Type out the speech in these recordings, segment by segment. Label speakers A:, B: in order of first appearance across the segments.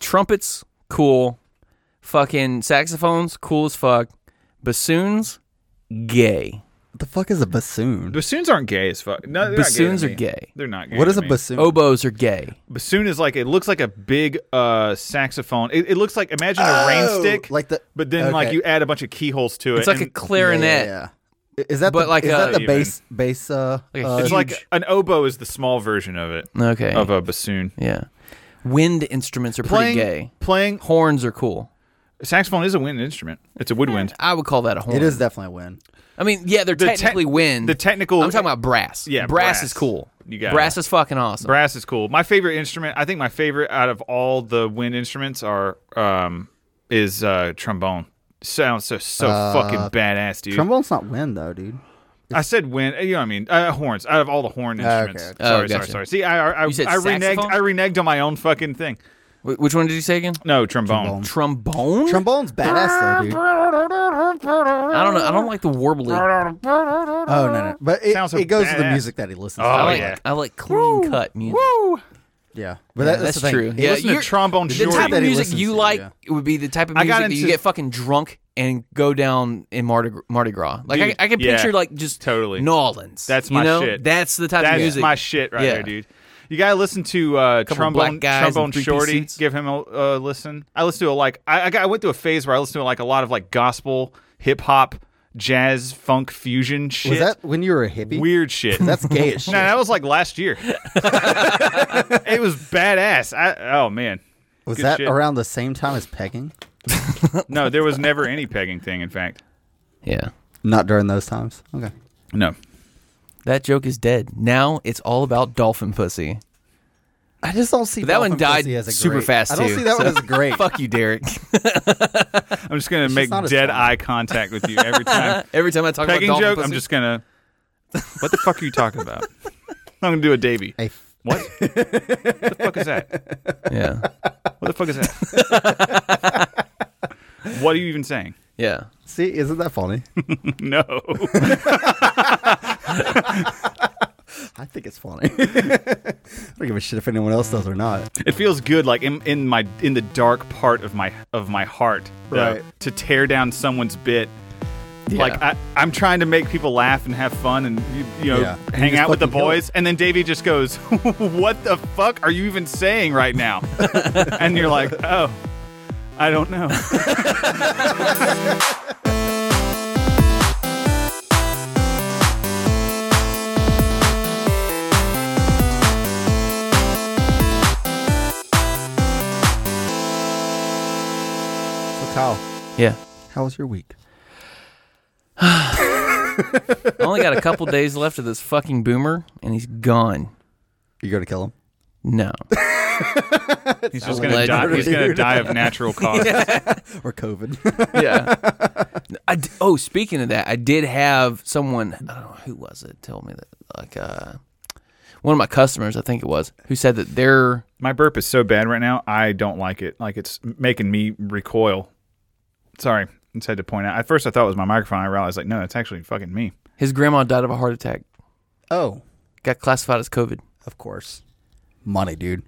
A: trumpets, cool. Fucking saxophones, cool as fuck. Bassoons, gay.
B: What the fuck is a bassoon?
C: Bassoons aren't gay as fuck. No, they're not
A: Bassoons
C: gay to
A: are
C: me.
A: gay.
C: They're not gay.
B: What is
C: to
B: a
C: me.
B: bassoon?
A: Oboes are gay.
C: Bassoon is like it looks like a big uh saxophone. It, it looks like imagine a rain stick,
B: Oh! like the-
C: but then like
B: okay.
C: you add a bunch of keyholes to it.
A: It's like a
B: Yeah,
C: and
B: yeah,
A: clarinet.
B: yeah. I- Is that
A: But
B: the,
A: like
B: is
A: a-
B: that the
C: Even.
B: bass bass uh,
A: Like a
B: uh,
C: it's
A: huge-
C: like an oboe is the small version of it
A: Okay.
C: of a bassoon.
A: yeah. Wind instruments are
C: Playing
A: pretty gay.
C: playing
A: Horns are cool.
C: saxophone is a wind instrument. It's a woodwind.
A: I would call that a horn.
B: it is definitely a win.
A: I mean, yeah, they're
C: The te-
A: technically wind.
C: the technical-
A: I'm talking about brass.
C: Yeah,
A: brass,
C: brass.
A: is cool.
C: You got
A: brass
C: it.
A: is fucking awesome.
C: Brass is cool. My favorite instrument, I think my favorite out of all the wind instruments are um is uh trombone. Sounds so so
B: Uh,
C: fucking badass, dude.
B: Trombone's not win though, dude.
C: I said wind, you know what I mean? Uh, horns. Out of all the horn instruments.
B: okay.
A: Oh,
C: Sorry,
A: gotcha.
C: sorry, sorry. See, I I, I,
A: You said
C: I reneged
A: saxophone?
C: I reneged on my own fucking thing.
A: Wh- Which one did you say again?
C: No, trombone.
A: Trombone.
B: Trombone's badass though, dude. Oh
A: I don't know. I don't like the warbly.
B: Oh, no, no. But it,
C: Sounds so
B: it goes to the
C: badass.
B: music that he listens
C: Oh,
A: I
B: to.
A: like
C: yeah.
A: I like clean cut music.
B: Yeah, but
A: Yeah,
B: that, that's,
A: that's
B: the thing.
A: true.
B: It
A: Yeah,
B: was-
C: Listen to
A: you're-
C: trombone
A: The type
C: shorty.
B: that
A: of
B: he
A: music
B: listens
A: you
B: to,
A: like
B: yeah.
A: would be the type of
C: I
A: music
C: got
A: that you
C: into-
A: get fucking drunk and go down in Mardi, Mardi Gras. Like
C: Dude,
A: I, I can
C: yeah.
A: picture like just
C: Totally.
A: New Orleans.
C: That's
A: you
C: my
A: know?
C: shit.
A: That's the type
C: That's
A: of music.
C: my shit right
A: Yeah.
C: there, dude. You gotta listen to uh, trombone,
A: black guys in
C: trombone
A: three-piece
C: shorty.
A: suits.
C: Give him a uh, listen. I listen to a, like I, I got- I went through a phase where I listened to like a lot of like gospel, hip hop, jazz, funk fusion shit.
B: Was that when you were a hippie?
C: weird shit?
B: That's gay as shit.
C: no, that was like last year. it was badass. I, oh man,
B: was
C: good
B: that
C: shit.
B: around the same time as pegging?
C: no, there was never any pegging thing. In fact,
A: Yeah.
B: Not during those times. Okay.
C: no.
A: That joke is dead. Now it's all about dolphin pussy.
B: I just don't see
A: But that one
B: Dolphin Pussy
A: died
B: as a
A: super
B: great-
A: fast
B: I don't
A: too.
B: see that one
A: so-
B: as great.
A: Fuck you, Derek.
C: I'm just gonna make
B: not as
C: dead
B: fun.
C: eye contact with you every time.
A: Every time I talk
C: pegging
A: about dolphin
C: joke.
A: pussy,
C: I'm just gonna. What the fuck are you talking about? I'm gonna do a Davy.
B: A f-
C: What? what the fuck is that?
A: yeah,
C: What the fuck is that? what are you even saying?
A: yeah.
B: see, isn't that funny?
C: No.
B: I think it's funny. I don't give a shit if anyone else does or not.
C: It feels good, like in, in my in the dark part of my of my heart, though,
B: Right.
C: to tear down someone's bit. Like
A: Yeah.
C: I, I'm trying to make people laugh and have fun and you, you know
B: Yeah. And you
C: hang
B: just
C: out with the
B: fucking kill it.
C: boys, and then Davey just goes, "What the fuck are you even saying right now?" and you're like, "Oh, I don't know."
B: So Kyle,
A: yeah.
B: how was your week?
A: I only got a couple days left of this fucking boomer, and he's gone.
B: You gonna kill him?
A: No,
C: He's just gonna
A: Alleged.
C: die. He's gonna die of natural causes.
B: Or COVID?
A: yeah. I d- oh, speaking of that, I did have someone. I don't know who was it. Told me that like uh, one of my customers, I think it was, who said that their
C: My burp is so bad right now. I don't like it. Like it's making me recoil. Sorry, I just had to point out. At first, I thought it was my microphone. I realized, like, no, it's actually fucking me.
A: his grandma died of a heart attack,
B: oh,
A: got classified as COVID.
B: of course. Money, dude.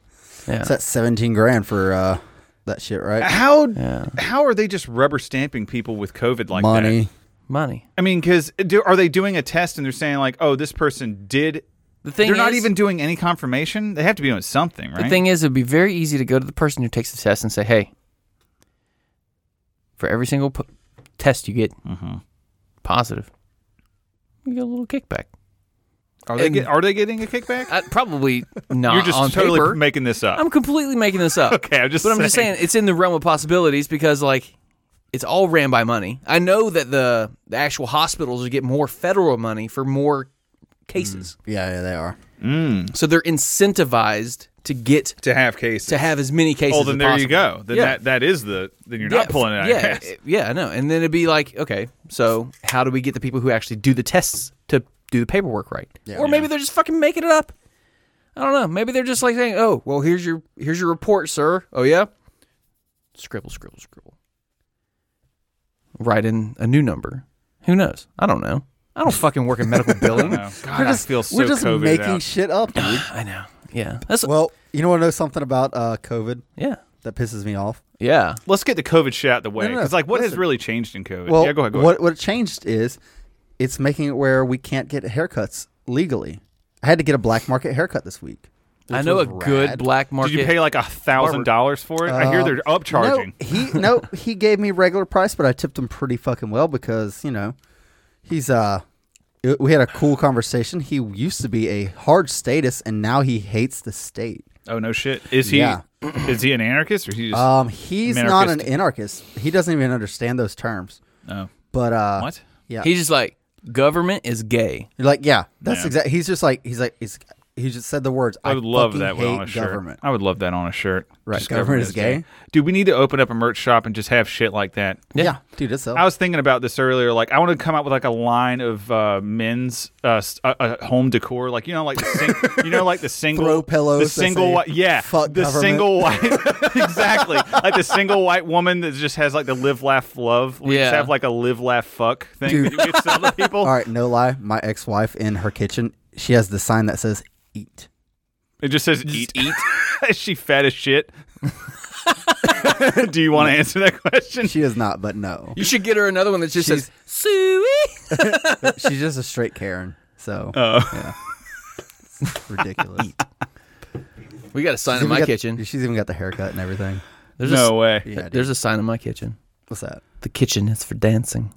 A: Yeah.
B: It's that seventeen grand for uh, that shit, right?
C: How
A: Yeah.
C: how are they just rubber stamping people with COVID like
B: Money.
C: that?
A: Money.
C: I mean, because do, are they doing a test and they're saying like, oh, this person did?
A: The thing
C: they're not
A: is-
C: even doing any confirmation. They have to be doing something, right?
A: The thing is, it'd be very easy to go to the person who takes the test and say, "Hey, for every single p- test you get
C: Mm-hmm.
A: positive, you get a little kickback."
C: are they
A: and-
C: get, are they getting a kickback?
A: I, probably not
C: You're just
A: on
C: totally
A: paper.
C: making this up.
A: I'm completely making this up.
C: Okay, I'm just
A: but I'm just
C: saying.
A: saying it's in the realm of possibilities because like it's all ran by money. I know that the the actual hospitals get more federal money for more cases,
B: Yeah, yeah, they are.
C: Mm.
A: so they're incentivized to get
C: to have cases.
A: to have as many cases.
C: oh, then
A: as
C: there you
A: possible.
C: go. Then
A: Yeah.
C: that that is the then you're not
A: Yeah,
C: pulling it out. of your
A: Yeah,
C: ass.
A: it- yeah, I know. And then it'd be like, okay, so how do we get the people who actually do the tests to do the paperwork right? or maybe they're just fucking making it up. I don't know. Maybe they're just like saying, "Oh, well, here's your here's your report, sir." Oh yeah, scribble, scribble, scribble. Write in a new number. Who knows? I don't know. I don't fucking work in medical billing.
C: No. God, I feel so
B: We're just
C: COVID
B: making
C: out.
B: shit up, dude.
A: I know. Yeah. That's
B: well, you know, want to know something about uh, COVID?
A: yeah.
B: that pisses me off.
A: Yeah.
C: Let's get the COVID shit out the way.
B: No, no, no.
C: Because, like, what has
B: Listen.
C: really changed in COVID?
B: Well,
C: yeah, go ahead. Go
B: what
C: ahead.
B: what it changed is it's making it where we can't get haircuts legally. I had to get a black market haircut this week.
A: I
B: which
A: know a
B: was
A: good
B: rad.
A: black market.
C: Did you pay like a thousand dollars for it? I hear they're upcharging.
B: No, he no, he gave me regular price, but I tipped him pretty fucking well because you know he's uh. it- We had a cool conversation. He used to be a hard status, and now he hates the state.
C: Oh no, shit. Is he?
B: Yeah.
C: Is he an anarchist or he just?
B: Um, he's not an
C: Anarchist.
B: anarchist. He doesn't even understand those terms.
C: no.
B: But uh,
C: What?
B: Yeah,
A: He's just like government is gay.
B: You're like, yeah, that's
C: Yeah.
B: exactly. He's just like, he's like, he's, he just said the words.
C: I would love
B: fucking
C: that
B: hate
C: on a shirt.
B: government.
C: I would love that on a shirt.
B: Right,
C: Just
B: government is gay.
C: Dude, we need to open up a merch shop and just have shit like that.
B: Yeah. dude, it's so.
C: I was thinking about this earlier. Like, I want to come out with like a line of uh, men's uh, s- uh, uh, home decor, like you know, like the sing- you know, like the single
B: Throw pillows
C: the
B: that say,
C: single white, yeah,
B: "Fuck
C: the
B: government."
C: single white, exactly, like the single white woman that just has like the live, laugh, love. We just
A: Yeah.
C: have like a live, laugh, fuck thing that you could sell to people.
B: All right, no lie. My ex-wife in her kitchen, she has the sign that says "Eat."
C: It just says eat, eat. Is she fat as shit? Do you want to answer that question?
B: She is not, but no,
A: You should get her another one that just
B: She's-
A: says Suey.
B: she's just a straight Karen. So
C: Oh.
B: yeah, It's ridiculous.
A: We got a sign in
B: Even
A: my
B: got-
A: kitchen.
B: She's even got the haircut and everything.
A: There's
C: No
A: a,
C: way.
B: Yeah, dude.
A: There's a sign in my kitchen.
B: What's that?
A: The kitchen is for dancing.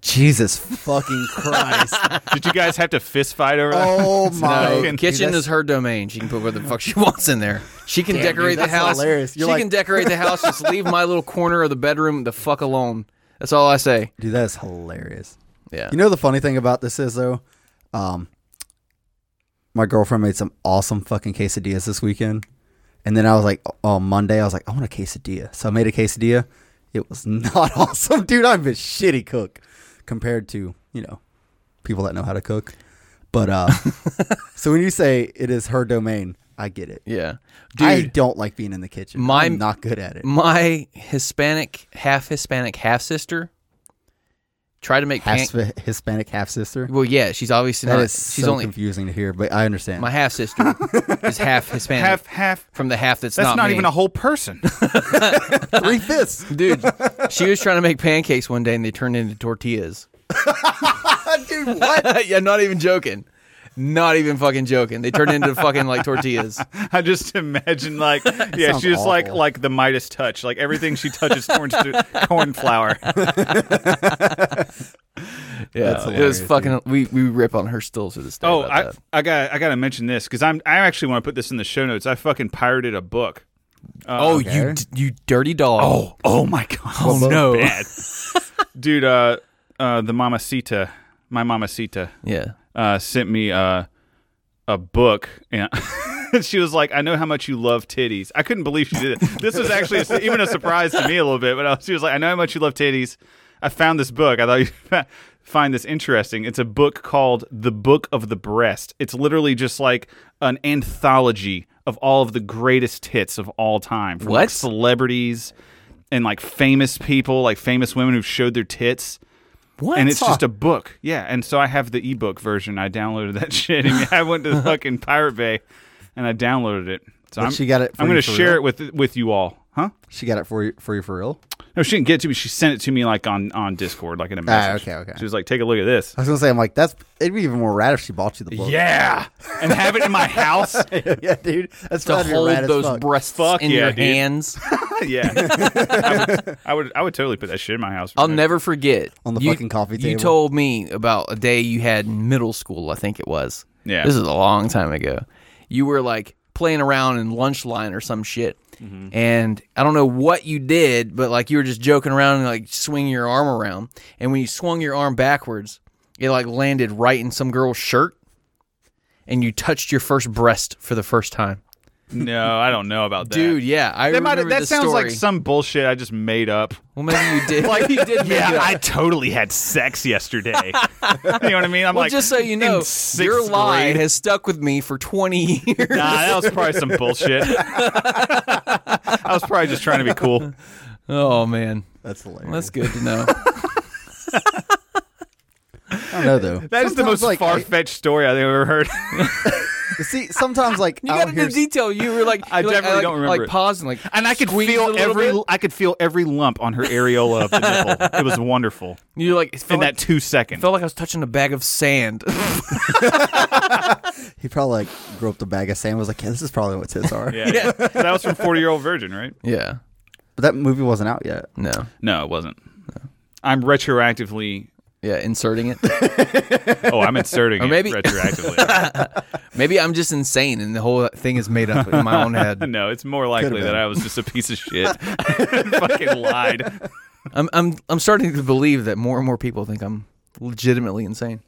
B: Jesus fucking Christ!
C: Did you guys have to fist fight over that?
B: oh my!
C: Fucking-
A: kitchen
B: that's-
A: is her domain. She can put what the fuck she wants in there. She can decorate the
B: that's
A: house.
B: hilarious.
A: She
B: You're like-
A: can decorate the house. Just leave my little corner of the bedroom the fuck alone. That's all I say.
B: Dude, that is hilarious.
A: Yeah.
B: You know the funny thing about this is though, um, my girlfriend made some awesome fucking quesadillas this weekend, and then I was like, on Monday I was like, I want a quesadilla, so I made a quesadilla. It was not awesome, dude. I'm a shitty cook compared to you know people that know how to cook. But uh, so when you say it is her domain, I get it.
A: yeah.
B: I
A: Dude,
B: don't like being in the kitchen.
A: My-
B: I'm not good at it.
A: my Hispanic, half Hispanic, half sister tried to make
B: Half
A: pancakes.
B: Sp- Hispanic half sister.
A: Well, yeah, she's obviously
B: That
A: not.
B: is
A: she's
B: so
A: only
B: confusing to hear, but I understand.
A: my half sister is half Hispanic.
C: Oh, Half, half.
A: from the half that's,
C: That's not,
A: not me.
C: even a whole person.
B: Three fifths.
A: dude. she was trying to make pancakes one day and they turned into tortillas.
B: Dude, what?
A: yeah, not even joking. Not even fucking joking. They turned into fucking like tortillas.
C: I just imagine like yeah,
B: sounds
C: she just like
B: awful.
C: like the Midas touch. Like everything she touches turns to corn flour.
A: Yeah,
B: That's
A: it was
B: hilarious,
A: fucking. We we rip on her still to this day.
C: Oh,
A: about
C: I
A: that.
C: I got I got to mention this because I'm I actually want to put this in the show notes. I fucking pirated a book. uh,
A: oh
B: okay.
A: you d- you dirty dog.
C: Oh oh my god!
A: Oh, no.
C: bad. dude. Uh, uh, the Mamacita, my Mamacita,
A: yeah.
C: uh, sent me uh a book and. She was like, "I know how much you love titties." I couldn't believe she did it. This was actually a, even a surprise to me a little bit. But I, she was like, "I know how much you love titties." I found this book. I thought you'd find this interesting. It's a book called "The Book of the Breast." It's literally just like an anthology of all of the greatest hits of all time from like,
A: What?
C: celebrities and like famous people, like famous women who showed their tits
A: What?
C: and it's just a book. Yeah, and so I have the ebook version. I downloaded that shit, and I went to the fucking Pirate Bay, and I downloaded it. So
B: But
C: I'm,
B: she got it for
C: I'm
B: you
C: gonna
B: for
C: share
B: real?
C: it with with you all, huh?
B: She got it for you for you for real.
C: No, she didn't get it to me. She sent it to me like on on Discord, like in a message.
B: Ah, okay, okay.
C: She was like, "Take a look at this."
B: I was gonna say, I'm like, that's it'd be even more rad if she bought you the book.
C: Yeah, and have it in my house.
B: yeah, dude. That's
A: to
B: gotta be
A: hold
B: rad as
A: those
B: fuck.
A: breasts
C: Fuck
A: in
C: yeah,
A: your
C: dude.
A: hands.
C: yeah, I would, I would I would totally put that shit in my house.
A: I'll never forget
B: On the fucking coffee
A: You
B: table.
A: told me about a day you had in middle school. I think it was.
C: Yeah.
A: this is a long time ago. You were like playing around in lunch line or some shit,
B: Mm-hmm.
A: and I don't know what you did, but like you were just joking around and like swinging your arm around, and when you swung your arm backwards, it like landed right in some girl's shirt, and you touched your first breast for the first time,
C: No, I don't know about that,
A: dude. Yeah, I
C: That, might,
A: remember
C: that
A: this
C: sounds
A: story.
C: like some bullshit I just made up.
A: well, maybe you did. like you did.
C: Yeah,
A: make it up.
C: I totally had sex yesterday. you know what I mean? I'm
A: Well,
C: like,
A: just so you
C: in
A: know,
C: sixth
A: your lie
C: grade.
A: has stuck with me for 20 years.
C: Nah, that was probably some bullshit. I was probably just trying to be cool.
A: Oh, man.
B: That's hilarious.
A: That's good to know.
B: I don't know though.
C: That is the
B: Sometimes,
C: most
B: like, I-
C: far fetched story I've ever heard.
B: See, sometimes like
A: You
B: out
A: got
B: here,
A: into detail. You were like,
C: I
A: you're like-
C: definitely
A: like-
C: don't remember
A: Like
C: it.
A: pausing, like,
C: and I could
A: squeeze a
C: feel
A: little
C: every
A: bit.
C: I could feel every lump on her areola of the nipple. It was wonderful
A: You're like, it
C: in
A: felt
C: that
A: like,
C: two second.
A: felt like I was touching a bag of sand.
B: he probably like grew up the bag of sand. Was like, yeah, this is probably what tits are.
C: Yeah, yeah. that was from Forty Year Old Virgin, right?
A: yeah.
B: But that movie wasn't out yet.
A: No.
C: No, it wasn't. I'm retroactively.
A: Yeah. Inserting it.
C: Oh, I'm inserting
A: Or
C: it
A: maybe-
C: retroactively.
A: Maybe I'm just insane, and the whole thing is made up in my own head.
C: no, it's more likely
B: been.
C: that I was just a piece of shit. Fucking lied.
A: I'm, I'm, I'm starting to believe that more and more people think I'm legitimately insane.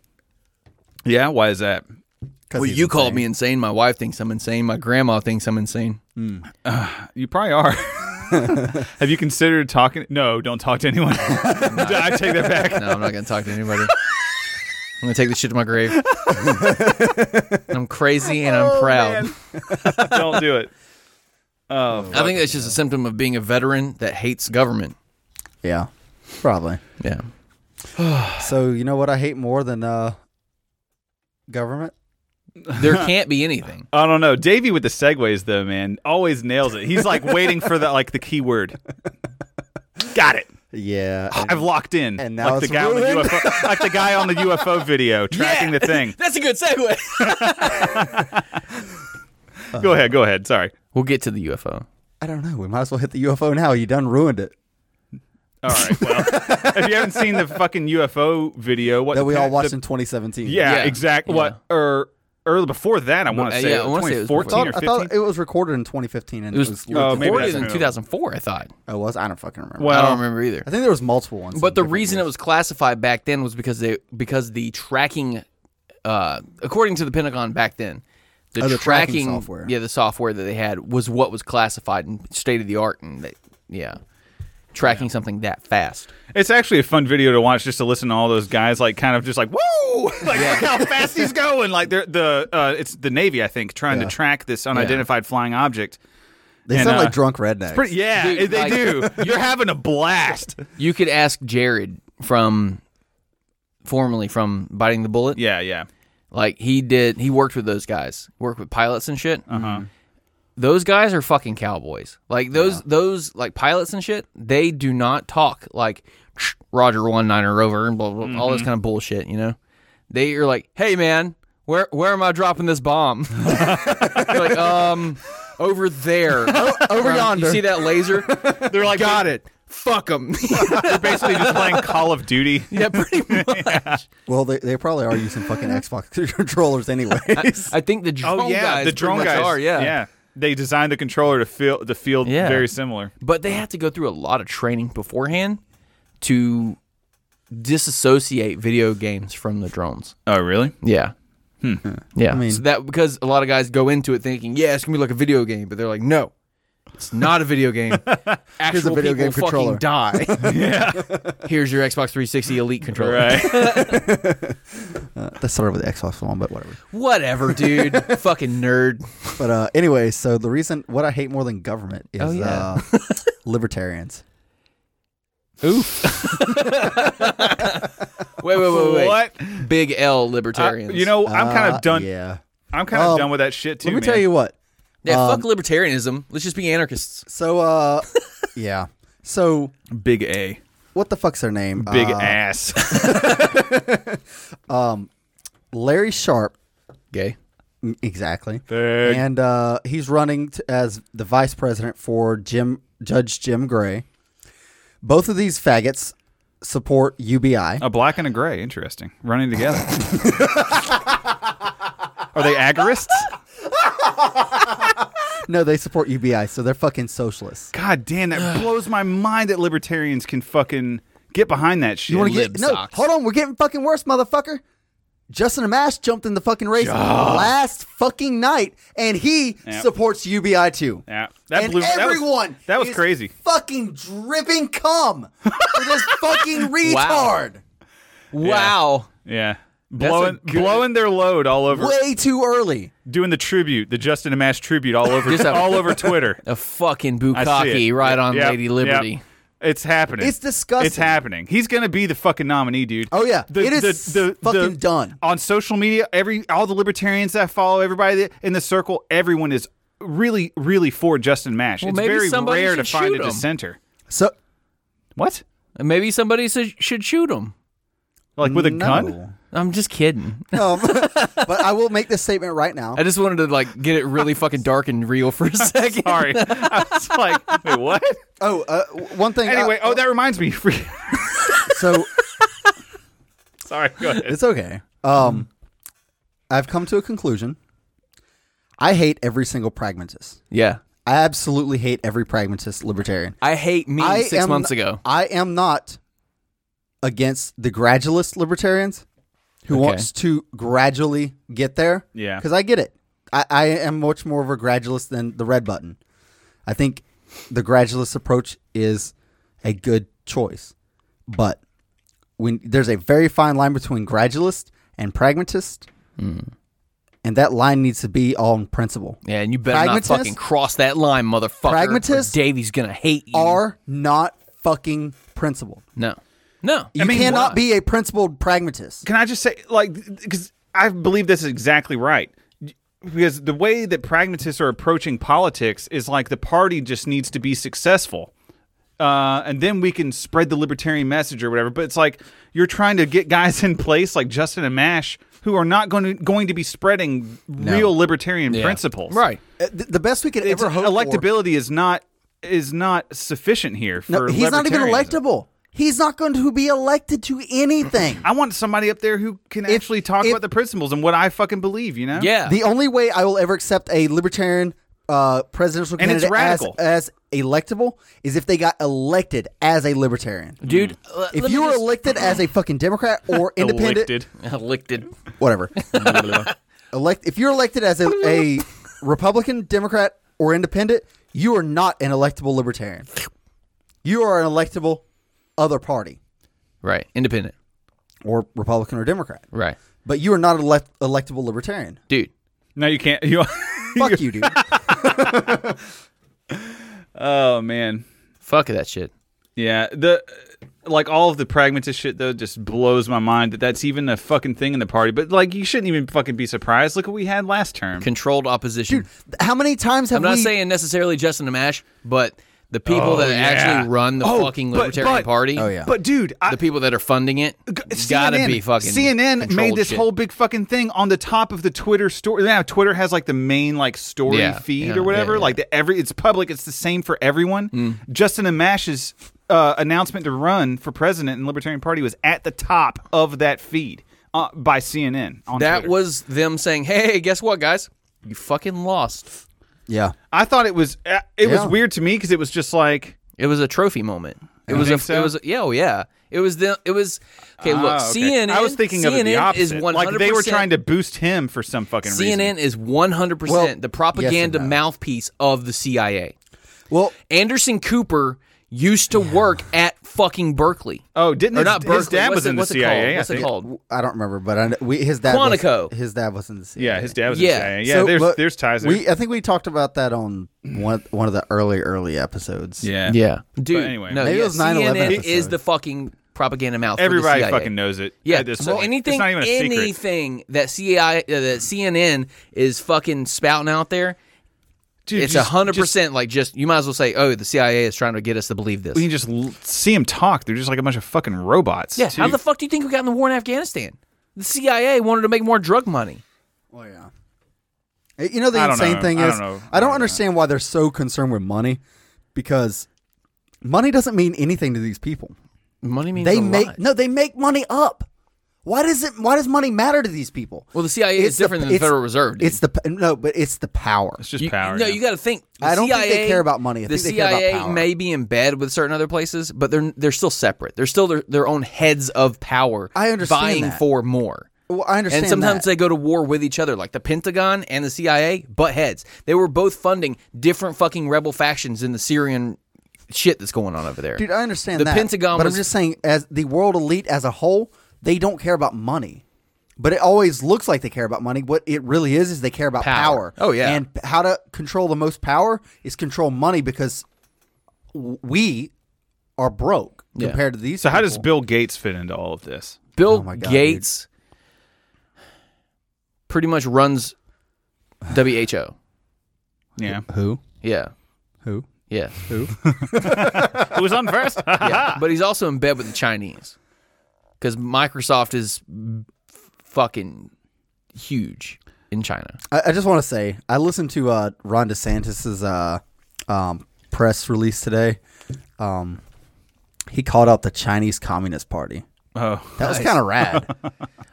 C: Yeah, why is that?
B: 'Cause
A: Well,
B: he's
A: you called
B: insane.
A: me insane. My wife thinks I'm insane. My grandma thinks I'm insane.
C: You probably are. Have you considered talking? No, don't talk to anyone. I take that back.
A: No, I'm not going to talk to anybody. I'm going to take this shit to my grave. I'm crazy and I'm proud.
C: Oh, man. don't do it. Oh,
A: I think that's just a symptom of being a veteran that hates government.
B: Yeah, probably.
A: Yeah.
B: So you know what I hate more than uh, government?
A: There can't be anything.
C: I don't know. Davey with the segues though, man, always nails it. He's like waiting for the like the key word. Got it.
B: Yeah, and-
C: I've locked in.
B: And now
C: like
B: it's
C: the guy on
B: ruined.
C: the UFO, like the guy on the UFO video tracking the thing.
A: That's a good segue.
C: Go ahead, go ahead. Sorry.
A: We'll get to the UFO.
B: I don't know. We might as well hit the UFO now. You done ruined it.
C: All right. Well, if you haven't seen the fucking UFO video, what
B: That we all
C: the-
B: watched in 2017.
C: yeah,
A: Yeah.
C: exactly. What or early before that? I want
A: uh,
C: to say
A: yeah, I wanna say it was before.
B: I
C: 2014
B: thought,
C: or
B: I
C: 15.
B: thought it was recorded in 2015, and
A: It was,
C: Oh, maybe
A: recorded
C: that's
A: in
C: it.
A: 2004, I thought.
B: Oh, it was. I don't fucking remember.
C: Well-
A: I don't remember either.
B: I think there was multiple ones.
A: But
B: in
A: the
B: different
A: reason it was classified back then was because they because the tracking, uh, according to the Pentagon back then, the,
B: Oh, the tracking software.
A: yeah, the software that they had was what was classified and state of the art, and they, yeah, tracking something that fast.
C: It's actually a fun video to watch just to listen to all those guys like kind of just like whoa like look how fast he's going like they're the uh, it's the Navy I think trying
B: Yeah.
C: to track this unidentified flying object.
B: They
C: and,
B: sound
C: uh,
B: like drunk rednecks.
C: Pretty, yeah,
A: Dude,
C: they
A: like-
C: do. You're having a blast.
A: You could ask Jared from formerly from biting the bullet.
C: Yeah, yeah.
A: Like he did, he worked with those guys, worked with pilots and shit.
C: Mm-hmm.
A: Those guys are fucking cowboys. Like those, those like pilots and shit. They do not talk like Roger One Niner over and blah blah, blah all
C: Mm-hmm.
A: this kind of bullshit. You know, they are like, hey man, where where am I dropping this bomb? You're like um, over there, over
B: yonder.
A: You see that laser?
C: Oh, They're like
A: Got it. Fuck them.
C: They're basically just playing Call of Duty.
A: yeah, pretty much.
B: well, they, they probably are using fucking Xbox controllers anyways.
A: I think the drone
C: Oh yeah,
A: guys
C: the
A: pretty
C: drone
A: much
C: guys
A: are. Yeah,
C: yeah. They designed the controller to feel to feel
A: Yeah.
C: very similar.
A: but they have to go through a lot of training beforehand to disassociate video games from the drones.
C: Oh really?
A: Yeah. Yeah. I
B: mean-
A: mean, so that because a lot of guys go into it thinking, yeah, it's gonna be like a video game, but they're like, no, it's not a video game. Actual people
B: video game
A: fucking
B: controller.
A: die. Here's your Xbox 360 Elite controller.
C: Right.
B: that started with the Xbox One, but whatever.
A: Whatever, dude. fucking nerd.
B: But uh, anyway, so the reason what I hate more than government is
A: Oh, yeah.
B: uh, libertarians.
A: Oof. wait, wait, wait, wait.
C: What?
A: Big L
C: I-
A: libertarians.
C: you know, I'm kind
B: Uh,
C: of done.
B: Yeah.
C: I'm kind of
B: Um,
C: done with that shit too.
B: Let me
C: man.
B: tell you what.
A: yeah,
B: um,
A: fuck libertarianism. Let's just be anarchists.
B: So, uh, yeah. So,
C: Big A,
B: what the fuck's their name?
C: big
B: Uh,
C: ass.
B: Larry Sharp.
A: Gay.
B: Mm, Exactly.
C: Big.
B: And uh, he's running t- as the vice president for Jim Judge Jim Gray. Both of these faggots support UBI.
C: A black and a gray. Interesting. Running together. Are they agorists?
B: No, they support UBI, so they're fucking socialists.
C: God damn, that blows my mind that libertarians can fucking get behind that shit.
B: You want to
A: Lib
B: get no?
A: socks.
B: Hold on, we're getting fucking worse, motherfucker. Justin Amash jumped in the fucking race last fucking night, and he
C: Yeah.
B: supports UBI too.
C: Yeah, that
B: and
C: blew. that was-
B: everyone
C: That was,
B: is
C: crazy.
B: Fucking dripping cum for this fucking retard.
A: Wow.
C: Yeah,
A: a
C: blowing
A: good-
C: blowing their load all over,
B: Way too early.
C: doing the tribute, the Justin Amash tribute all over
A: Just a-
C: all over Twitter.
A: A fucking
C: I see
A: bukkake
C: it.
A: right on
C: Yep,
A: Lady
C: yep.
A: Liberty.
C: It's happening.
B: It's disgusting.
C: It's happening. He's gonna be the fucking nominee, dude.
B: Oh, yeah. It is fucking done.
C: On social media, every all the libertarians that follow everybody that, in the circle, everyone is really, really for Justin Mash. it's
A: maybe
C: very
A: somebody
C: rare
A: should
C: to find
A: shoot
C: a
A: him.
C: dissenter.
B: So
C: What?
A: And maybe somebody should should shoot him.
C: Like with a gun?
B: no.
A: I'm just kidding.
B: Um, but I will make this statement right now.
A: I just wanted to like get it really fucking dark and real for a second.
C: Sorry, I was like, wait, what?
B: Oh, uh, w- one thing.
C: Anyway,
B: uh,
C: oh, that reminds me.
B: so
C: Sorry, go ahead.
B: it's okay. Um, I've come to a conclusion. I hate every single pragmatist.
A: Yeah.
B: I absolutely hate every pragmatist libertarian.
A: I hate me
B: I
A: six
B: am-
A: months ago.
B: I am not against the gradualist libertarians who
A: Okay.
B: wants to gradually get there.
C: Yeah.
B: Because I get it. I, I am much more of a gradualist than the red button. I think the gradualist approach is a good choice. But when there's a very fine line between gradualist and pragmatist,
A: Hmm.
B: and that line needs to be on principle.
A: Yeah, and you better not
B: Pragmatist?
A: fucking cross that line, motherfucker. or
B: Pragmatist?
A: Davey's gonna hate you.
B: Are not fucking principled.
A: no, no.
B: You
C: mean,
B: cannot
A: why?
B: be a principled pragmatist.
C: Can I just say, like, because I believe this is exactly right. Because the way that pragmatists are approaching politics is like the party just needs to be successful. Uh, and then we can spread the libertarian message or whatever. But it's like you're trying to get guys in place like Justin and Mash who are not going to, going to be spreading real libertarian principles.
A: Right.
B: Uh, th- the best we could
C: It's,
B: ever hope for.
C: electability is not is not sufficient here for
B: No, he's not even
C: libertarianism.
B: electable. He's not going to be elected to anything.
C: I want somebody up there who can actually talk
B: if-
C: about the principles and what I fucking believe, you know?
A: Yeah.
B: the only way I will ever accept a libertarian uh, presidential
C: And it's
B: candidate as,
C: radical.
B: as electable is if they got elected as a libertarian.
A: Dude, l- let
B: If
A: me
B: you were
A: just-
B: elected as a fucking Democrat or independent,
C: Elected.
A: elected,
B: whatever. Elect if you're elected as a, a Republican, Democrat, or independent, you are not an electable libertarian. You are an electable other party,
A: right? Independent,
B: or Republican or Democrat.
A: right?
B: But you are not an elect- electable libertarian.
A: Dude,
C: No, you can't. You,
B: Fuck you, dude.
C: oh man,
A: fuck that shit.
C: yeah. The like all of the pragmatist shit though just blows my mind that that's even a fucking thing in the party. But like, you shouldn't even fucking be surprised. Look what we had last term.
A: Controlled opposition.
B: How many times have
A: I'm not
B: we?
A: saying necessarily Justin and Mash, but the people
C: Oh,
A: that
C: yeah.
A: actually run the
C: Oh,
A: fucking
C: but-
A: Libertarian
C: but-
A: Party.
B: Oh, yeah.
C: But dude, I,
A: The people that are funding it
C: G-
A: gotta
C: CNN
A: be fucking
C: CNN made
A: controlled
C: this
A: shit.
C: whole big fucking thing on the top of the Twitter story. Now Twitter has like the main like story
A: Yeah,
C: feed
A: yeah,
C: or whatever.
A: yeah, Mm. yeah.
C: Like the every it's public. It's the same for everyone. Justin and Mash's uh, announcement to run for president in Libertarian Party was at the top of that feed uh, by CNN. On
A: That
C: Twitter.
A: was them saying, "Hey, guess what, guys? You fucking lost."
B: yeah,
C: I thought it was uh, it was
B: Yeah.
C: weird to me because it was just like
A: It was a trophy moment. It was a.
C: think so?
A: It was a, yeah, oh, yeah. It was the. It was okay. look,
C: oh, okay.
A: CNN.
C: I was thinking of it the
A: CNN
C: opposite.
A: is one
C: like
A: hundred.
C: they were trying to boost him for some fucking reason.
A: CNN is one hundred
B: Well,
A: percent the propaganda
B: yes and no.
A: mouthpiece of the CIA.
B: well,
A: Anderson Cooper used to work at fucking Berkeley.
C: Oh, didn't
A: or
C: his,
A: not
C: his
A: Berkeley?
C: dad
A: what's
C: was
A: it-
C: in the
A: what's it
C: CIA?
A: Called?
C: I
A: What's
C: think.
A: it called?
B: I don't remember, but I, kn- we his dad
A: Quantico.
B: Was, his dad was in the CIA.
C: Yeah, his dad was
A: Yeah.
C: in the CIA. Yeah,
B: So,
C: there's
B: but
C: there's ties. There.
B: We I think we talked about that on one one of the early early episodes.
C: yeah,
A: dude.
C: But anyway.
A: no,
B: Maybe it
A: yeah,
B: was 9/11
A: CNN
B: episode.
A: is the fucking propaganda mouth. for the
C: everybody
A: CIA.
C: fucking knows it.
A: Yeah.
C: at this
A: so
C: point.
A: anything,
C: it's not even a secret.
A: anything that CIA, uh, that CNN is fucking spouting out there,
C: Dude,
A: it's a
C: just-
A: hundred
C: just-
A: percent like just you might as well say, oh, the CIA is trying to get us to believe this.
C: You can just l- see them talk. They're just like a bunch of fucking robots.
A: yeah.
C: too.
A: How the fuck do you think we got in the war in Afghanistan? The CIA wanted to make more drug money.
B: Well, yeah. Uh, You know the
C: I don't
B: insane
C: know.
B: thing
C: I
B: is
C: don't
B: I
C: know. I don't
B: don't
C: know.
B: understand why they're so concerned with money because money doesn't mean anything to these people.
A: Money means
B: They
A: a
B: make
A: lot.
B: no, they make money up. Why does it? Why does money matter to these people?
A: Well, the CIA is different than the
B: it's-
A: Federal Reserve, dude.
B: It's the p- no, but it's the power.
C: It's just
A: You-
C: power.
A: No,
C: yeah.
A: you got to think. The
B: I don't think
A: CIA,
B: they care about money. I
A: the
B: think they care about
A: CIA
B: power.
A: may be in bed with certain other places, but they're they're still separate. They're still their, their own heads of power.
B: I understand
A: buying
B: that.
A: for more.
B: Well, I understand
A: And sometimes
B: that.
A: they go to war with each other, like the Pentagon and the CIA butt heads. They were both funding different fucking rebel factions in the Syrian shit that's going on over there.
B: dude, I understand
A: the
B: that.
A: Pentagon
B: but
A: was-
B: I'm just saying, as the world elite as a whole, they don't care about money. But it always looks like they care about money. What it really is is they care about
A: Power.
B: power.
A: Oh, yeah.
B: and p- how to control the most power is control money because w- we are broke
A: Yeah.
B: compared to these.
C: So how does
B: people.
C: Bill Gates fit into all of this?
A: Bill
B: Oh my God,
A: Gates pretty much runs WHO.
C: Yeah,
B: who
A: Yeah.
B: who
A: Yeah.
B: who?
C: who was on first?
A: yeah. But he's also in bed with the Chinese because Microsoft is f- fucking huge in China.
B: I, I just want to say I listened to uh, Ron DeSantis's uh, um, press release today. Um, he called out the Chinese Communist Party.
C: Oh,
B: That was kind of rad.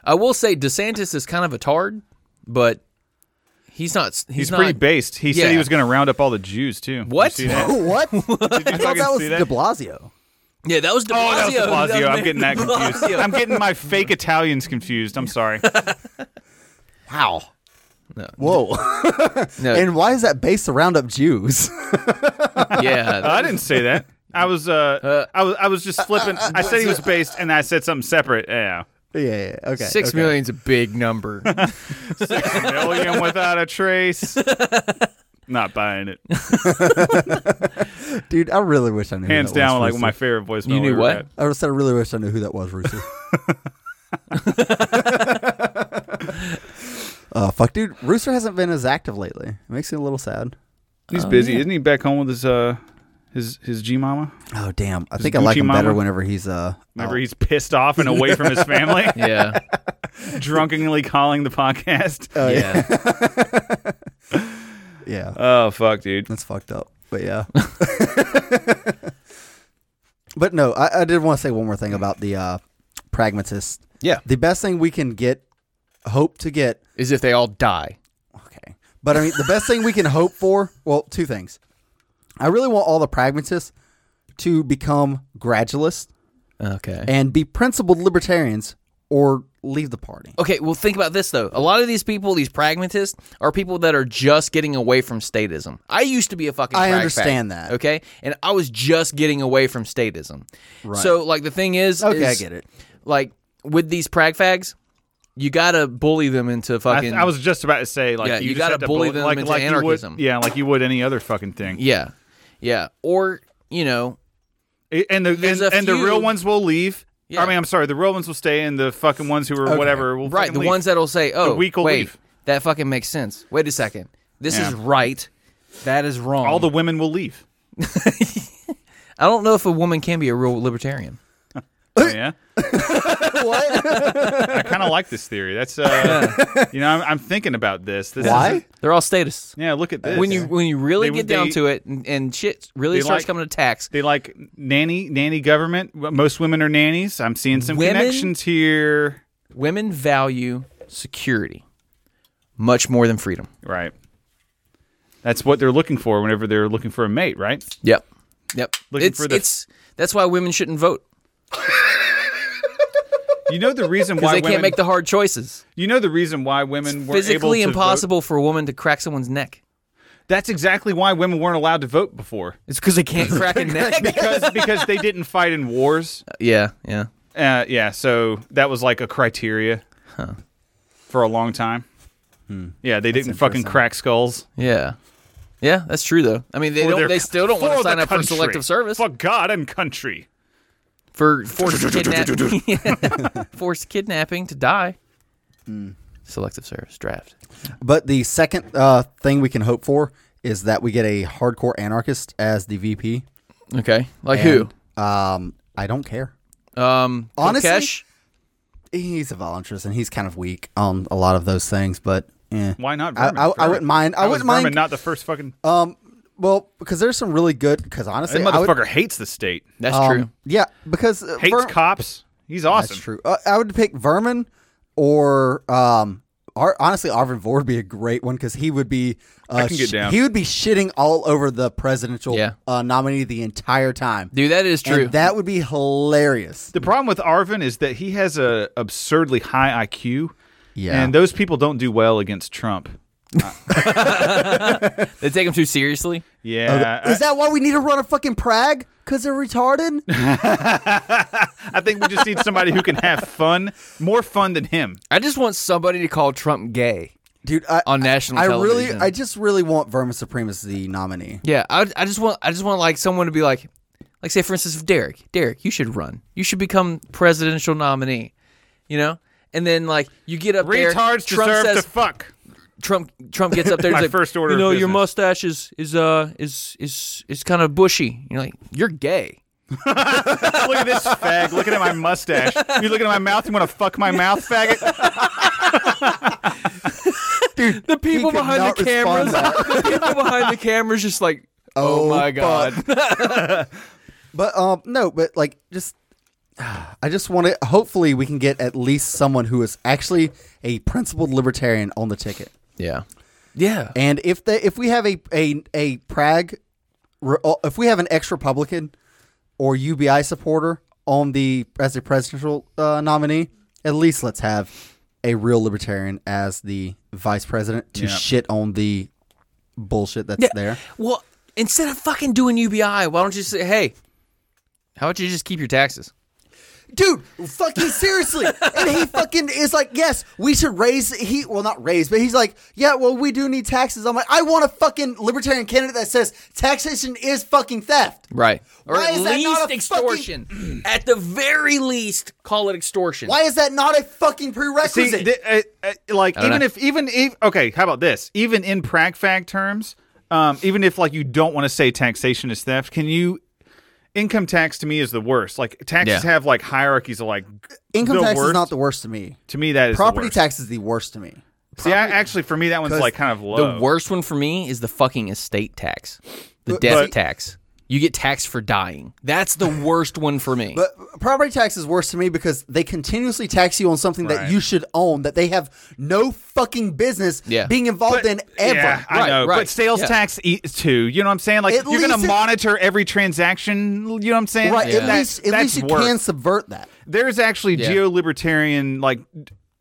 A: I will say DeSantis is kind of a tard, but he's not. He's,
C: he's
A: not,
C: pretty based. He said
A: Yeah.
C: he was going to round up all the Jews too.
A: What?
C: You see that?
B: what? I thought
C: fucking
B: that was
C: see
B: De
C: that?
B: Blasio.
A: Yeah, that was De Blasio.
C: Oh, that was De Blasio. I'm getting that
A: De
C: confused.
A: Blasio.
C: I'm getting my fake Italians confused. I'm sorry.
B: Wow.
A: No.
C: Uh,
B: Whoa.
A: No,
B: and why is that based around up Jews?
A: yeah,
C: Oh, I didn't say that. I was uh, I was I was
A: uh,
C: just flipping. I said he was based, and I said something separate. Yeah,
B: yeah, yeah, yeah. Okay.
A: six
B: okay.
A: million's a big number.
C: million without a trace. Not buying it.
B: Dude, I really wish I knew. who
C: Hands
B: that
C: down,
B: was,
C: like my favorite voicemail.
A: You knew
C: we ever
A: what?
C: got.
B: Russo. I said I really wish I knew who that was, Russo. uh, fuck, dude. Rooster hasn't been as active lately. It makes me a little sad.
A: Oh,
C: He's busy, isn't he? Back home with his uh, his his G mama.
B: Oh damn! I
C: Is
B: think I like
C: Gucci
B: him better
C: Mama-
B: whenever he's uh.
C: Remember,
B: out.
C: he's pissed off and away from his family,
A: Yeah,
C: drunkenly calling the podcast.
A: yeah.
B: yeah,
C: Oh fuck, dude.
B: that's fucked up. But yeah. but no, I, I did want to say one more thing about the uh, pragmatist.
A: Yeah.
B: The best thing we can get, hope to get
A: Is if they all die.
B: Okay. But I mean, the best thing we can hope for, well, two things. I really want all the pragmatists to become gradualists
A: Okay.
B: and be principled libertarians or leave the party.
A: Okay, well, think about this though. A lot of these people, these pragmatists, are people that are just getting away from statism. I used to be a fucking.
B: I
A: prag
B: understand
A: fag,
B: that.
A: Okay, and I was just getting away from statism. Right. So, like, the thing is,
B: Okay, I
A: is,
B: get it.
A: Like with these prag fags, you gotta bully them into
C: I,
A: fucking.
C: I was just about to say, like,
A: Yeah,
C: you,
A: you
C: just
A: gotta
C: have to
A: bully them
C: like,
A: into
C: like
A: anarchism.
C: You would, yeah, like you would any other fucking thing.
A: Yeah, yeah, or you know,
C: I- And the and,
A: a
C: and the
A: few-
C: real ones will leave.
A: Yeah.
C: I mean, I'm sorry, the real ones will stay, and the fucking ones who are whatever will
A: right?
C: fucking
A: The
C: leave.
A: ones that'll say, "Oh,
C: weak will
A: wait,
C: leave.
A: that fucking makes sense." Wait a second, this
C: Yeah.
A: is right. That is wrong.
C: all the women will leave.
A: I don't know if a woman can be a real libertarian.
C: Oh, yeah,
B: what?
C: I kind of like this theory. That's uh, you know, I'm, I'm thinking about this. this Is,
B: Why?
A: They're all statists.
C: yeah, look at this.
A: when you when you really
C: They-
A: get down
C: they-
A: to it and, and shit really
C: they
A: starts
C: like-
A: coming to tax
C: they like nanny nanny government. Most women are nannies. I'm seeing some
A: Women?
C: connections here.
A: women value security much more than freedom
C: Right. That's what they're looking for whenever they're looking for a mate, right?
A: yep yep
C: Looking
A: it's
C: for the-
A: it's that's why women shouldn't vote
C: You know the reason why
A: because they
C: women,
A: can't make the hard choices
C: You know the reason why women were
A: physically
C: able to vote-
A: impossible for a woman to crack someone's neck
C: That's exactly why women weren't allowed to vote before
A: it's because they can't crack a neck
C: because because they didn't fight in wars.
A: yeah yeah
C: Uh, yeah, so that was like a criteria for a long time. Yeah, they didn't fucking
B: Hmm. interesting.
C: crack skulls.
A: yeah yeah that's true though i mean they
C: for
A: don't
C: their-
A: they still don't want
C: for
A: to sign
C: the
A: up for
C: country.
A: selective service
C: for God and country.
A: for forced kidnapping forced kidnapping to die Hmm. selective service draft
B: but the second uh, thing we can hope for is that we get a hardcore anarchist as the VP.
A: okay like who
B: And, um, I don't care.
A: Um,
B: Honestly-
A: Kokesh?
B: He's a voluntarist and he's kind of weak on a lot of those things, but eh.
C: Why not?
B: I,
C: Vermin?
B: I, I
C: Vermin.
B: wouldn't mind. I
C: How is
B: wouldn't
C: Vermin
B: mind.
C: Not the first fucking.
B: um, well, because there's some really good. Because
C: that
B: honestly, I would,
C: motherfucker hates the state.
A: that's
B: Um,
A: true.
B: Yeah, because uh,
C: Hates
B: Ver-
C: cops. He's awesome.
B: That's true. Uh, I would pick Vermin or um. Ar- honestly, Arvin Vore would be a great one because he would be. Uh,
C: can get
B: sh-
C: down.
B: He would be shitting all over the presidential
A: Yeah.
B: uh, nominee the entire time.
A: Dude, that is
B: And
A: true.
B: that would be hilarious.
C: The problem with Arvin is that he has a absurdly high IQ.
B: Yeah.
C: And those people don't do well against Trump.
A: they take him too seriously.
C: Yeah. I-
B: Is that why we need to run a fucking Prague? Because they're retarded.
C: I think we just need somebody who can have fun, more fun than him.
A: I just want somebody to call Trump gay
B: Dude, I,
A: on national
B: I really,
A: television.
B: I just really want Vermin Supreme as the nominee.
A: yeah, I, I just want, I just want like someone to be like, Like say for instance, if Derek, Derek, you should run. You should become presidential nominee. You know, and then like you get up there,
C: Retards
A: Trump
C: deserve
A: says,
C: to fuck.
A: Trump Trump gets up there. and
C: My
A: he's like,
C: first order
A: You
C: of
A: know, your
C: business."
A: mustache is is uh is is is kind of bushy. You're like, you're gay.
C: Look at this fag. Looking at my mustache. You looking at my mouth? You want to fuck my mouth, faggot?
B: Dude,
A: The people
B: could
A: behind
B: not
A: the
B: respond
A: cameras, the people behind the cameras, just like, oh,
B: Oh,
A: my god,
B: but um, no, but like just. I just want to. Hopefully, we can get at least someone who is actually a principled libertarian on the ticket.
A: yeah, yeah,
B: And if they, if we have a a a Prague, re- uh, if we have an ex Republican or UBI supporter on the as a presidential uh, nominee, at least let's have a real libertarian as the vice president to
C: Yeah.
B: shit on the bullshit that's there.
A: Well, instead of fucking doing UBI, why don't you say, hey, how about you just keep your taxes?
B: Dude, fucking seriously. and he fucking is like, yes, we should raise he well not raise, but he's like, yeah, well we do need taxes. I'm like, I want a fucking libertarian candidate that says taxation is fucking theft.
A: Right. Or
B: Why
A: at
B: is that
A: least
B: not a
A: extortion. at the very least, call it extortion.
B: Why is that not a fucking
C: See,
B: prerequisite?
C: th- uh, uh, like
A: don't
C: even
A: know.
C: if even if okay, how about this? Even in Prague fact terms, um, even if like you don't want to say taxation is theft, can you? Income tax to me is the worst. Like taxes
A: Yeah.
C: have like hierarchies of like
B: Income
C: the
B: tax
C: worst.
B: is not the worst to me.
C: to me that is the
B: Property
C: worst.
B: tax is the worst to me.
C: See, I, actually for me that one's
B: 'Cause
C: like kind of low.
A: The worst one for me is the fucking estate tax, the
B: But-
A: death
B: but-
A: tax. You get taxed for dying. That's the worst one for me.
B: But property tax is worse to me because they continuously tax you on something that
C: Right.
B: you should own that they have no fucking business
A: Yeah.
B: being involved in ever.
C: Yeah, I
A: Right,
C: know.
A: right,
C: But sales
A: yeah.
C: tax e- too. You know what I'm saying? Like
B: At
C: you're going
B: least
C: to
B: it-
C: monitor every transaction. You know what I'm saying?
B: Right. At
C: That-
B: least at
C: that's
B: least you
C: work.
B: can subvert that.
C: There's actually
A: Yeah.
C: geo-libertarian like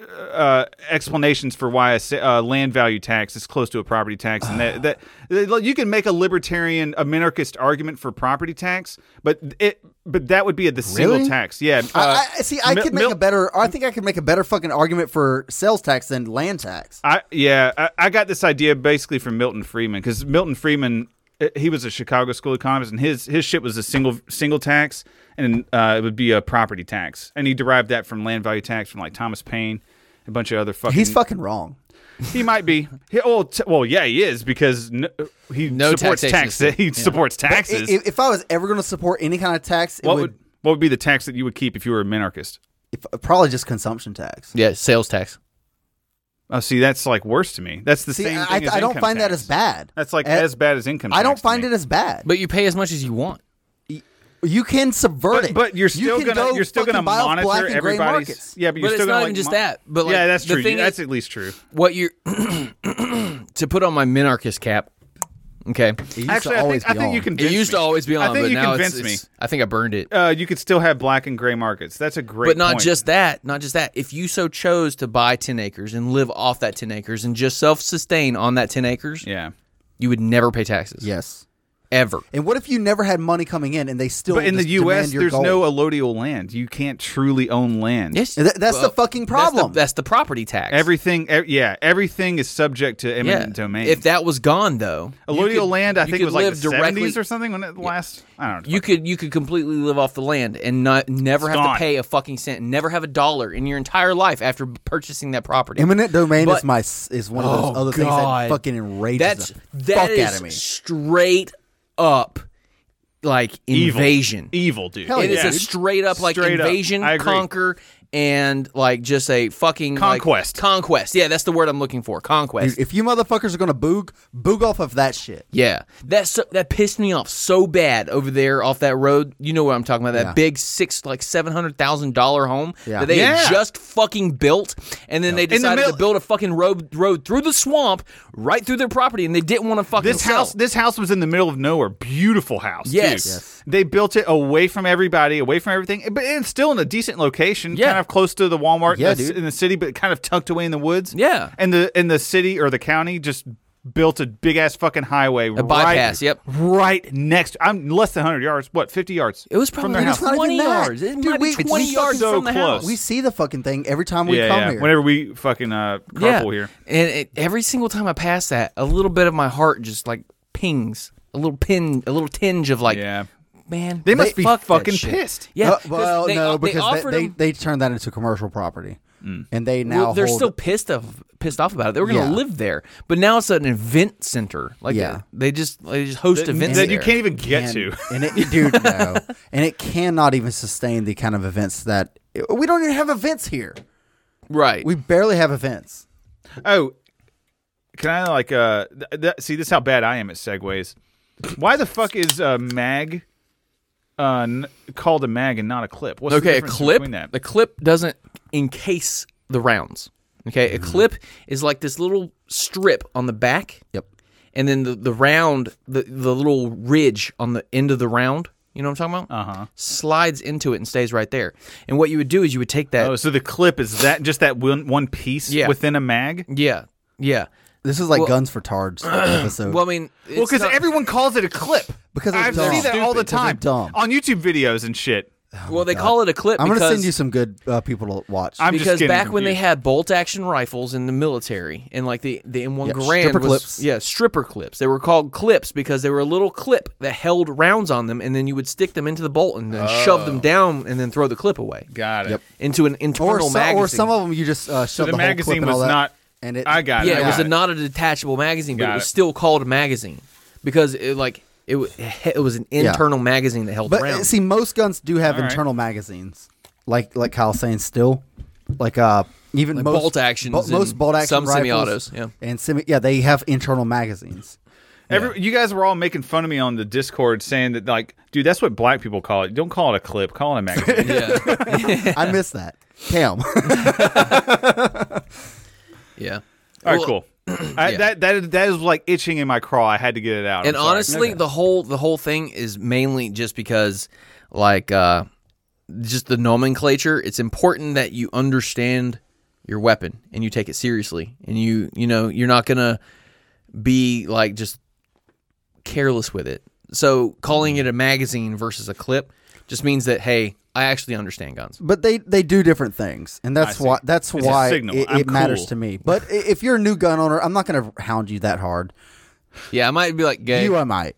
C: uh, explanations for why a sa- uh, land value tax is close to a property tax, and that, that that- you can make a libertarian anarchist argument for property tax, but it but that would be a the single
B: Really?
C: tax. Yeah.
B: I,
C: uh,
B: I see I
C: mil-
B: could make
C: mil-
B: a better I think I could make a better fucking argument for sales tax than land tax.
C: I yeah, I, I got this idea basically from Milton Friedman because Milton Friedman uh, he was a Chicago school economist and his his shit was a single single tax and uh, it would be a property tax and he derived that from land value tax from like Thomas Paine a bunch of other fucking
B: He's fucking wrong.
C: he might be he, well t- well yeah he is because n he
A: No
C: supports
A: taxation
C: tax
A: is-
C: he supports taxes
B: If, if I was ever going to support any kind of tax, it
C: what
B: would,
C: would what would be the tax that you would keep if you were a minarchist
B: if- probably just consumption tax.
A: yeah, sales tax.
C: oh see that's like worse to me that's the
B: See,
C: same
B: I,
C: thing
B: I,
C: as
B: I don't
C: income
B: find that
C: tax.
B: as bad.
C: that's like
B: A-
C: as bad as income
B: I don't
C: tax to
B: find
C: me.
B: it as bad.
A: But you pay as much as you want.
B: You can subvert
C: But,
B: it.
C: but you're
B: You
C: still
B: can
C: gonna
B: go
C: you're still gonna
B: fucking buy off
C: monitor
B: black and gray
C: everybody's.
B: markets.
C: Yeah, but you're
A: But
C: still
A: it's
C: gonna
A: not
C: like,
A: even just
C: mon-
A: that, but, like,
C: yeah, that's
A: the
C: true.
A: thing
C: that's
A: is-
C: at least true.
A: What you're to put on my minarchist cap. Okay.
B: It used to
C: Actually, I
B: always
C: think, I
B: be
C: think
B: on.
C: you convinced
A: It used
C: me.
A: to always be on,
C: I think
A: but
C: you
A: now it's,
C: convinced me.
A: it's- I think I burned it.
C: Uh, you could still have black and gray markets. That's a great.
A: But not
C: point.
A: just that, not just that. If you so chose to buy 10 acres and live off that 10 acres and just self sustain on that 10 acres,
C: Yeah.
A: you would never pay taxes.
B: Yes.
A: Ever.
B: And what if you never had money coming in and they still
C: But in the
B: just demand
C: U.S.,
B: your
C: there's
B: gold?
C: no allodial land. You can't truly own land.
A: Yes.
B: And that- that's the fucking
A: That's the,
B: problem.
A: that's the property tax.
C: Everything, e- yeah, everything is subject to
A: yeah.
C: eminent domain.
A: If that was gone, though, you
C: allodial
A: could-
C: land, I
A: you
C: think
A: could
C: it was like
A: live
C: the
A: directly-
C: 70s or something when it last. I don't know.
A: You could you could completely live off the land and not never have
C: gone.
A: to pay a fucking cent, and never have a dollar in your entire life after purchasing that property.
B: Eminent domain
A: But-
B: is my s- is one of those
A: Oh,
B: other things
A: God.
B: that fucking enrages
A: That's
B: the
A: that
B: fuck
A: is
B: out of me.
A: straight up like
C: Evil.
A: invasion.
C: evil, dude.
B: Hell
A: It is
B: yeah.
A: a straight up like
C: Straight up.
A: invasion,
C: I agree.
A: conquer, and like just a fucking like-
C: Conquest.
A: conquest. Yeah, that's the word I'm looking for. Conquest.
B: Dude, if you motherfuckers are gonna boog, boog off of that shit.
A: yeah, that so, that pissed me off so bad over there off that road. You know what I'm talking about? That
B: Yeah.
A: big six like seven hundred thousand dollar home
B: Yeah.
A: that they
C: Yeah.
A: had just fucking built, and then they
C: the
A: decided
C: middle-
A: to build a fucking road road through the swamp right through their property, and they didn't want to fucking
C: This
A: sell.
C: house, this house was in the middle of nowhere. Beautiful house. too.
A: Yes. Yes.
C: they built it away from everybody, away from everything, but it's still in a decent location.
A: Yeah.
C: kind of close to the Walmart.
B: Yeah,
C: that's
B: dude.
C: in the city, but kind of tucked away in the woods.
A: Yeah.
C: and the and the city or the county just built a big ass fucking highway, a
A: bypass,
C: Right,
A: yep.
C: right next. I'm less than hundred yards. What, fifty yards?
A: It was
C: from
A: probably
C: their
A: like
B: It's
C: house.
B: not even
A: 20
B: that.
A: yards. It
B: Dude,
A: might be
B: we-
A: 20
B: we
A: yards
C: so
A: from the
C: close.
A: house.
B: We see the fucking thing every time we
C: yeah,
B: come
C: yeah.
B: here.
C: Whenever we fucking uh, carpool here,
A: And it, every single time I pass that, a little bit of my heart just like pings, a little pin, a little tinge of like
C: yeah.
A: man.
C: They must be
A: fucked that
C: fucking
A: shit.
C: pissed.
A: Yeah.
B: Uh,
A: 'cause
B: well,
A: they-
B: no,
A: they
B: because
A: offered
B: they, they,
A: him-
B: they turned that into commercial property,
C: Mm.
B: and they now
A: well, they're
B: hold-
A: still pissed off, pissed off about it. They were going to
B: Yeah.
A: live there, but now it's an event center. Like,
B: Yeah.
A: they just they just host events
C: that you
A: there.
C: can't even get
B: and,
C: to.
B: and it, dude, no, and it cannot even sustain the kind of events that we don't even have events here.
A: right.
B: We barely have events.
C: Oh, can I like uh th- th- see this? Is how bad I am at segues. Why the fuck is uh, mag uh n- called a mag and not a clip? What's the
A: okay, a
C: difference
A: clip.
C: between that?
A: A clip doesn't encase the rounds. Okay, a
C: Mm-hmm.
A: clip is like this little strip on the back.
B: Yep.
A: And then the, the round, the, the little ridge on the end of the round, you know what I'm talking about?
C: Uh-huh.
A: Uh huh. Slides into it and stays right there. And what you would do is you would take that.
C: oh, so the clip is that just that one, one piece
A: Yeah.
C: within a mag?
A: yeah. Yeah.
B: This is like guns for tards episode.
A: Well, I mean, it's
C: Well, because
A: not-
C: everyone calls it a clip.
B: Because it's
C: I
B: dumb.
C: see that all the
B: Stupid. 'Cause
C: time
B: it's dumb.
C: on YouTube videos and shit.
A: well,
C: Oh,
A: they call it a clip
B: I'm
A: because
B: gonna send you some good uh, people to watch.
C: I'm just
A: because
C: getting
A: back when they
C: confused.
A: had bolt action rifles in the military and like the the M1
B: Yeah,
A: Grand
B: stripper
A: was-
B: clips.
A: yeah stripper clips they were called clips because they were a little clip that held rounds on them and then you would stick them into the bolt and then shove them down and then throw the clip away
C: Got it.
A: into an
B: or,
A: internal
B: so-
A: magazine
B: or some of them you just uh, shove
C: the
B: whole clip
C: magazine
B: and all
C: was
B: that,
C: not-
B: And it,
C: I got
A: yeah it
C: got
A: was
C: it.
A: a, not a detachable magazine but
C: Got
A: it was
C: it.
A: still called a magazine because it like it wa- it was an internal magazine that held
B: But uh,
A: rounds
B: see, most guns do have
C: right.
B: internal magazines, like like Kyle's saying. Still, like uh, even most
A: bolt actions and
B: most bolt action
A: some
B: rifles
A: semi-autos, yeah.
B: and semi, yeah, they have internal magazines.
C: Every, You guys were all making fun of me on the Discord, saying that like, dude, that's what black people call it. Don't call it a clip. Call it a magazine.
A: yeah
B: I missed that. Cam,
A: yeah
C: All right,
A: Well,
C: cool. I,
A: yeah.
C: That that is- that is like itching in my craw. I had to get it out.
A: and
C: I'm sorry.
A: honestly the whole the whole thing is mainly just because like uh just the nomenclature it's important that you understand your weapon and you take it seriously and you you know you're not gonna be like just careless with it so calling it a magazine versus a clip just means that hey i actually understand guns
B: but they they do different things, and that's
C: see.
B: why that's
C: It's a
B: why
C: signal.
B: it,
C: I'm
B: it matters
C: cool.
B: to me. But i- if you're a new gun owner, I'm not going to hound you that hard.
A: yeah i might be like gay
B: You, I might.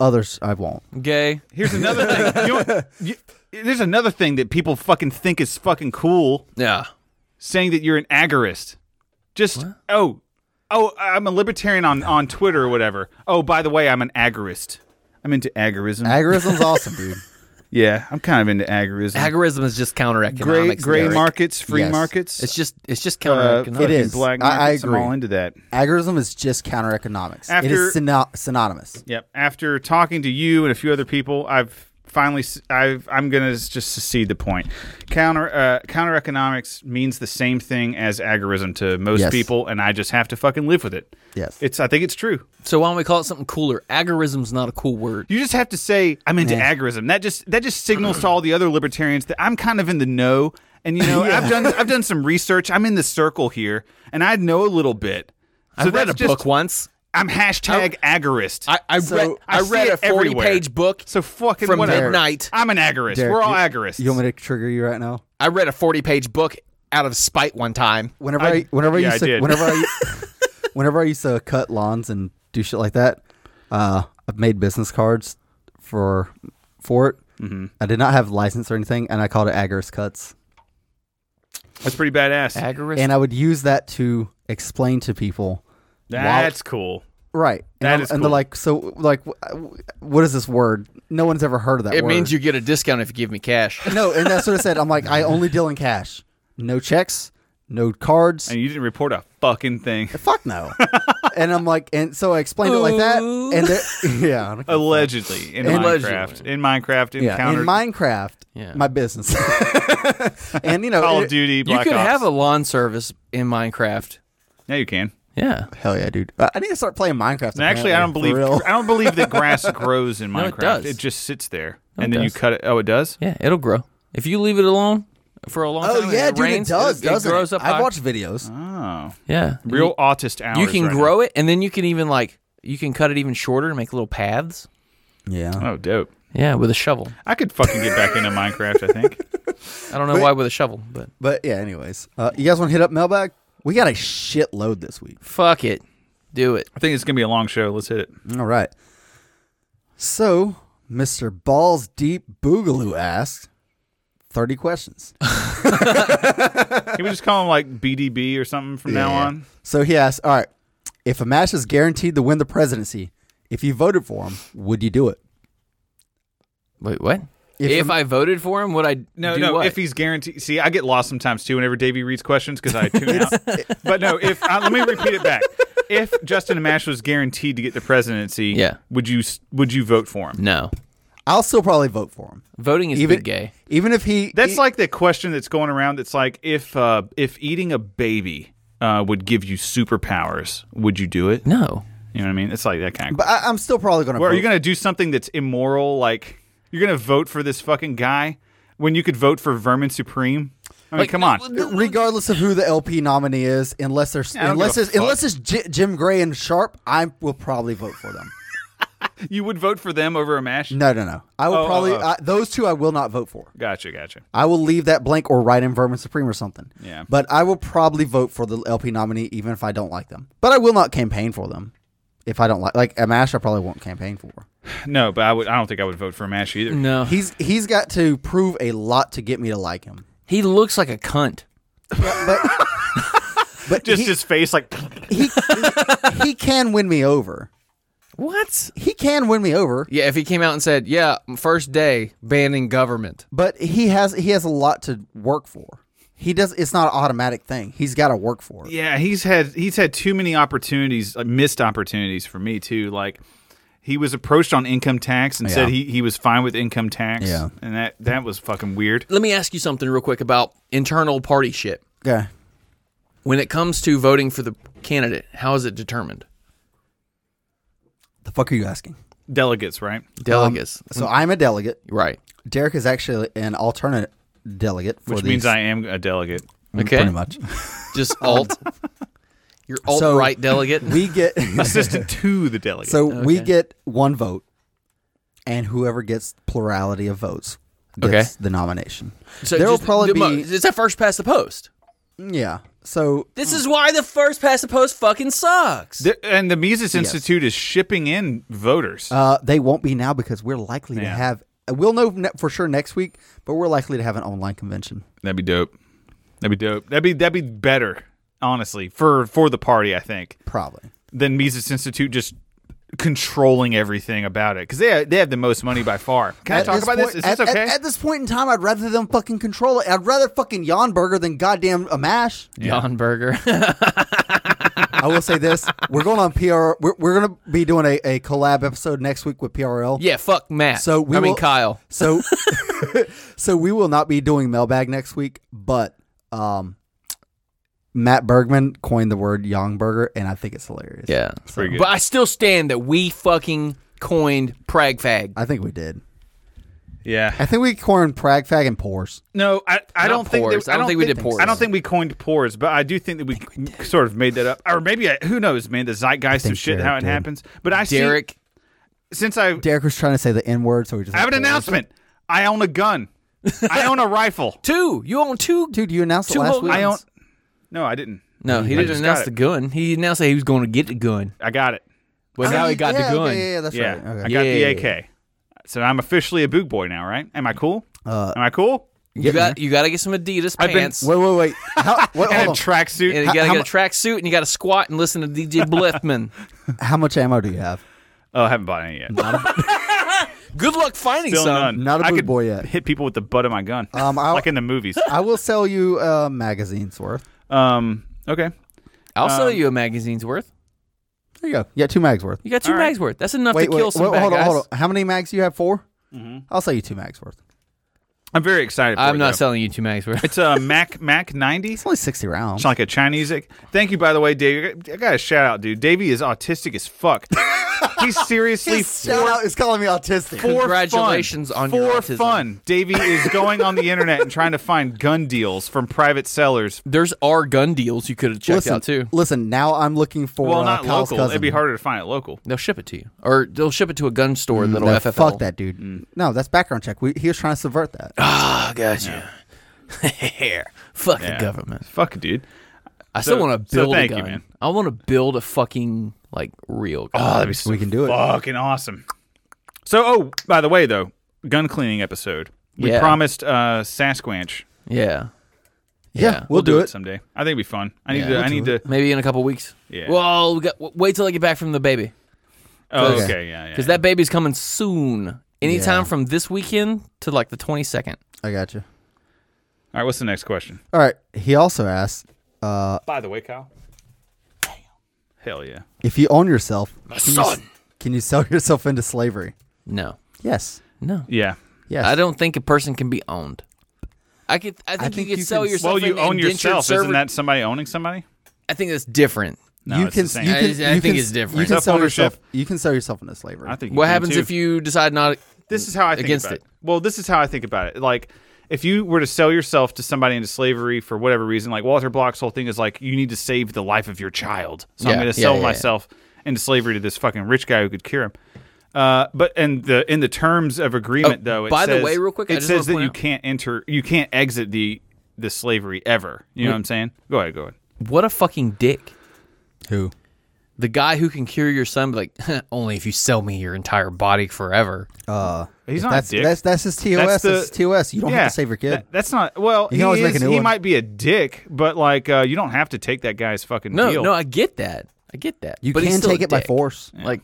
B: Others, I won't.
A: gay
C: here's another thing. You know, you, there's another thing that people fucking think is fucking cool,
A: yeah
C: saying that you're an agorist. Just oh, oh, I'm a libertarian on on Twitter or whatever. Oh, by the way, I'm an agorist. I'm into agorism.
B: Agorism's awesome, dude.
C: yeah, I'm kind of into agorism.
A: agorism is just counter
C: gray
A: economics
C: gray
A: Derek.
C: markets, free
B: Yes.
C: markets.
A: it's just it's just
C: uh,
A: counter
C: fucking
A: economics
B: it is.
C: Black
B: I- I
C: markets. am
B: agree.
C: all into that.
B: Agorism is just counter economics. it
C: After-
B: is syno- synonymous.
C: Yep. After talking to you and a few other people, I've finally s- I've I'm gonna s- just secede the point. Counter uh, counter economics means the same thing as agorism to most
B: Yes.
C: people, and I just have to fucking live with it.
B: Yes.
C: It's I think it's true.
A: So why don't we call it something cooler? Agorism's not a cool word.
C: You just have to say I'm into
B: Yeah.
C: agorism. That just that just signals to all the other libertarians that I'm kind of in the know. And you know, I've done I've done some research. I'm in the circle here, and I know a little bit.
A: I
C: So
A: read
C: that's
A: a
C: just-
A: book once.
C: I'm hashtag agorist.
A: I, I
B: So-
A: read I,
C: I see
A: read a
C: it
A: forty
C: everywhere.
A: page book.
C: so fucking
A: from
C: whatever.
A: midnight.
C: I'm an agorist.
B: Derek,
C: We're all
B: you-
C: agorists.
B: You want me to trigger you right now?
A: I read a forty page book out of spite one time.
B: Whenever
C: I-
B: I, whenever
C: yeah,
B: I
C: I
B: used to,
C: did.
B: whenever I, whenever I used to cut lawns and do shit like that, uh, I've made business cards for for it. Mm-hmm. I did not have license or anything, and I called it Agorist Cuts.
C: That's pretty badass.
A: Agorist.
B: And I would use that to explain to people,
C: That's cool.
B: right? And
C: That
B: I'm-
C: is
B: and
C: cool.
B: they're like, so like, wh- wh- what is this word? No one's ever heard of that.
A: it
B: word.
A: means you get a discount if you give me cash.
B: No, and that's what I said. I'm like, I only deal in cash. No checks, no cards.
C: And you didn't report a fucking thing.
B: Fuck no. and I'm like, and so I explained it like that.
A: Ooh.
B: And there- yeah, I don't care.
C: Allegedly in
A: Allegedly.
C: Minecraft. In Minecraft in
B: yeah.
C: counter
B: in Minecraft,
A: Yeah.
B: my business. and you know,
C: Call of
B: it-
C: Duty
A: you
C: Black
A: could
C: Ops.
A: have a lawn service in Minecraft.
C: Yeah, you can.
A: Yeah.
B: hell yeah, dude. I I need to start playing Minecraft.
C: And actually I don't
B: apparently,
C: believe
B: for real.
C: I don't believe that grass grows in Minecraft.
A: it does.
C: just sits there.
A: No,
C: and
A: it
C: then you
A: does.
C: cut it. Oh, it does?
A: Yeah, it'll grow. If you leave it alone for a long time.
B: Oh
A: and
B: yeah,
A: it
B: dude,
A: rains,
B: it does.
A: It,
B: doesn't
A: it grows
B: it?
A: up. high.
B: I've watched videos.
C: Oh.
A: Yeah.
C: Real autist hours.
A: You can
C: right
A: grow it, and then you can even like you can cut it even shorter and make little paths.
B: Yeah,
C: now. Oh, dope.
A: Yeah, with a shovel.
C: I could fucking get back into Minecraft, I think.
A: I don't know why with a shovel, but
B: but yeah. Anyways, uh, you guys want to hit up mailbag? We got a shitload this week.
A: fuck it, do it.
C: I think it's gonna be a long show. Let's hit it.
B: All right. So Mr. Balls Deep Boogaloo asked 30 questions.
C: Can we just call him like BDB or something from now
B: Yeah.
C: on?
B: So he asked, all right, if a match is guaranteed to win the presidency, if you voted for him, would you do it?
A: Wait, what?
B: If
A: If,
B: I'm-
A: I voted for him, would I
C: No,
A: do
C: no.
A: what?
C: If he's guaranteed, see, I get lost sometimes too whenever Davey reads questions because I tune out. but no, if uh, let me repeat it back. If Justin Amash was guaranteed to get the presidency,
A: Yeah.
C: would you s- would you vote for him?
A: no,
B: I'll still probably vote for him.
A: voting is
B: Even
A: big gay.
B: Even if he e
C: That's
B: he-
C: like the question that's going around. That's like if uh, if eating a baby uh, would give you superpowers, would you do it?
A: No,
C: You know what I mean? It's like that kind of.
B: but I, I'm still probably gonna
C: Well,
B: vote.
C: are you going to do something that's immoral? Like you're going to vote for this fucking guy when you could vote for Vermin Supreme? I mean,
A: Like,
C: come on.
B: regardless of who the LP nominee is, unless there's
C: I don't
B: unless
C: give a
B: it's unless it's J- Jim Gray and Sharp, I will probably vote for them.
C: You would vote for them over a mash?
B: No, no, no. I will
C: Oh, oh,
B: probably
C: oh.
B: I, those two. I will not vote for.
C: Gotcha, gotcha.
B: I will leave that blank or write in Vermin Supreme or something.
C: Yeah.
B: But I will probably vote for the LP nominee even if I don't like them. But I will not campaign for them if I don't like like Amash. I probably won't campaign for.
C: No, but I would. I don't think I would vote for Mash either.
A: no. He,
B: He's he's got to prove a lot to get me to like him.
A: he looks like a cunt.
B: But but
C: Just
B: he,
C: his face, like
B: he he can win me over.
A: What?
B: He can win me over.
A: Yeah, if he came out and said, "Yeah, first day banning government,"
B: But he has he has a lot to work for. He does. It's not an automatic thing. He's got to work for it.
C: yeah, he's had he's had too many opportunities, like missed opportunities for me too. Like he was approached on income tax and said
B: Yeah.
C: he, he was fine with income tax.
B: Yeah.
C: and that that was fucking weird.
A: let me ask you something real quick about internal party shit.
B: Okay.
A: When it comes to voting for the candidate, how is it determined?
B: The fuck are you asking?
C: Delegates, right?
B: Um,
A: Delegates,
B: So I'm a delegate.
A: right?
B: Derek is actually an alternate delegate, for
C: Which
B: these-
C: means I am a delegate.
A: Okay,
B: mm, pretty much.
A: just alt. Your alt right delegate.
B: We get
C: Assistant to the delegate.
B: so we get one vote, and whoever gets plurality of votes gets
A: Okay.
B: the nomination.
A: So
B: there will
A: just-
B: probably
A: the mo-
B: be
A: It's a first past the post.
B: yeah. So
A: This is why the first past the post fucking sucks.
C: Th- and the Mises Institute is shipping in voters.
B: uh, they won't be now because we're likely to
C: Yeah.
B: have. We'll know ne- for sure next week, but we're likely to have an online convention.
C: That'd be dope. That'd be dope. That'd be that'd be better, honestly, for for the party. I think
B: Probably.
C: than Mises Institute just controlling everything about it because they they have the most money by far. Can I
B: At
C: talk about
B: point,
C: this? Is
B: at,
C: this okay?
B: At, at this point in time, I'd rather them fucking control it. I'd rather fucking Yonberger than goddamn Amash.
A: John Berger.
B: I will say this: we're going on PR. We're, we're going to be doing a, a collab episode next week with PRL.
A: yeah, fuck Matt.
B: So we
A: I mean
B: will-
A: Kyle.
B: So, so we will not be doing mailbag next week, but um, Matt Bergman coined the word Yonberger, and I think it's hilarious.
A: Yeah,
C: pretty good.
A: but I still stand that we fucking coined Prag Fag.
B: I think we did.
C: yeah.
B: I think we coined Prag Fag and Pores.
C: No, I, I
A: Not
C: don't think
A: pores.
C: that, I don't think we did
A: pores.
C: I don't think we coined pores, but I do think that we, sort of made that up, or maybe I, who knows, man. The zeitgeist of shit,
B: Derek
C: how it
B: did.
C: happens. But I
A: Derek.
C: see, since I,
B: Derek was trying to say the N word, so we just
C: I have an
B: pores.
C: announcement. I own a gun. I own a rifle.
A: Two. You own two.
B: Dude, you announced it
A: Two
B: last
A: whole-
B: week.
C: I own. No, I didn't.
A: No, he
C: I
A: didn't
C: just
A: announce
C: got
A: the
C: it.
A: gun. He announced that he was going to get the gun,
C: I got it.
A: but now he got
B: Oh,
A: the
B: yeah,
A: gun.
B: Okay, yeah, yeah, that's
C: Yeah,
B: right. Okay.
C: I
A: Yeah.
C: got the AK. So I'm officially a boog boy now, right? Am I cool? Am I cool?
A: You got you got to get some Adidas
C: I've been-
A: pants.
B: Wait, wait, wait. How, wait
C: And a
B: hold
C: tracksuit.
A: and you
B: How-
A: got to
B: how
A: get a tracksuit and you got to squat and listen to DJ Blithman.
B: on. How much ammo do you have?
C: Oh, I haven't bought any yet.
A: Good luck finding
C: Still
A: some.
C: none.
B: um, Not a
C: I
B: boog
C: could
B: boy yet.
C: Hit people with the butt of my gun,
B: Um, I'll-
C: like in the movies.
B: I will sell you a magazine's worth.
C: Um, okay.
A: I'll sell you a magazine's worth.
B: There you go. You got two mags worth.
A: You got two
C: All right.
A: mags worth. That's enough
B: Wait,
A: to kill
B: wait,
A: some
B: wait,
A: bad
B: hold on,
A: guys.
B: hold on. How many mags do you have? 4 Mm-hmm. I'll sell you two mags worth.
C: I'm very excited. For
A: I'm
C: it,
A: not
C: though.
A: selling you two mags worth.
C: It's a Mac Mac 90.
B: It's only sixty rounds.
C: It's like a Chinese. Thank you, by the way, Dave. I got a shout out, dude. Davey is autistic as fuck. He's seriously four,
B: out is calling me autistic.
C: for
A: Congratulations
C: fun,
A: on
C: for
A: your autism.
C: fun. Davey is going on the internet and trying to find gun deals from private sellers.
A: There's are gun deals you could have checked
B: listen,
A: out too.
B: listen. Now I'm looking for
C: Well,
B: uh,
C: not
B: Kyle's
C: local.
B: cousin.
C: It'll be harder to find it local.
A: They'll ship it to you, or they'll ship it to a gun store that'll
B: Mm, No,
A: FFL.
B: fuck that dude.
A: Mm.
B: No, that's background check. We, he was trying to subvert that.
A: Ah, gotcha. fuck the government.
C: Fuck, dude.
A: I still
C: So-
A: want to
C: so
A: build a
C: thank you,
A: gun.
C: man.
A: I want to build a fucking like real gun.
C: Oh, that'd be so
B: we can do it.
C: fucking awesome. So, oh, by the way, though, gun cleaning episode. We
A: Yeah.
C: promised uh, Sasquatch.
A: Yeah.
B: Yeah,
A: Yeah.
B: we'll, do, it.
C: someday. I think it'd be fun. I need
A: Yeah.
C: to.
A: We'll
C: I need to.
A: Maybe in a couple weeks.
C: Yeah.
A: Well, we got, w- wait till I get back from the baby
C: Oh,
B: Okay.
C: okay. Yeah. Yeah.
A: because that baby's coming soon. Anytime
B: Yeah.
A: from this weekend to like the 22nd.
B: I got you.
C: All right. What's the next question?
B: All right. He also asked uh,
C: By the way, Kyle. Hell yeah.
B: if you own yourself, can you s-
A: son.
B: can you sell yourself into slavery?
A: No.
B: Yes.
A: No.
C: Yeah.
B: Yes.
A: I don't think a person can be owned. I could. I think,
B: think
A: you could
B: you
A: sell
B: can-
A: yourself.
C: Well, you
A: an
C: own
A: indentured
C: yourself. Isn't
A: servant.
C: that somebody owning somebody?
A: I think that's different.
C: No,
B: you
C: it's
B: can,
C: the same.
B: You
A: I
B: can,
A: just- I
B: you
A: think
B: can,
A: it's different.
B: You can sell
C: Self-ownership.
B: yourself. You can sell yourself into slavery.
C: I think.
A: What happens if you decide not?
C: This is how I think
A: against
C: about
A: it?
C: Well, this is how I think about it. Like, if you were to sell yourself to somebody into slavery for whatever reason, like Walter Block's whole thing is like, you need to save the life of your child, so I'm
A: Yeah,
C: going
A: yeah,
C: to sell
A: yeah, yeah.
C: myself into slavery to this fucking rich guy who could cure him. Uh, but in the in the terms of agreement,
A: Oh,
C: though, it
A: by the
C: says-
A: way, real quick, I
C: it
A: just wanna
C: says that
A: point
C: you
A: out-
C: can't enter, you can't exit the the slavery ever. You know what I'm saying? Go ahead, go ahead.
A: What a fucking dick.
B: Who?
A: The guy who can cure your son, like only if you sell me your entire body forever.
B: Uh,
C: He's
B: if
C: not a
B: that's,
C: dick.
B: that's that's his TOS. That's,
C: the-
B: his TOS. You don't
C: Yeah,
B: have to save your kid.
C: that- that's not well.
B: You can
C: he
B: always make
C: is-
B: a new
C: he
B: one.
C: might be a dick, but like uh, you don't have to take that guy's fucking
A: No,
C: deal.
A: no, I get that. I get that.
B: you
A: but he's
B: can
A: still
B: take
A: a
B: it by
A: dick.
B: force.
A: Like,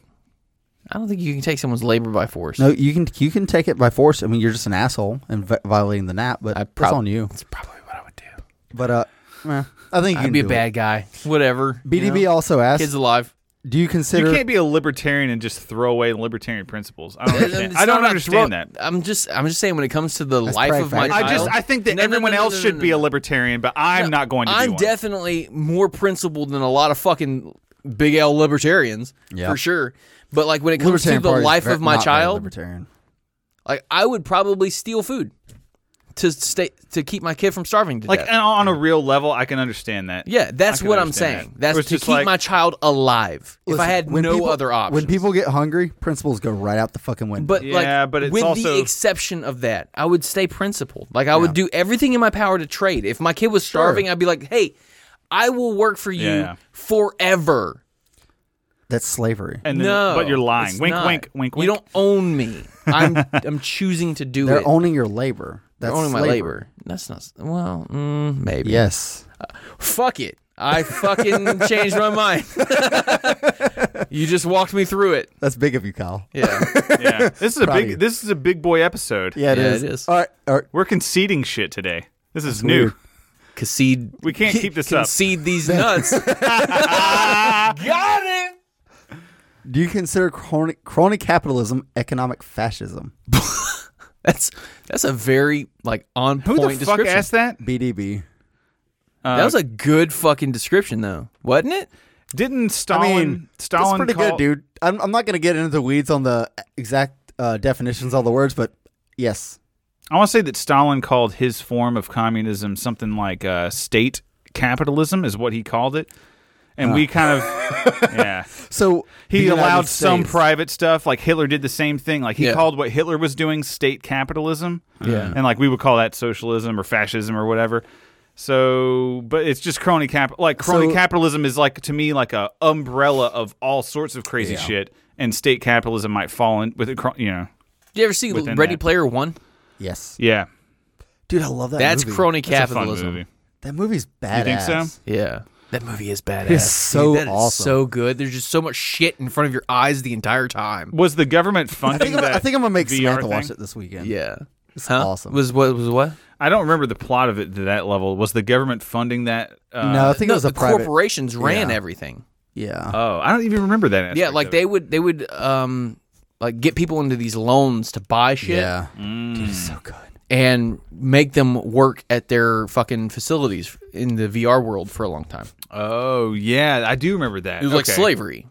A: I don't think you can take someone's labor by force.
B: No, you can you can take it by force. I mean, you're just an asshole and vi- violating the nap, but
A: prob-
B: that's on you.
A: that's probably what I would do.
B: But uh, eh, I think you
A: I'd
B: can
A: be a
B: do
A: bad guy. Whatever.
B: It. BDB also asked,
A: Kids alive.
B: do you
C: You
B: consider?
C: can't be a libertarian and just throw away libertarian principles. I don't
A: It's
C: understand.
A: not
C: I don't
A: about
C: understand
A: throw-
C: that.
A: I'm just, I'm just saying when it comes to the life of my
B: pragmatic.
A: child,
C: I just I think that
A: No, no, no,
C: everyone
A: no,
C: else
A: no, no,
C: should
A: no,
C: be
A: no.
C: a libertarian, but I'm not going to
A: I'm
C: be one.
A: definitely more principled than a lot of fucking big L libertarians
B: Yeah.
A: for sure. But like when it comes to
B: libertarian
A: the
B: party's
A: life
B: ver-
A: of my
B: not very
A: child,
B: Libertarian.
A: like I would probably steal food to stay to keep my kid from starving to
C: Like
A: death.
C: and on a real level, I can understand that.
A: yeah, that's
C: I can
A: what I'm
C: understand
A: saying.
C: that. Where
A: That's
C: it's
A: to
C: just
A: keep
C: like-
A: my child alive. if I
B: Listen,
A: had
B: when
A: no
B: people-
A: other option.
B: when people get hungry, principles go right out the fucking window.
A: But
C: Yeah,
A: like,
C: but it's
A: with the
C: also-
A: exception of that, I would stay principled. Like, I would do everything in my power to trade. If my kid was starving, I'd be like, "Hey, I will work for you
C: Yeah.
A: forever."
B: that's slavery.
C: And then,
A: No,
C: but you're lying.
A: it's
C: Wink,
A: not.
C: wink, wink, wink.
A: You don't own me. I'm I'm choosing to do it.
B: They're owning your labor. That's
A: They're owning my
B: slavery.
A: labor. That's not well. Mm, maybe.
B: Yes.
A: Fuck it. I fucking changed my mind. you just walked me through it.
B: That's big of you, Kyle.
A: Yeah.
C: Yeah. This is a
B: Proud of you.
C: big. This is a big boy episode.
B: Yeah, it
A: Yeah,
B: is.
A: it is.
B: All right. All right.
C: We're conceding shit today. This is new.
B: weird.
A: Concede.
C: We can't keep this up.
A: concede these nuts. Got it.
B: Do you consider crony, crony capitalism economic fascism?
A: That's that's a very like on
C: Who
A: point
C: the fuck
A: description.
C: asked that?
B: BDB.
C: Uh,
A: that was a good fucking description though, wasn't it?
C: didn't Stalin?
B: I mean,
C: Stalin
B: that's pretty
C: call-
B: good, dude. I'm, I'm not going to get into the weeds on the exact uh, definitions, all the words, but yes.
C: I want to say that Stalin called his form of communism something like uh, state capitalism, is what he called it. And we kind of, yeah.
B: So the
C: He
B: United
C: allowed some
B: States-
C: private stuff. Like Hitler did the same thing. Like he
A: Yeah.
C: called what Hitler was doing state capitalism.
A: Yeah.
C: And like we would call that socialism or fascism or whatever. So, but it's just crony cap. Like crony
B: So-
C: capitalism is like to me like a umbrella of all sorts of crazy
B: Yeah.
C: shit. And state capitalism might fall in with it. cro- You know,
A: Did you ever see
C: Within
A: Ready
C: that.
A: Player One?
B: Yes,
C: yeah.
B: dude, I love that.
A: That's
B: movie.
A: crony
C: It's a fun
A: capitalism.
C: movie.
B: That movie's badass.
C: think so?
A: Yeah. That movie is badass.
B: It's so
A: dude. That is
B: awesome.
A: so good. There's just so much shit in front of your eyes the entire time.
C: Was the government funding
B: I think I'm,
C: that
B: I think I'm gonna make
C: VR
B: Samantha
C: thing?
B: watch it this weekend.
A: Yeah.
B: it's
A: Huh?
B: awesome.
A: Was what was what?
C: I don't remember the plot of it to that level. Was the government funding that? Uh,
B: no, I think
A: no,
B: it was a
A: the
B: private.
A: corporations ran
B: Yeah.
A: everything.
B: yeah,
C: Oh, I don't even remember that. aspect
A: Yeah, like
C: of
A: they would they would um like get people into these loans to buy shit
B: yeah,
C: Mm.
B: dude, it's so good.
A: and make them work at their fucking facilities in the VR world for a long time.
C: it. Oh yeah, I do remember that.
A: It was like
C: Okay.
A: slavery.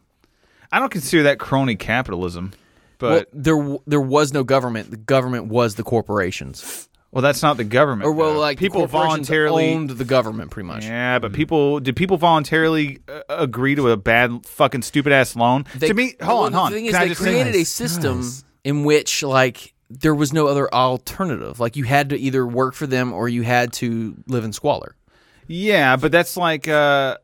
C: I don't consider that crony capitalism,
A: Well,
C: but well,
A: there w- there was no government. The government was the corporations.
C: that's not the government.
A: Or well,
C: though.
A: like the
C: people
A: corporations
C: voluntarily.
A: owned the government pretty much.
C: yeah, but people did people voluntarily uh, agree to a bad fucking stupid ass loan?
A: They-
C: to me,
A: well,
C: hold on, hold on.
A: The thing is,
C: Can I
A: they
C: just say-
A: created a
B: Nice,
A: system
B: nice.
A: in which like there was no other alternative. Like you had to either work for them or you had to live in squalor.
C: yeah, but that's like. Uh,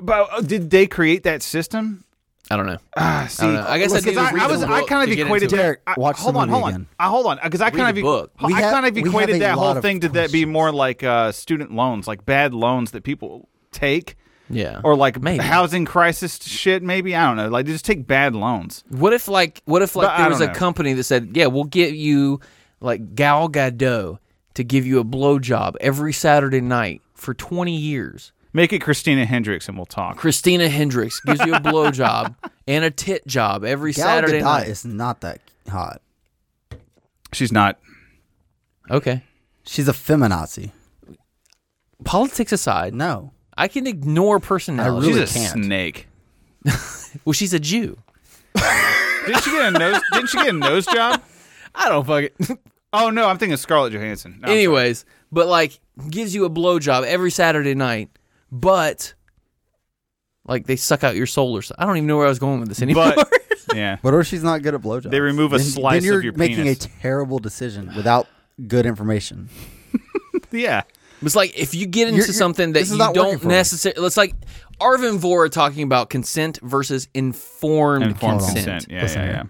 C: but uh, did they create that system?
A: I don't know.
C: Ah, see,
A: know. I guess I
C: because
A: did
C: I,
A: read
C: was
A: the
C: I
A: book
C: kind
A: to
C: of
A: get
C: equated
A: into
B: it. Derek,
C: that. I-
B: watch
C: hold
B: the
C: on,
B: movie
C: hold on,
B: again.
C: I hold on because I
A: Read
C: kind of e-
A: the book.
C: I
B: We have-
C: kind of
B: we have a
C: equated that
B: lot
C: whole
B: of
C: thing to that be
B: questions.
C: more like uh, student loans, like bad loans that people take,
A: Yeah.
C: or like
A: Maybe.
C: housing crisis shit. Maybe I don't know. Like they just take bad loans.
A: What if like what if like
C: But I
A: there was
C: don't
A: a
C: know.
A: company that said, "Yeah, we'll get you like Gal Gadot to give you a blowjob every Saturday night for 20 years."
C: Make it Christina Hendricks and we'll talk.
A: Christina Hendricks gives you a blowjob and a tit job every
B: Gal
A: Saturday
B: Gadot
A: night.
B: is not that hot.
C: She's not.
A: okay.
B: She's a feminazi.
A: Politics aside,
B: No,
A: I can ignore personality.
B: really-
C: she's a
B: can't.
C: snake.
A: well, she's a Jew.
C: Didn't she get a nose? didn't she get a nose job?
A: I don't fucking.
C: Oh no, I'm thinking Scarlett Johansson. No, I'm
A: Anyways, but like gives you a blowjob every Saturday night, but like they suck out your soul or something. I don't even know where I was going with this anymore.
C: sorry. but yeah,
B: but or she's not good at blowjobs.
C: They remove a
B: then,
C: slice
B: Then
C: of
B: you're
C: your
B: making
C: penis.
B: a terrible decision without good information.
C: yeah.
A: It's like if you get into
B: You're- you're-
A: something that
B: this is
A: you
B: not working
A: don't
B: for me.
A: necessarily. It's like Arvin Vora talking about consent versus informed,
C: Informed
A: consent.
C: consent. Yeah,
B: Listen
C: yeah,
B: here.
C: yeah.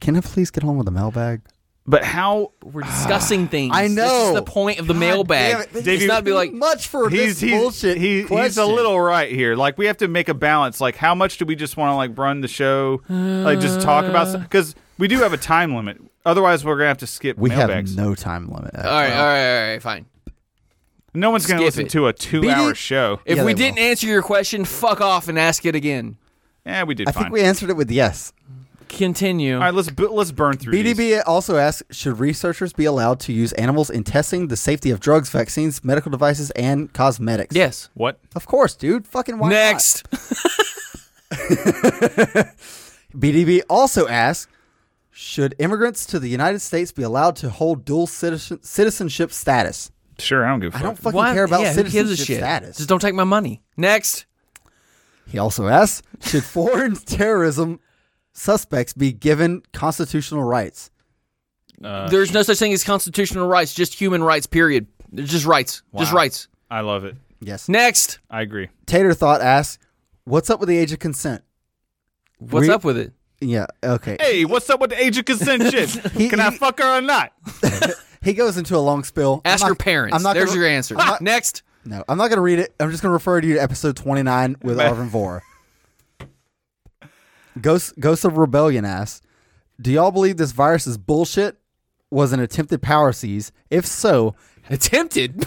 B: Can I please get home with a mailbag?
C: But how
A: We're discussing things.
B: I
A: This is
B: know.
A: the point of the mailbag.
B: Damn it.
A: It's
C: Davey-
A: not be like
B: much for
C: he's
B: this
C: he's
B: bullshit.
C: he, he's a
B: question.
C: little right here. Like we have to make a balance. Like how much do we just want to like run the show? Like just talk about because we do have a time limit. Otherwise, we're gonna have to skip
B: We have
C: mailbags. No,
B: no time limit.
A: all right, all right, all right, fine.
C: one's gonna
A: skip
C: listen
A: it.
C: to a two-hour
B: it.
C: show.
A: If
B: Yeah,
A: we
B: they
A: didn't answer your question, fuck off and ask it again.
C: yeah, we did
B: I
C: fine.
B: think we answered it with yes.
A: Continue.
C: All right, let's bu- let's burn through. these.
B: BDB also asks Should researchers be allowed to use animals in testing the safety of drugs, vaccines, medical devices, and cosmetics?
A: Yes.
C: What?
B: Of course, dude. Fucking why not?
A: Next.
B: BDB also asks Should immigrants to the United States be allowed to hold dual citizen- citizenship status?
C: Sure, I don't give a
B: I
C: fuck.
B: don't fucking
A: Why-
B: care about
A: yeah, who gives a
B: citizenship
A: shit?
B: status.
A: Just don't take my money. Next.
B: He also asks Should foreign terrorism suspects be given constitutional rights?
C: Uh,
A: There's no such thing as constitutional rights, just human rights, period. There's Just rights. Just
C: Wow.
A: rights.
C: I love it.
B: Yes.
A: Next.
C: I agree.
B: Tater Thought asks What's up with the age of consent?
A: What's
B: Re-
A: up with it?
B: Yeah, okay.
C: Hey, what's up with the age of consent shit?
B: He-
C: Can I
B: he-
C: fuck her or not?
B: He goes into a long spill.
A: Ask
B: I'm
A: your
B: not-
A: parents.
B: I'm not
A: There's
B: gonna,
A: your answer. Next.
B: No, I'm not going to read it. I'm just going to refer to you to episode 29 with Arvin Vora. Ghost, Ghost of Rebellion asks, "Do y'all believe this virus is bullshit? Was an attempted power seize? If so,
A: Attempted.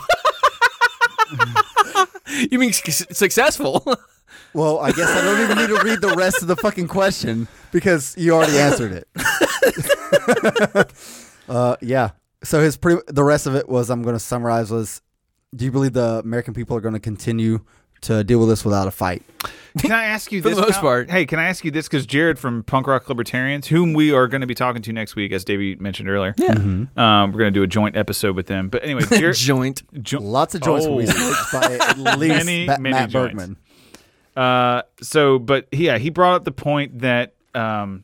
A: you mean s- successful?
B: well, I guess I don't even need to read the rest of the fucking question because you already answered it." uh, yeah. So his pre- the rest of it was I'm going to summarize was, "Do you believe the American people are going to continue to deal with this without a fight?"
C: Can I ask you
A: For the
C: this?
A: most
C: Kyle?
A: part.
C: Hey, can I ask you this? Because Jared from Punk Rock Libertarians, whom we are going to be talking to next week, as Davey mentioned earlier, yeah, um, we're going to do a joint episode with them. But anyway, Jared,
A: Joint.
C: jo-
B: Lots of joints
C: Oh.
B: will be smoked by at least
C: Many,
B: Ba-
C: many
B: Matt
C: joints.
B: Bergman.
C: uh, so but yeah, he brought up the point that um,